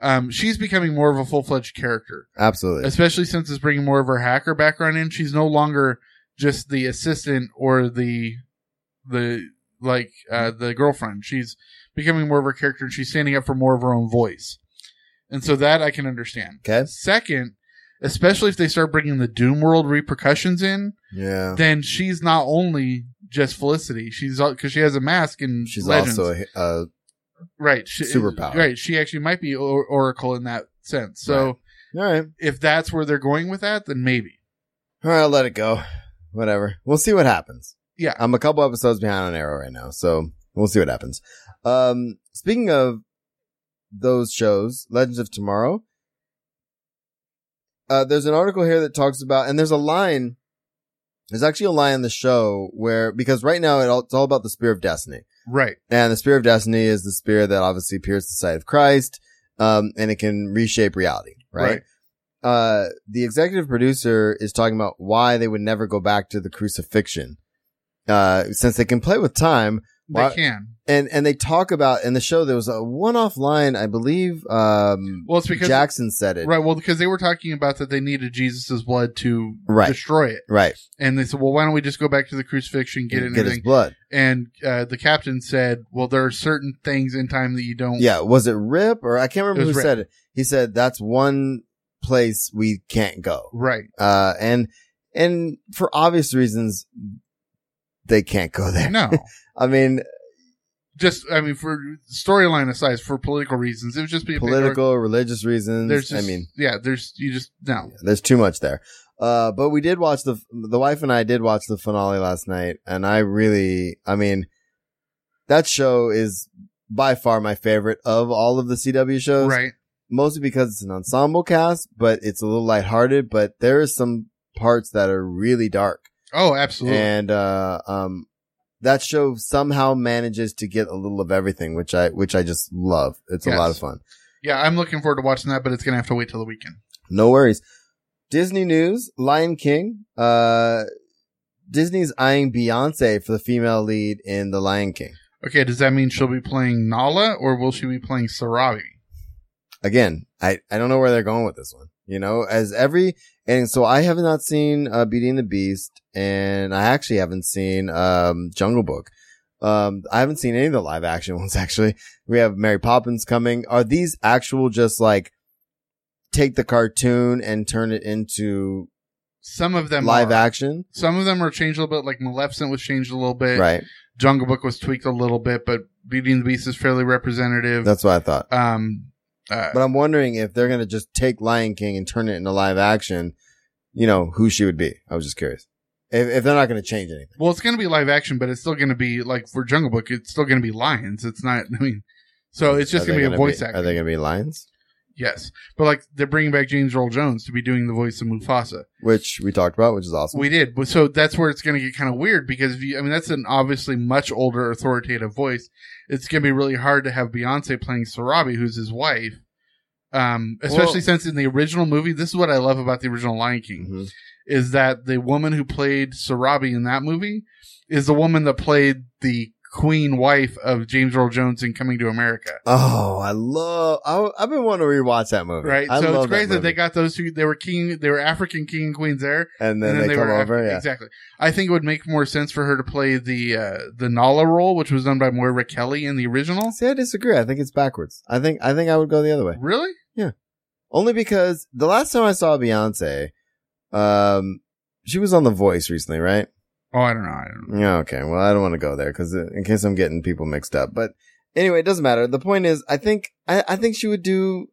Speaker 5: um, she's becoming more of a full fledged character,
Speaker 4: Absolutely.
Speaker 5: especially since it's bringing more of her hacker background in. She's no longer just the assistant or the the like uh, the girlfriend. She's becoming more of her character, and she's standing up for more of her own voice. And so that I can understand.
Speaker 4: Okay.
Speaker 5: Second, especially if they start bringing the Doom World repercussions in,
Speaker 4: Yeah.
Speaker 5: then she's not only just Felicity. She's because she has a mask and
Speaker 4: She's
Speaker 5: Legends.
Speaker 4: also a, a
Speaker 5: right she,
Speaker 4: superpower.
Speaker 5: Right, she actually might be or- Oracle in that sense. So,
Speaker 4: All right.
Speaker 5: if that's where they're going with that, then maybe.
Speaker 4: All right, I'll let it go. Whatever. We'll see what happens.
Speaker 5: Yeah.
Speaker 4: I'm a couple episodes behind on Arrow right now, so we'll see what happens. Um, speaking of those shows, Legends of Tomorrow, uh, there's an article here that talks about, and there's a line, there's actually a line in the show where, because right now it all, it's all about the Spear of Destiny.
Speaker 5: Right.
Speaker 4: And the Spear of Destiny is the spear that obviously pierces the side of Christ, um, and it can reshape reality, right?
Speaker 5: Right.
Speaker 4: Uh, the executive producer is talking about why they would never go back to the crucifixion. Uh, since they can play with time,
Speaker 5: They
Speaker 4: why-
Speaker 5: can.
Speaker 4: and and they talk about in the show there was a one-off line, I believe. Um,
Speaker 5: Well, it's because-
Speaker 4: Jackson said it,
Speaker 5: Right. Well, because they were talking about that they needed Jesus' blood to
Speaker 4: Right.
Speaker 5: destroy it.
Speaker 4: Right,
Speaker 5: And they said, well, why don't we just go back to the crucifixion, get it, and
Speaker 4: get his
Speaker 5: everything?
Speaker 4: blood.
Speaker 5: And uh, the captain said, well, there are certain things in time that you don't.
Speaker 4: Yeah, was it Rip or I can't remember
Speaker 5: It
Speaker 4: who
Speaker 5: was Rip.
Speaker 4: said it. He said that's one place we can't go.
Speaker 5: Right.
Speaker 4: (laughs) Uh, and and for obvious reasons, they can't go there.
Speaker 5: No.
Speaker 4: (laughs) I mean
Speaker 5: Just, I mean, for storyline aside, for political reasons, it would just be a big
Speaker 4: political, religious
Speaker 5: arg-
Speaker 4: reasons.
Speaker 5: There's
Speaker 4: I
Speaker 5: just,
Speaker 4: mean,
Speaker 5: yeah, there's, you just, no.
Speaker 4: there's too much there. Uh, but we did watch the the wife and I did watch the finale last night, and I really, I mean, that show is by far my favorite of all of the CW shows.
Speaker 5: Right.
Speaker 4: mostly because it's an ensemble cast, but it's a little lighthearted, but there is some parts that are really dark.
Speaker 5: Oh, absolutely.
Speaker 4: And uh um that show somehow manages to get a little of everything, which I which I just love. It's a lot
Speaker 5: Yes.
Speaker 4: of fun.
Speaker 5: yeah, I'm looking forward to watching that, but it's going to have to wait till the weekend.
Speaker 4: No worries. Disney news, Lion King. Uh Disney's eyeing Beyonce for the female lead in The Lion King.
Speaker 5: Okay, does that mean she'll be playing Nala or will she be playing Sarabi?
Speaker 4: again, I, I don't know where they're going with this one. You know, as every and so I have not seen uh, Beauty and the Beast, and I actually haven't seen um, Jungle Book. Um, I haven't seen any of the live action (laughs) ones. Actually, we have Mary Poppins coming. Are these actual just like take the cartoon and turn it into
Speaker 5: Some of them
Speaker 4: live
Speaker 5: are.
Speaker 4: action?
Speaker 5: Some of them are changed a little bit, like Maleficent was changed a little bit.
Speaker 4: Right.
Speaker 5: Jungle Book was tweaked a little bit, but Beauty and the Beast is fairly representative.
Speaker 4: That's what I thought.
Speaker 5: um, uh,
Speaker 4: But I'm wondering if they're gonna just take Lion King and turn it into live action. You know who she would be. I was just curious. If, if they're not gonna change anything.
Speaker 5: well, it's going to be live action, but it's still going to be like for Jungle Book, it's still going to be lions. It's not. (laughs) I mean, so it's
Speaker 4: Are
Speaker 5: just
Speaker 4: they
Speaker 5: going to be a
Speaker 4: gonna
Speaker 5: voice
Speaker 4: be-
Speaker 5: actor.
Speaker 4: Are they going to be lions?
Speaker 5: yes, but like they're bringing back James Earl Jones to be doing the voice of Mufasa.
Speaker 4: Which we talked about, which is awesome.
Speaker 5: We did, but so that's where it's going to get kind of weird because if you, I mean, that's an obviously much older authoritative voice. It's going to be really hard to have Beyonce playing Sarabi, who's his wife. Um, especially
Speaker 4: Well-
Speaker 5: since in the original movie, this is what I love about the original Lion King
Speaker 4: Mhm.
Speaker 5: is that the woman who played Sarabi in that movie is the woman that played the queen wife of James Earl Jones in Coming to America.
Speaker 4: Oh, I love. I, I've been wanting to rewatch that movie.
Speaker 5: Right.
Speaker 4: I
Speaker 5: so
Speaker 4: love
Speaker 5: it's great that,
Speaker 4: movie.
Speaker 5: they got those two. They were king. They were African king and queens there,
Speaker 4: And then they come over,
Speaker 5: Af-
Speaker 4: yeah.
Speaker 5: Exactly. I think it would make more sense for her to play the uh, the Nala role, which was done by Moira Kelly in the original.
Speaker 4: See, I disagree. I think it's backwards. I think I think I would go the other way.
Speaker 5: Really?
Speaker 4: Only because the last time I saw Beyonce, um, she was on The Voice recently, right?
Speaker 5: Oh, I don't know. I don't know.
Speaker 4: Yeah. Okay. Well, I don't want to go there because in case I'm getting people mixed up. But anyway, it doesn't matter. The point is, I think I, I think she would do.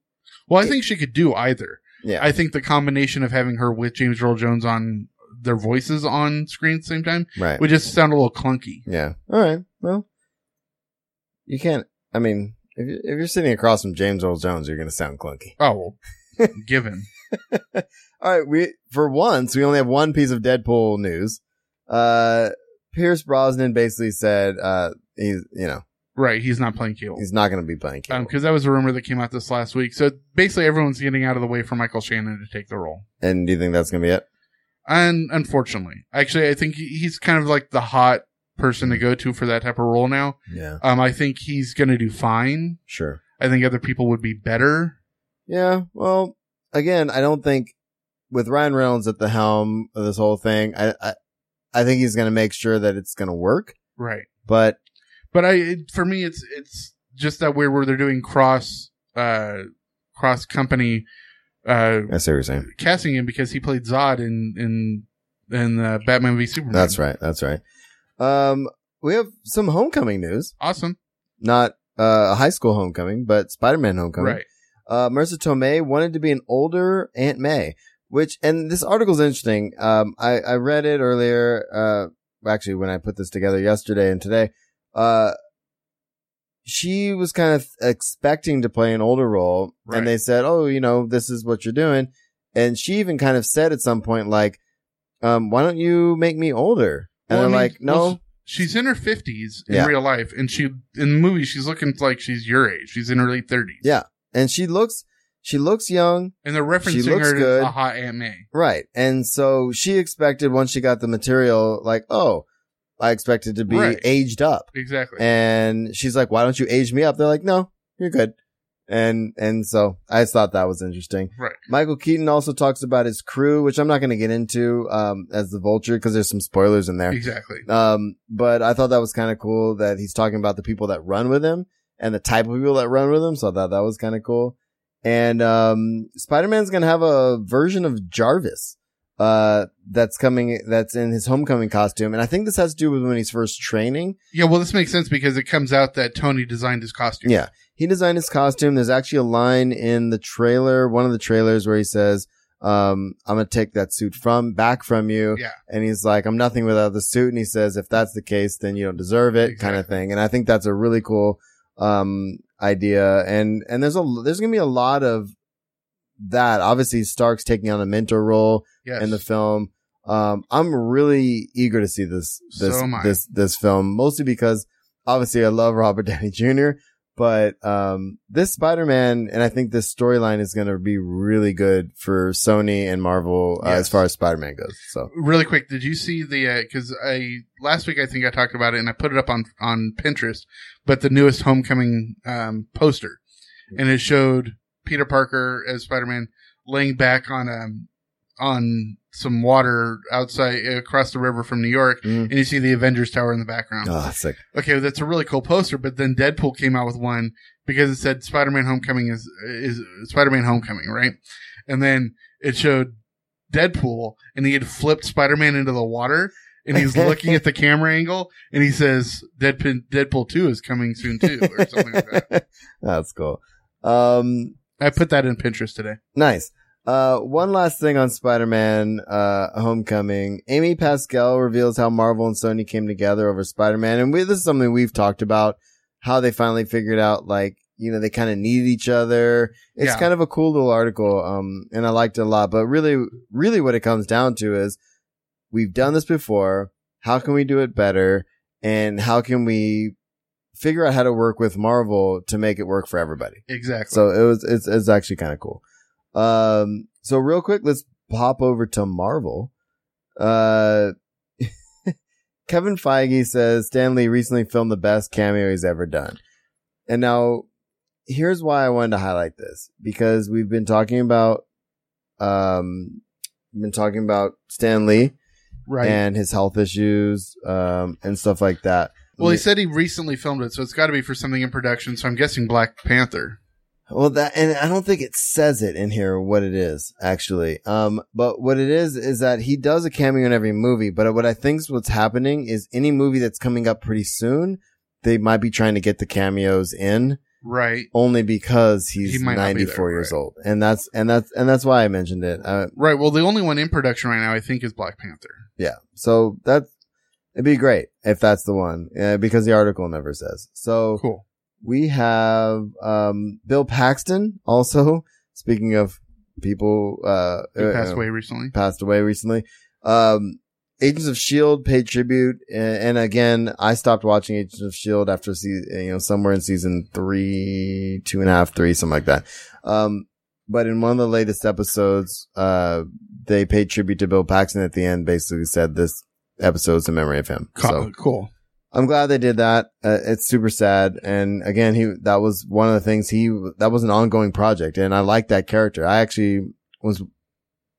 Speaker 5: Well, I think she could do either.
Speaker 4: Yeah.
Speaker 5: I think the combination of having her with James Earl Jones on their voices on screen at the same time
Speaker 4: right.
Speaker 5: would just sound a little clunky.
Speaker 4: Yeah. All right. Well, you can't. I mean, if you- if you're sitting across from James Earl Jones, you're going to sound clunky. (laughs)
Speaker 5: Oh, well, given.
Speaker 4: All right. We for once we only have one piece of Deadpool news. Uh, Pierce Brosnan basically said, uh, he's you know
Speaker 5: Right. He's not playing Cable.
Speaker 4: he's not going to be playing. Cable.
Speaker 5: because that was a rumor that came out this last week. So basically, everyone's getting out of the way for Michael Shannon to take the role.
Speaker 4: and do you think that's going to be it?
Speaker 5: And unfortunately, actually, I think he- he's kind of like the hot person to go to for that type of role now.
Speaker 4: Yeah.
Speaker 5: Um, I think he's going to do fine.
Speaker 4: Sure.
Speaker 5: I think other people would be better.
Speaker 4: Yeah. Well, again, I don't think with Ryan Reynolds at the helm of this whole thing, I I, I think he's going to make sure that it's going to work.
Speaker 5: Right.
Speaker 4: But
Speaker 5: But I, it, for me, it's, it's just that weird where they're doing cross, uh, cross company, uh,
Speaker 4: I see what you're saying.
Speaker 5: casting him because he played Zod in, in, in, uh, Batman v Superman.
Speaker 4: That's right. That's right. Um, we have some homecoming news.
Speaker 5: Awesome.
Speaker 4: Not uh, a high school homecoming, but Spider-Man homecoming.
Speaker 5: Right.
Speaker 4: Uh, Marissa Tomei wanted to be an older Aunt May, which, and this article's interesting. Um, I, I read it earlier, uh, actually when I put this together yesterday and today, uh, she was kind of expecting to play an older role
Speaker 5: Right.
Speaker 4: and they said, Oh, you know, this is what you're doing. And she even kind of said at some point, like, um, why don't you make me older? And
Speaker 5: Well, I
Speaker 4: they're
Speaker 5: mean,
Speaker 4: like, no,
Speaker 5: well, she's in her fifties in
Speaker 4: Yeah.
Speaker 5: real life, and she in movies she's looking like she's your age. She's in her late thirties,
Speaker 4: yeah. And she looks, she looks young.
Speaker 5: and they're referencing
Speaker 4: She looks
Speaker 5: her
Speaker 4: good.
Speaker 5: as a hot Aunt May.
Speaker 4: Right. And so she expected once she got the material, like, oh, I expected to be
Speaker 5: Right.
Speaker 4: aged up.
Speaker 5: Exactly.
Speaker 4: And she's like, why don't you age me up? They're like, no, you're good. And, and so I just thought that was interesting.
Speaker 5: Right.
Speaker 4: Michael Keaton also talks about his crew, which I'm not going to get into, um, as the vulture because there's some spoilers in there.
Speaker 5: Exactly.
Speaker 4: Um, but I thought that was kind of cool that he's talking about the people that run with him and the type of people that run with him. So I thought that was kind of cool. And, um, Spider-Man's going to have a version of Jarvis, uh, that's coming, that's in his homecoming costume. And I think this has to do with when he's first training.
Speaker 5: Yeah, well, this makes sense because it comes out that Tony designed his costume.
Speaker 4: Yeah. He designed his costume. There's actually a line in the trailer, one of the trailers where he says, um, I'm going to take that suit from back from you.
Speaker 5: Yeah.
Speaker 4: And he's like, I'm nothing without the suit. And he says, if that's the case, then you don't deserve it kind of thing. And I think that's a really cool, um, idea. And, and there's a, there's going to be a lot of that. Obviously Stark's taking on a mentor role
Speaker 5: Yes.
Speaker 4: in the film. Um, I'm really eager to see this, this,
Speaker 5: So am I.
Speaker 4: this, this film, mostly because obviously I love Robert (laughs) Downey Jr., but, um, this Spider-Man, and I think this storyline is going to be really good for Sony and Marvel uh, as far as Spider-Man goes.
Speaker 5: (laughs)
Speaker 4: So
Speaker 5: Really quick, did you see the? Because I last week I think I talked about it and I put it up on on Pinterest, but the newest Homecoming um, poster, and it showed Peter Parker as Spider Man laying back on um on some water outside across the river from New York, and you see the Avengers Tower in the background.
Speaker 4: Mm. Oh, that's sick.
Speaker 5: okay, that's a really cool poster. But then Deadpool came out with one because it said Spider-Man Homecoming is is Spider-Man Homecoming, right? And then it showed Deadpool, and he had flipped Spider-Man into the water, and he's looking at the camera angle, and he says, "Deadpool, Deadpool Two is coming soon too," or something like that.
Speaker 4: (laughs) that's cool. Um,
Speaker 5: I put that in Pinterest today.
Speaker 4: Nice. Uh, one last thing on Spider-Man, uh, Homecoming. Amy Pascal reveals how Marvel and Sony came together over Spider-Man. And we, this is something we've talked about, how they finally figured out, like, you know, they kind of needed each other. It's
Speaker 5: Yeah.
Speaker 4: kind of a cool little article. Um, and I liked it a lot, but really, really what it comes down to is we've done this before. How can we do it better? And how can we figure out how to work with Marvel to make it work for everybody?
Speaker 5: Exactly.
Speaker 4: So it was it's it's actually kind of cool. Um so real quick, let's pop over to Marvel. Uh (laughs) Kevin Feige says Stan Lee recently filmed the best cameo he's ever done. And now here's why I wanted to highlight this because we've been talking about um we've been talking about Stan Lee
Speaker 5: Right.
Speaker 4: and his health issues um and stuff like that.
Speaker 5: well, he said he recently filmed it, so it's got to be for something in production. So I'm guessing Black Panther.
Speaker 4: Well, that, and I don't think it says it in here what it is, actually. Um, but what it is, is that he does a cameo in every movie, but what I think is what's happening is any movie that's coming up pretty soon, they might be trying to get the cameos in
Speaker 5: Right.
Speaker 4: only because he's
Speaker 5: He might not be there,
Speaker 4: 94 years old. And that's, and that's, and that's why I mentioned it. Uh,
Speaker 5: Right. Well, the only one in production right now, I think, is Black Panther.
Speaker 4: yeah. So that it'd be great if that's the one, uh, because the article never says. So
Speaker 5: cool.
Speaker 4: We have um, Bill Paxton also. Speaking of people, uh,
Speaker 5: Who
Speaker 4: uh,
Speaker 5: passed away recently.
Speaker 4: Passed away recently. Um, Agents of Shield paid tribute, and, and again, I stopped watching Agents of Shield E after se- you know somewhere in season three, two and a half, three, something like that. Um, but in one of the latest episodes, uh, they paid tribute to Bill Paxton at the end. Basically, said this episode's in memory of him. uh, So-
Speaker 5: uh, cool.
Speaker 4: I'm glad they did that. Uh, it's super sad. And again, he, that was one of the things he, that was an ongoing project. And I like that character. I actually was,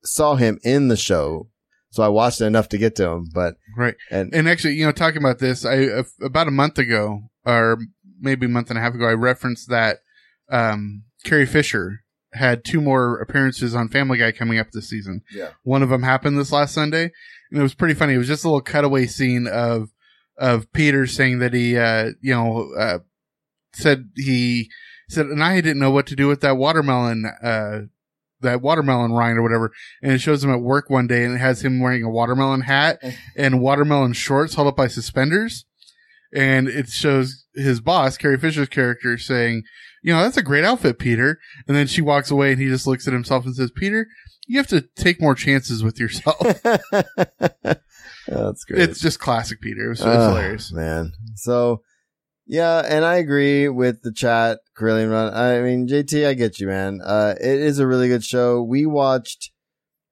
Speaker 4: saw him in the show. So I watched it enough to get to him, but
Speaker 5: Right.
Speaker 4: And- (laughs)
Speaker 5: And, actually, you know, talking about this, I a- about a month ago or maybe a month and a half ago, I referenced that um, Carrie Fisher had two more appearances on Family Guy coming up this season.
Speaker 4: Yeah.
Speaker 5: One of them happened this last Sunday, and it was pretty funny. It was just a little cutaway scene of of Peter saying that he, uh, you know, uh, said he said, and I didn't know what to do with that watermelon, uh, that watermelon rind or whatever. And it shows him at work one day and it has him wearing a watermelon hat and watermelon shorts held up by suspenders. And it shows his boss, Carrie Fisher's character, saying, you know, that's a great outfit, Peter. And then she walks away and he just looks at himself and says, Peter, you have to take more chances with yourself.
Speaker 4: (laughs)
Speaker 5: (laughs)
Speaker 4: that's great.
Speaker 5: It's just classic Peter. It was, it was
Speaker 4: Oh,
Speaker 5: hilarious.
Speaker 4: man. So, yeah, and I agree with the chat, Carillion Run. I mean, JT, I get you, man. Uh, it is a really good show. We watched,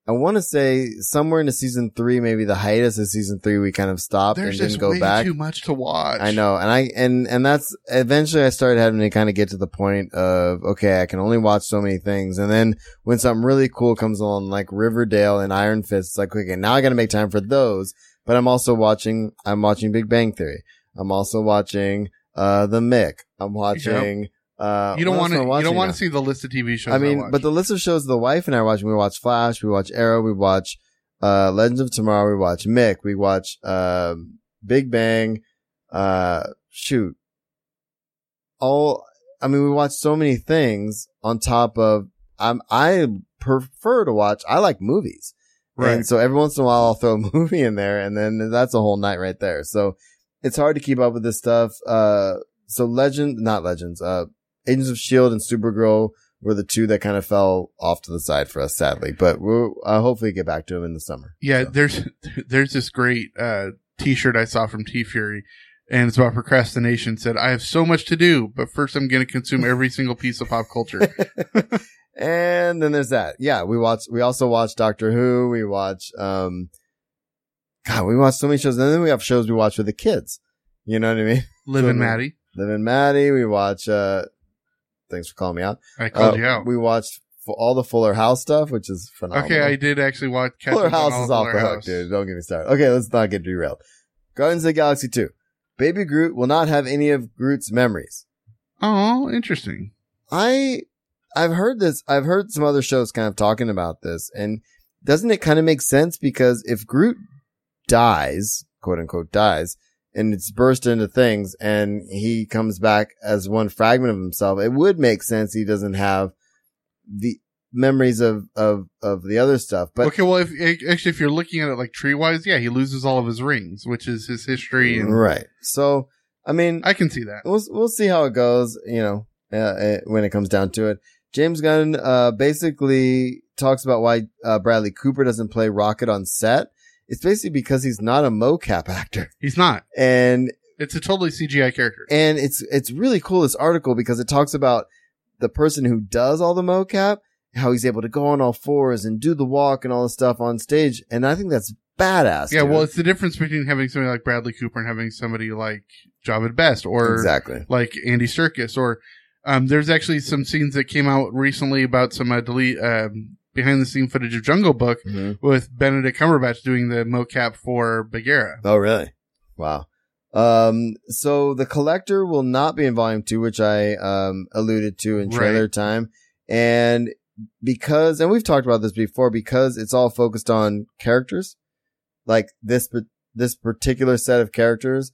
Speaker 4: I want to say somewhere into season three, maybe the hiatus of season three, we kind of stopped
Speaker 5: There's
Speaker 4: and
Speaker 5: just
Speaker 4: didn't go
Speaker 5: way
Speaker 4: back.
Speaker 5: too much to watch.
Speaker 4: I know, and I and and that's eventually I started having to kind of get to the point of okay, I can only watch so many things, and then when something really cool comes on like Riverdale and Iron Fist, it's like okay, now I got to make time for those. But I'm also watching. I'm watching Big Bang Theory. I'm also watching uh The Mick. I'm watching. Uh,
Speaker 5: You don't
Speaker 4: what
Speaker 5: want
Speaker 4: else
Speaker 5: to.
Speaker 4: am I
Speaker 5: You don't
Speaker 4: watching
Speaker 5: want
Speaker 4: now?
Speaker 5: to see the list of TV shows.
Speaker 4: I mean,
Speaker 5: watch.
Speaker 4: but the list of shows the wife and I watch, we watch Flash, we watch Arrow, we watch uh, Legends of Tomorrow, we watch Mick, we watch um, Big Bang, uh, shoot. All, I mean, we watch so many things on top of, I'm, I prefer to watch, I like movies.
Speaker 5: Right.
Speaker 4: And so every once in a while I'll throw a (laughs) movie in there and then that's a whole night right there. So it's hard to keep up with this stuff. Uh, so legend, not legends, uh, Agents of Shield and Supergirl were the two that kind of fell off to the side for us, sadly. But we'll uh, hopefully get back to them in the summer.
Speaker 5: Yeah, there's (laughs) there's this great uh, T-shirt I saw from T Fury, and it's about procrastination. It Said I have so much to do, but first I'm going to consume every single piece of pop
Speaker 4: (laughs)
Speaker 5: culture.
Speaker 4: And then there's that. Yeah, we watch. We also watch Doctor Who. We watch. um God, we watch so many shows. And then we have shows we watch with the kids. You know what I mean? (laughs)
Speaker 5: Liv
Speaker 4: So
Speaker 5: and
Speaker 4: we-
Speaker 5: Maddie.
Speaker 4: Liv and Maddie. We watch. uh Thanks for calling me out.
Speaker 5: I called
Speaker 4: Uh,
Speaker 5: you out.
Speaker 4: We watched f- all the Fuller House stuff, which is phenomenal.
Speaker 5: Okay,
Speaker 4: (laughs)
Speaker 5: I did actually watch. catch
Speaker 4: Fuller
Speaker 5: up on
Speaker 4: House
Speaker 5: all
Speaker 4: is
Speaker 5: of
Speaker 4: off
Speaker 5: Fuller
Speaker 4: the hook,
Speaker 5: House.
Speaker 4: dude. Don't get me started. Okay, let's not get derailed. Guardians of the Galaxy 2. Baby Groot will not have any of Groot's memories.
Speaker 5: Oh, interesting.
Speaker 4: I I've heard this. I've heard some other shows kind of talking about this, and doesn't it kind of make sense because if Groot dies, quote unquote dies, and it's burst into things, and he comes back as one fragment of himself, it would make sense he doesn't have the memories of of of the other stuff. But
Speaker 5: okay, well, if actually if you're looking at it like tree wise, yeah, he loses all of his rings, which is his history. And
Speaker 4: right, so I mean,
Speaker 5: I can see that.
Speaker 4: We'll we'll see how it goes. You know, uh, uh, when it comes down to it, James Gunn uh, basically talks about why uh, Bradley Cooper doesn't play Rocket on set. It's basically because he's not a mocap actor,
Speaker 5: He's not.
Speaker 4: and
Speaker 5: It's a totally CGI character.
Speaker 4: and it's it's really cool this article because it talks about the person who does all the mocap, how he's able to go on all fours and do the walk and all the stuff on stage, and I think that's badass.
Speaker 5: Yeah,
Speaker 4: dude.
Speaker 5: well, it's the difference between having somebody like Bradley Cooper and having somebody like Javed Best or
Speaker 4: exactly.
Speaker 5: like Andy Circus or um, there's actually some scenes that came out recently about some uh, delete um, behind the scene footage of Jungle Book
Speaker 4: Mhm.
Speaker 5: with Benedict Cumberbatch doing the mocap for Bagheera.
Speaker 4: Oh, really? Wow. Um, so the collector will not be in volume two, which I, um, alluded to in trailer
Speaker 5: Right.
Speaker 4: time. And because, and we've talked about this before, because it's all focused on characters, like this, pa- this particular set of characters,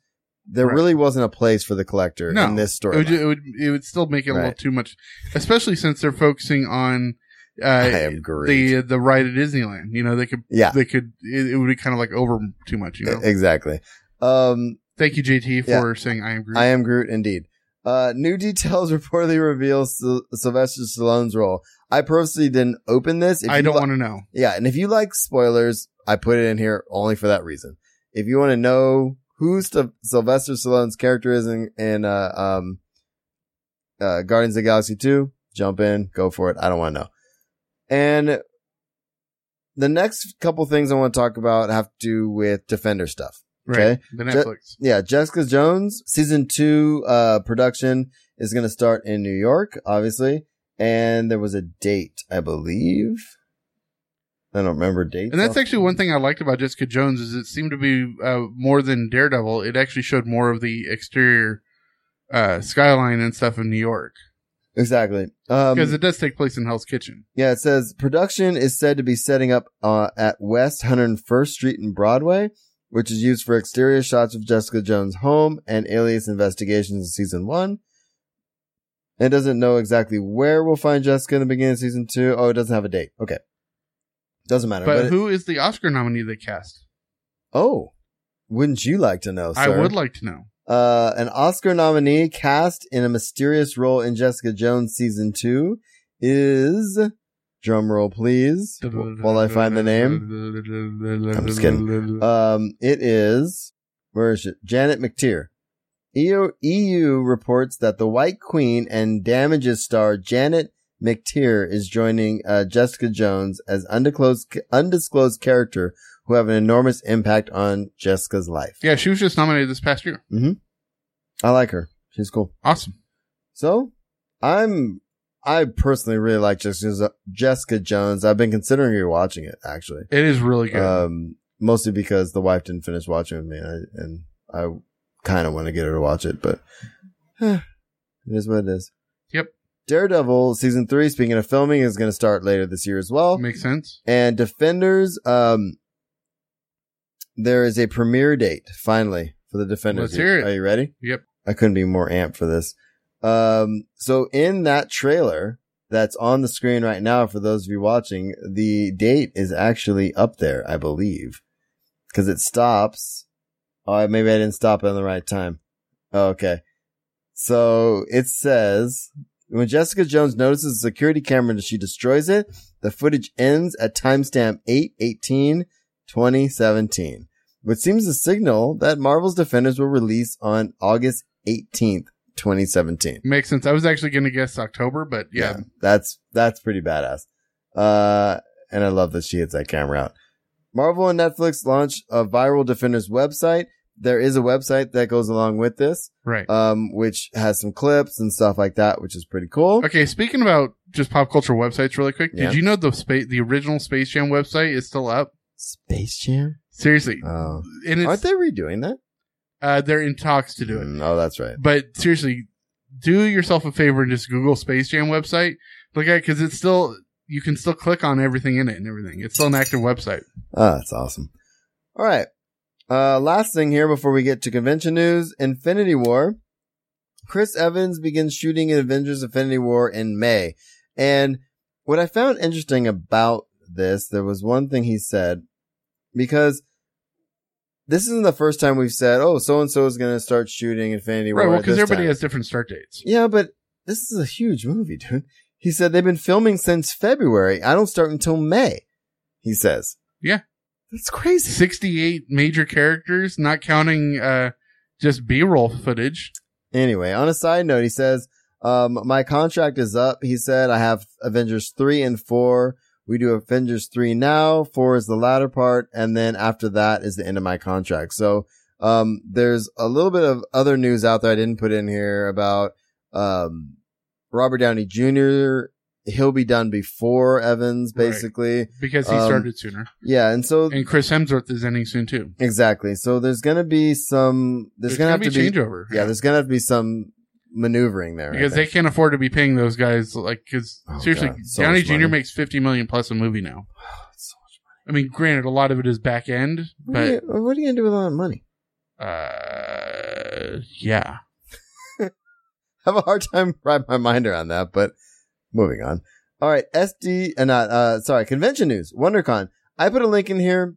Speaker 4: there
Speaker 5: Right.
Speaker 4: really wasn't a place for the collector
Speaker 5: No,
Speaker 4: in this
Speaker 5: it would,
Speaker 4: story.
Speaker 5: it would it would still make it a little
Speaker 4: Right.
Speaker 5: too much, especially since they're focusing on
Speaker 4: (laughs) I
Speaker 5: uh,
Speaker 4: am great.
Speaker 5: the the ride at Disneyland. You know, they could
Speaker 4: Yeah.
Speaker 5: they could it, it would be kind of like over too much. You know,
Speaker 4: E-, exactly. Um,
Speaker 5: thank you JT
Speaker 4: Yeah.
Speaker 5: for saying I am Groot.
Speaker 4: I am Groot indeed. Uh, new (laughs) details reportedly reveal Syl- Sylvester Stallone's role. I personally didn't open this. If
Speaker 5: I
Speaker 4: you
Speaker 5: don't
Speaker 4: li-
Speaker 5: want to know.
Speaker 4: Yeah, and if you like spoilers, I put it in here only for that reason. If you want to know who St- Sylvester Stallone's character is in, in uh, um, uh, Guardians of the Galaxy 2, jump in, go for it. I don't want to know. And the next couple things I want to talk about have to do with Defender stuff.
Speaker 5: Right.
Speaker 4: Okay.
Speaker 5: The
Speaker 4: Ju-
Speaker 5: Netflix.
Speaker 4: yeah, Jessica Jones season two uh, production is going to start in New York, obviously, and there was a date, I believe. I don't remember dates.
Speaker 5: And that's
Speaker 4: off-
Speaker 5: actually one thing I liked about Jessica Jones is it seemed to be uh, more than Daredevil. It actually showed more of the exterior uh, skyline and stuff in New York
Speaker 4: exactly um,
Speaker 5: because it does take place in Hell's Kitchen.
Speaker 4: Yeah, it says production is said to be setting up uh, at West 101st Street and Broadway, which is used for exterior shots of Jessica Jones' home and alias investigations in season one. It doesn't know exactly where we'll find Jessica in the beginning of season two. Oh, it doesn't have a date. Okay. Doesn't matter.
Speaker 5: But,
Speaker 4: it-
Speaker 5: who is the Oscar nominee they cast?
Speaker 4: oh, wouldn't you like to know, sir?
Speaker 5: I would like to know.
Speaker 4: Uh, an Oscar nominee cast in a mysterious role in Jessica Jones season two is, drum roll please, while I find the name. I'm just kidding. Um, it is where is it? Janet McTeer. E EU, EU reports that the White Queen and Damages star Janet McTeer is joining uh, Jessica Jones as undisclosed undisclosed character who have an enormous impact on Jessica's life.
Speaker 5: Yeah, she was just nominated this past year.
Speaker 4: hmm I like her. She's cool.
Speaker 5: Awesome.
Speaker 4: So I'm I personally really like Jessica, Jessica Jones. I've been considering rewatching it actually.
Speaker 5: It is really good.
Speaker 4: Um, mostly because the wife didn't finish watching with me, and I, and I kind of want to get her to watch it, but (sighs) it is what it is.
Speaker 5: Yep.
Speaker 4: Daredevil season three, speaking of filming, is going to start later this year as well.
Speaker 5: Makes sense.
Speaker 4: And Defenders, um, there is a premiere date finally for the Defenders.
Speaker 5: Let's hear it.
Speaker 4: Are you ready?
Speaker 5: Yep.
Speaker 4: I couldn't be more amped for this. Um, so in that trailer that's on the screen right now, for those of you watching, the date is actually up there, I believe, because it stops. Oh, maybe I didn't stop it on the right time. Oh, okay. So it says when Jessica Jones notices a security camera and she destroys it, the footage ends at timestamp 8 18 2017, which seems to signal that Marvel's Defenders will release on August 18th, 2017.
Speaker 5: Makes sense. I was actually going to guess October, but yeah.
Speaker 4: that's that's pretty badass. Uh, and I love that she hits that camera out. Marvel and Netflix launched a viral Defenders website. There is a website that goes along with this,
Speaker 5: Right.
Speaker 4: um, which has some clips and stuff like that, which is pretty cool.
Speaker 5: okay, speaking about just pop culture websites really quick,
Speaker 4: Yeah.
Speaker 5: did you know the space the original Space Jam website is still up?
Speaker 4: Space Jam.
Speaker 5: Seriously.
Speaker 4: Oh,
Speaker 5: And
Speaker 4: aren't
Speaker 5: it's,
Speaker 4: they redoing that?
Speaker 5: uh, they're in talks to do it.
Speaker 4: Mm, oh, that's right.
Speaker 5: But seriously, do yourself a favor and just Google Space Jam website. Look at it because it's still you can still click on everything in it and everything. It's still an active website.
Speaker 4: Oh, that's awesome. All right. Uh, last thing here before we get to convention news, Infinity War. Chris Evans begins shooting in Avengers Infinity War in May. And what I found interesting about this, there was one thing he said, because this isn't the first time we've said, oh, so and so is going to start shooting Infinity War.
Speaker 5: Right, well,
Speaker 4: at
Speaker 5: because
Speaker 4: this
Speaker 5: everybody
Speaker 4: time."
Speaker 5: has different start dates.
Speaker 4: Yeah, but this is a huge movie, dude. He said they've been filming since February. I don't start until May, he says.
Speaker 5: Yeah.
Speaker 4: That's crazy.
Speaker 5: 68 major characters, not counting uh, just B roll footage.
Speaker 4: Anyway, on a side note, he says, um, my contract is up. He said, I have Avengers 3 and 4. We do Avengers 3 now. 4 is the latter part. And then after that is the end of my contract. So, um, there's a little bit of other news out there I didn't put in here about, um, Robert Downey Jr. He'll be done before Evans,
Speaker 5: Right.
Speaker 4: basically.
Speaker 5: Because he
Speaker 4: Um,
Speaker 5: started sooner.
Speaker 4: Yeah. And so
Speaker 5: And Chris Hemsworth is ending soon too.
Speaker 4: Exactly. So there's gonna be some. There's,
Speaker 5: There's
Speaker 4: gonna,
Speaker 5: gonna
Speaker 4: have
Speaker 5: be
Speaker 4: to be
Speaker 5: changeover.
Speaker 4: Yeah, there's gonna have to be some maneuvering there I
Speaker 5: Because they
Speaker 4: think.
Speaker 5: can't afford to be paying those guys like because
Speaker 4: Oh,
Speaker 5: seriously,
Speaker 4: God, so
Speaker 5: Downey
Speaker 4: much
Speaker 5: Jr.
Speaker 4: money.
Speaker 5: makes fifty million plus a
Speaker 4: (sighs)
Speaker 5: movie now. I mean, granted, a lot of it is back end,
Speaker 4: What are,
Speaker 5: but
Speaker 4: you, what are you gonna do with all that money?
Speaker 5: uh, yeah.
Speaker 4: I have a hard time wrapping my mind around that, but moving on. All right, SD, uh, not, uh, sorry, convention news, WonderCon. I put a link in here,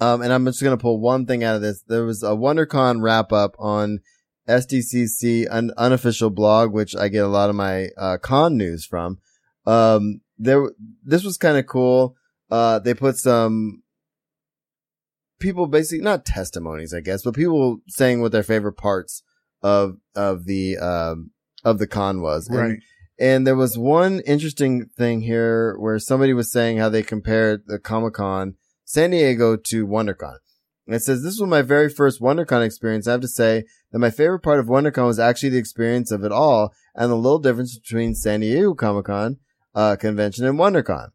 Speaker 4: um, and I'm just going to pull one thing out of this. There was a WonderCon wrap up on SDCC, an unofficial blog, which I get a lot of my, uh, con news from. Um, there, this was kind of cool. Uh, they put some people basically, not testimonies, I guess, but people saying what their favorite parts of of the um of the con was. And,
Speaker 5: Right.
Speaker 4: And there was one interesting thing here where somebody was saying how they compared the Comic Con San Diego to WonderCon. And it says this was my very first WonderCon experience. I have to say that my favorite part of WonderCon was actually the experience of it all and the little difference between San Diego Comic Con uh, convention and WonderCon.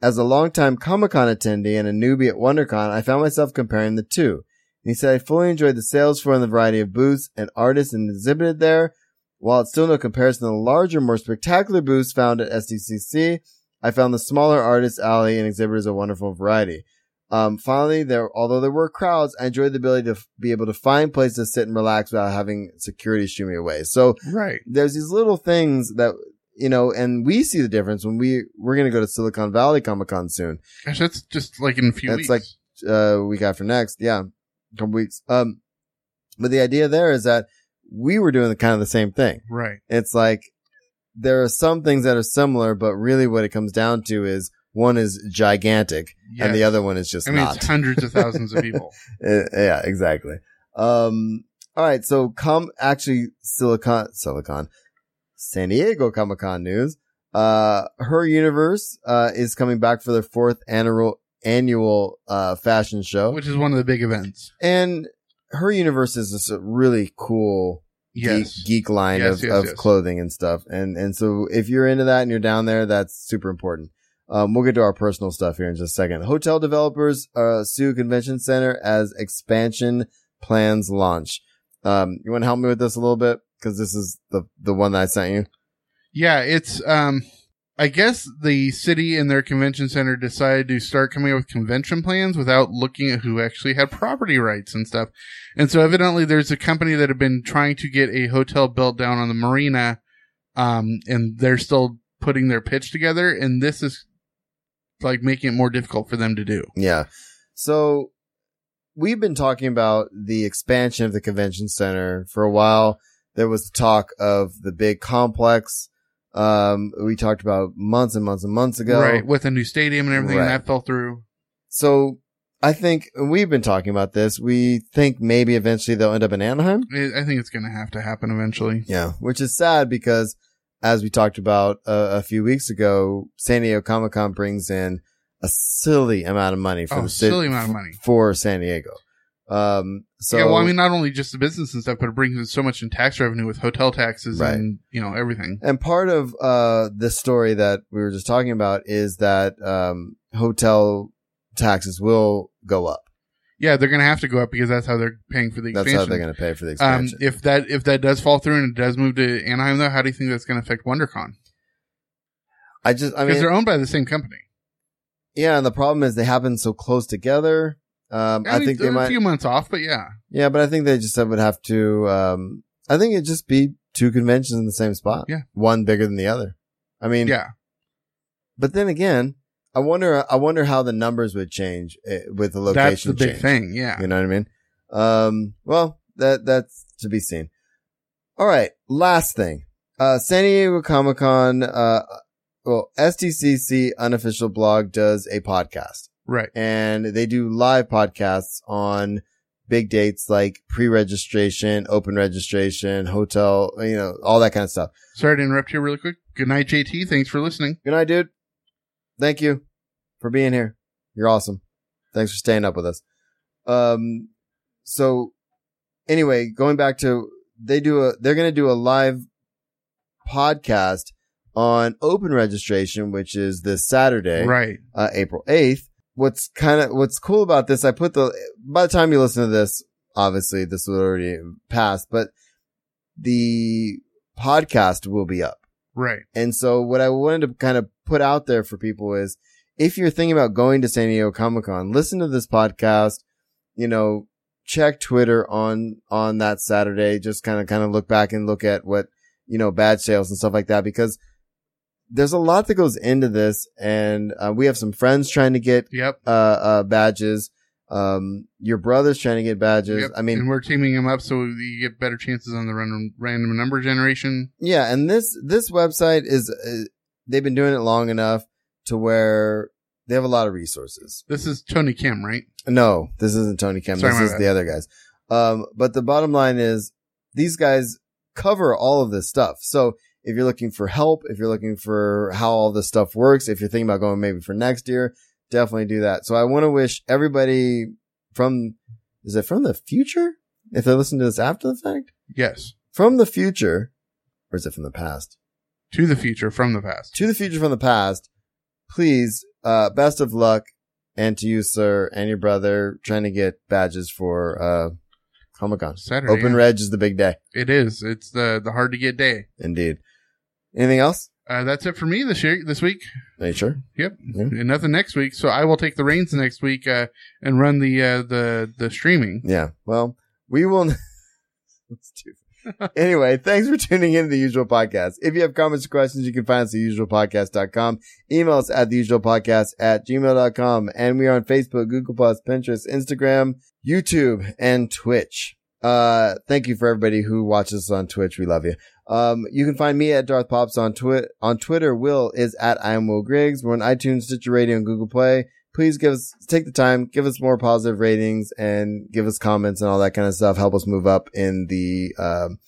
Speaker 4: As a longtime Comic Con attendee and a newbie at WonderCon, I found myself comparing the two. And he said, I fully enjoyed the sales floor and the variety of booths and artists and exhibited there. While it's still no comparison to the larger, more spectacular booths found at SDCC, I found the smaller artists alley and exhibitors a wonderful variety. Um, finally, there, although there were crowds, I enjoyed the ability to f- be able to find places to sit and relax without having security shoo me away. So
Speaker 5: right.
Speaker 4: there's these little things that, you know, and we see the difference when we, we're going to go to Silicon Valley Comic Con soon.
Speaker 5: Gosh, that's just like in a few
Speaker 4: That's
Speaker 5: weeks.
Speaker 4: like, uh, week after next. Yeah. Couple weeks. Um, but the idea there is that we were doing the kind of the same thing.
Speaker 5: Right.
Speaker 4: It's like there are some things that are similar, but really what it comes down to is one is gigantic
Speaker 5: Yes.
Speaker 4: and the other one is just
Speaker 5: I mean,
Speaker 4: not.
Speaker 5: it's hundreds of
Speaker 4: (laughs)
Speaker 5: thousands of people.
Speaker 4: Uh, yeah, exactly. Um, all right. So come actually Silicon, Silicon, San Diego Comic Con news. Uh, her universe, uh, is coming back for their fourth annual, annual, uh, fashion show.
Speaker 5: Which is one of the big events.
Speaker 4: And her universe is just a really cool
Speaker 5: Yes.
Speaker 4: geek, geek line
Speaker 5: Yes,
Speaker 4: of,
Speaker 5: yes,
Speaker 4: of
Speaker 5: yes.
Speaker 4: clothing and stuff. And and so if you're into that and you're down there, that's super important. Um, we'll get to our personal stuff here in just a second. Hotel developers uh, sue convention center as expansion plans launch. Um, you want to help me with this a little bit because this is the the one that I sent you.
Speaker 5: Yeah, it's um I guess the city and their convention center decided to start coming up with convention plans without looking at who actually had property rights and stuff. And so evidently there's a company that had been trying to get a hotel built down on the marina um and they're still putting their pitch together and this is like making it more difficult for them to do.
Speaker 4: Yeah. So we've been talking about the expansion of the convention center for a while. There was talk of the big complex. Um, we talked about months and months and months ago.
Speaker 5: Right, with a new stadium and everything and
Speaker 4: Right.
Speaker 5: that fell through.
Speaker 4: So I think we've been talking about this. We think maybe eventually they'll end up in Anaheim.
Speaker 5: I I think it's going to have to happen eventually.
Speaker 4: Yeah. Which is sad because as we talked about uh, a few weeks ago, San Diego Comic Con brings in a silly amount of money for
Speaker 5: Oh,
Speaker 4: the city
Speaker 5: silly amount of money.
Speaker 4: for San Diego. Um, so
Speaker 5: yeah, well, I mean, not only just the business and stuff, but it brings in so much in tax revenue with hotel taxes
Speaker 4: Right.
Speaker 5: and you know everything.
Speaker 4: And part of uh, this story that we were just talking about is that um, hotel taxes will go up.
Speaker 5: Yeah, they're going to have to go up because that's how they're paying for the
Speaker 4: That's
Speaker 5: expansion.
Speaker 4: how they're going to pay for the expansion.
Speaker 5: Um, if that if that does fall through and it does move to Anaheim, though, how do you think that's going to affect WonderCon?
Speaker 4: I just, I
Speaker 5: Because
Speaker 4: mean,
Speaker 5: they're owned by the same company.
Speaker 4: yeah, and the problem is they happen so close together. Um, I
Speaker 5: mean,
Speaker 4: think they
Speaker 5: they're a
Speaker 4: might,
Speaker 5: few months off, but yeah,
Speaker 4: yeah, but I think they just would have to. Um, I think it'd just be two conventions in the same spot.
Speaker 5: Yeah.
Speaker 4: one bigger than the other. I mean,
Speaker 5: yeah.
Speaker 4: But then again, I wonder. I wonder how the numbers would change eh, with the location.
Speaker 5: That's the big
Speaker 4: change.
Speaker 5: thing. Yeah,
Speaker 4: You know what I mean? Um, well, that, that's to be seen. All right. Last thing. Uh, San Diego Comic Con, uh, well, STCC unofficial blog does a podcast
Speaker 5: right.
Speaker 4: and they do live podcasts on big dates like pre-registration, open registration, hotel, you know, all that kind of stuff.
Speaker 5: Sorry to interrupt you really quick. Good night, JT. Thanks for listening.
Speaker 4: Good night, dude. Thank you for being here. You're awesome. Thanks for staying up with us. Um, so anyway, going back to they do a they're going to do a live podcast on open registration, which is this Saturday,
Speaker 5: Right.
Speaker 4: uh, April 8th. What's kind of, what's cool about this, I put the, by the time you listen to this, obviously this will already pass, but the podcast will be up.
Speaker 5: Right.
Speaker 4: And so what I wanted to kind of put out there for people is if you're thinking about going to San Diego Comic Con, listen to this podcast, you know, check Twitter on, on that Saturday, just kind of, kind of look back and look at what, you know, badge sales and stuff like that, because there's a lot that goes into this. And uh, we have some friends trying to get,
Speaker 5: Yep.
Speaker 4: uh, uh, badges. Um, your brother's trying to get badges.
Speaker 5: Yep.
Speaker 4: I mean,
Speaker 5: and we're teaming them up so you get better chances on the random random number generation.
Speaker 4: Yeah, and this this website is uh, they've been doing it long enough to where they have a lot of resources.
Speaker 5: This is Tony Kim, right?
Speaker 4: No, this isn't Tony Kim.
Speaker 5: Sorry,
Speaker 4: this
Speaker 5: my
Speaker 4: is
Speaker 5: bad.
Speaker 4: the other guys. Um, but the bottom line is these guys cover all of this stuff. So if you're looking for help, if you're looking for how all this stuff works, if you're thinking about going maybe for next year, definitely do that. So I want to wish everybody from, is it from the future? If they listen to this after the fact,
Speaker 5: Yes.
Speaker 4: from the future, or is it from the past?
Speaker 5: To the future from the past.
Speaker 4: to the future from the past, please, uh, best of luck and to you, sir, and your brother trying to get badges for, uh, Comic Con.
Speaker 5: Saturday.
Speaker 4: Open
Speaker 5: yeah.
Speaker 4: Reg is the big day.
Speaker 5: It is. It's the the hard to get day.
Speaker 4: Indeed. Anything else?
Speaker 5: Uh, that's it for me this year, this week.
Speaker 4: Are you sure?
Speaker 5: Yep. And nothing next week, so I will take the reins next week uh, and run the uh, the the streaming.
Speaker 4: Yeah. Well, we will. (laughs) That's stupid. anyway, thanks for tuning in to the usual podcast. If you have comments or questions, you can find us at usualpodcast.com. Email us at the usual podcast at gmail.com. And we are on Facebook, Google Plus, Pinterest, Instagram, YouTube, and Twitch. Uh, thank you for everybody who watches us on Twitch. We love you. Um, you can find me at Darth Pops on Twit on Twitter. Will is at I am Will Griggs. We're on iTunes, Stitcher Radio, and Google Play. Please give us take the time, give us more positive ratings, and give us comments and all that kind of stuff. Help us move up in the um,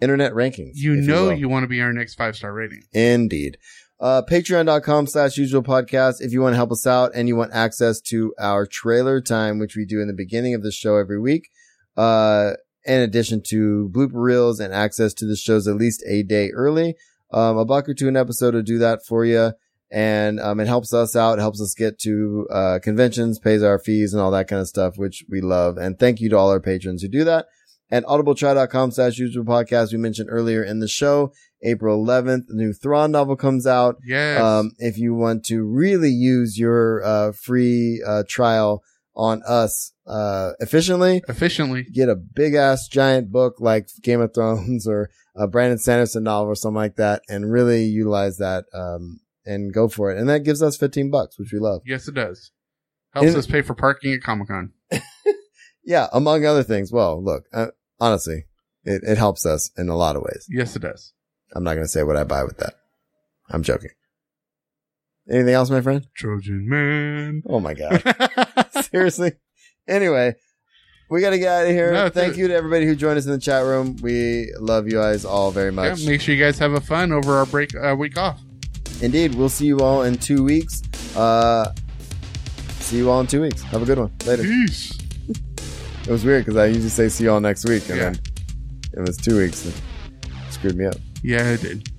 Speaker 4: internet rankings.
Speaker 5: You
Speaker 4: if
Speaker 5: know
Speaker 4: will.
Speaker 5: you, want to be our next five star rating.
Speaker 4: Indeed. Uh, patreon.com slash usual podcast. If you want to help us out and you want access to our trailer time, which we do in the beginning of the show every week, uh, in addition to blooper reels and access to the shows at least a day early, um, a buck or two an episode will do that for you. And, um, it helps us out. It helps us get to, uh, conventions, pays our fees and all that kind of stuff, which we love. And thank you to all our patrons who do that. At audibletry.com slash usual podcast, we mentioned earlier in the show, April 11th, the new Thrawn novel comes out.
Speaker 5: Yes.
Speaker 4: Um, if you want to really use your, uh, free, uh, trial on us, uh, efficiently,
Speaker 5: efficiently.
Speaker 4: get a big ass giant book like Game of Thrones (laughs) or a Brandon Sanderson novel or something like that and really utilize that, um, and go for it. And that gives us 15 bucks, which we love.
Speaker 5: Yes, it does. Helps
Speaker 4: In-
Speaker 5: us pay for parking at Comic Con.
Speaker 4: Yeah. Among other things. Well, look, uh, honestly, it, it helps us in a lot of ways.
Speaker 5: Yes, it does.
Speaker 4: I'm not going to say what I buy with that. I'm joking. Anything else, my friend?
Speaker 5: Trojan Man.
Speaker 4: Oh my
Speaker 5: (laughs)
Speaker 4: God. (laughs) Seriously. Anyway, we got to get out of here.
Speaker 5: No, it's
Speaker 4: Thank
Speaker 5: it.
Speaker 4: you to everybody who joined us in the chat room. We love you guys all very
Speaker 5: Yeah,
Speaker 4: much.
Speaker 5: make sure you guys have a fun over our break uh, week off.
Speaker 4: Indeed. We'll see you all in two weeks. Uh, see you all in two weeks. Have a good one. Later.
Speaker 5: Peace.
Speaker 4: It was weird because I usually say see you all next week, and
Speaker 5: Yeah.
Speaker 4: then it was two weeks. And screwed me up.
Speaker 5: Yeah, it did.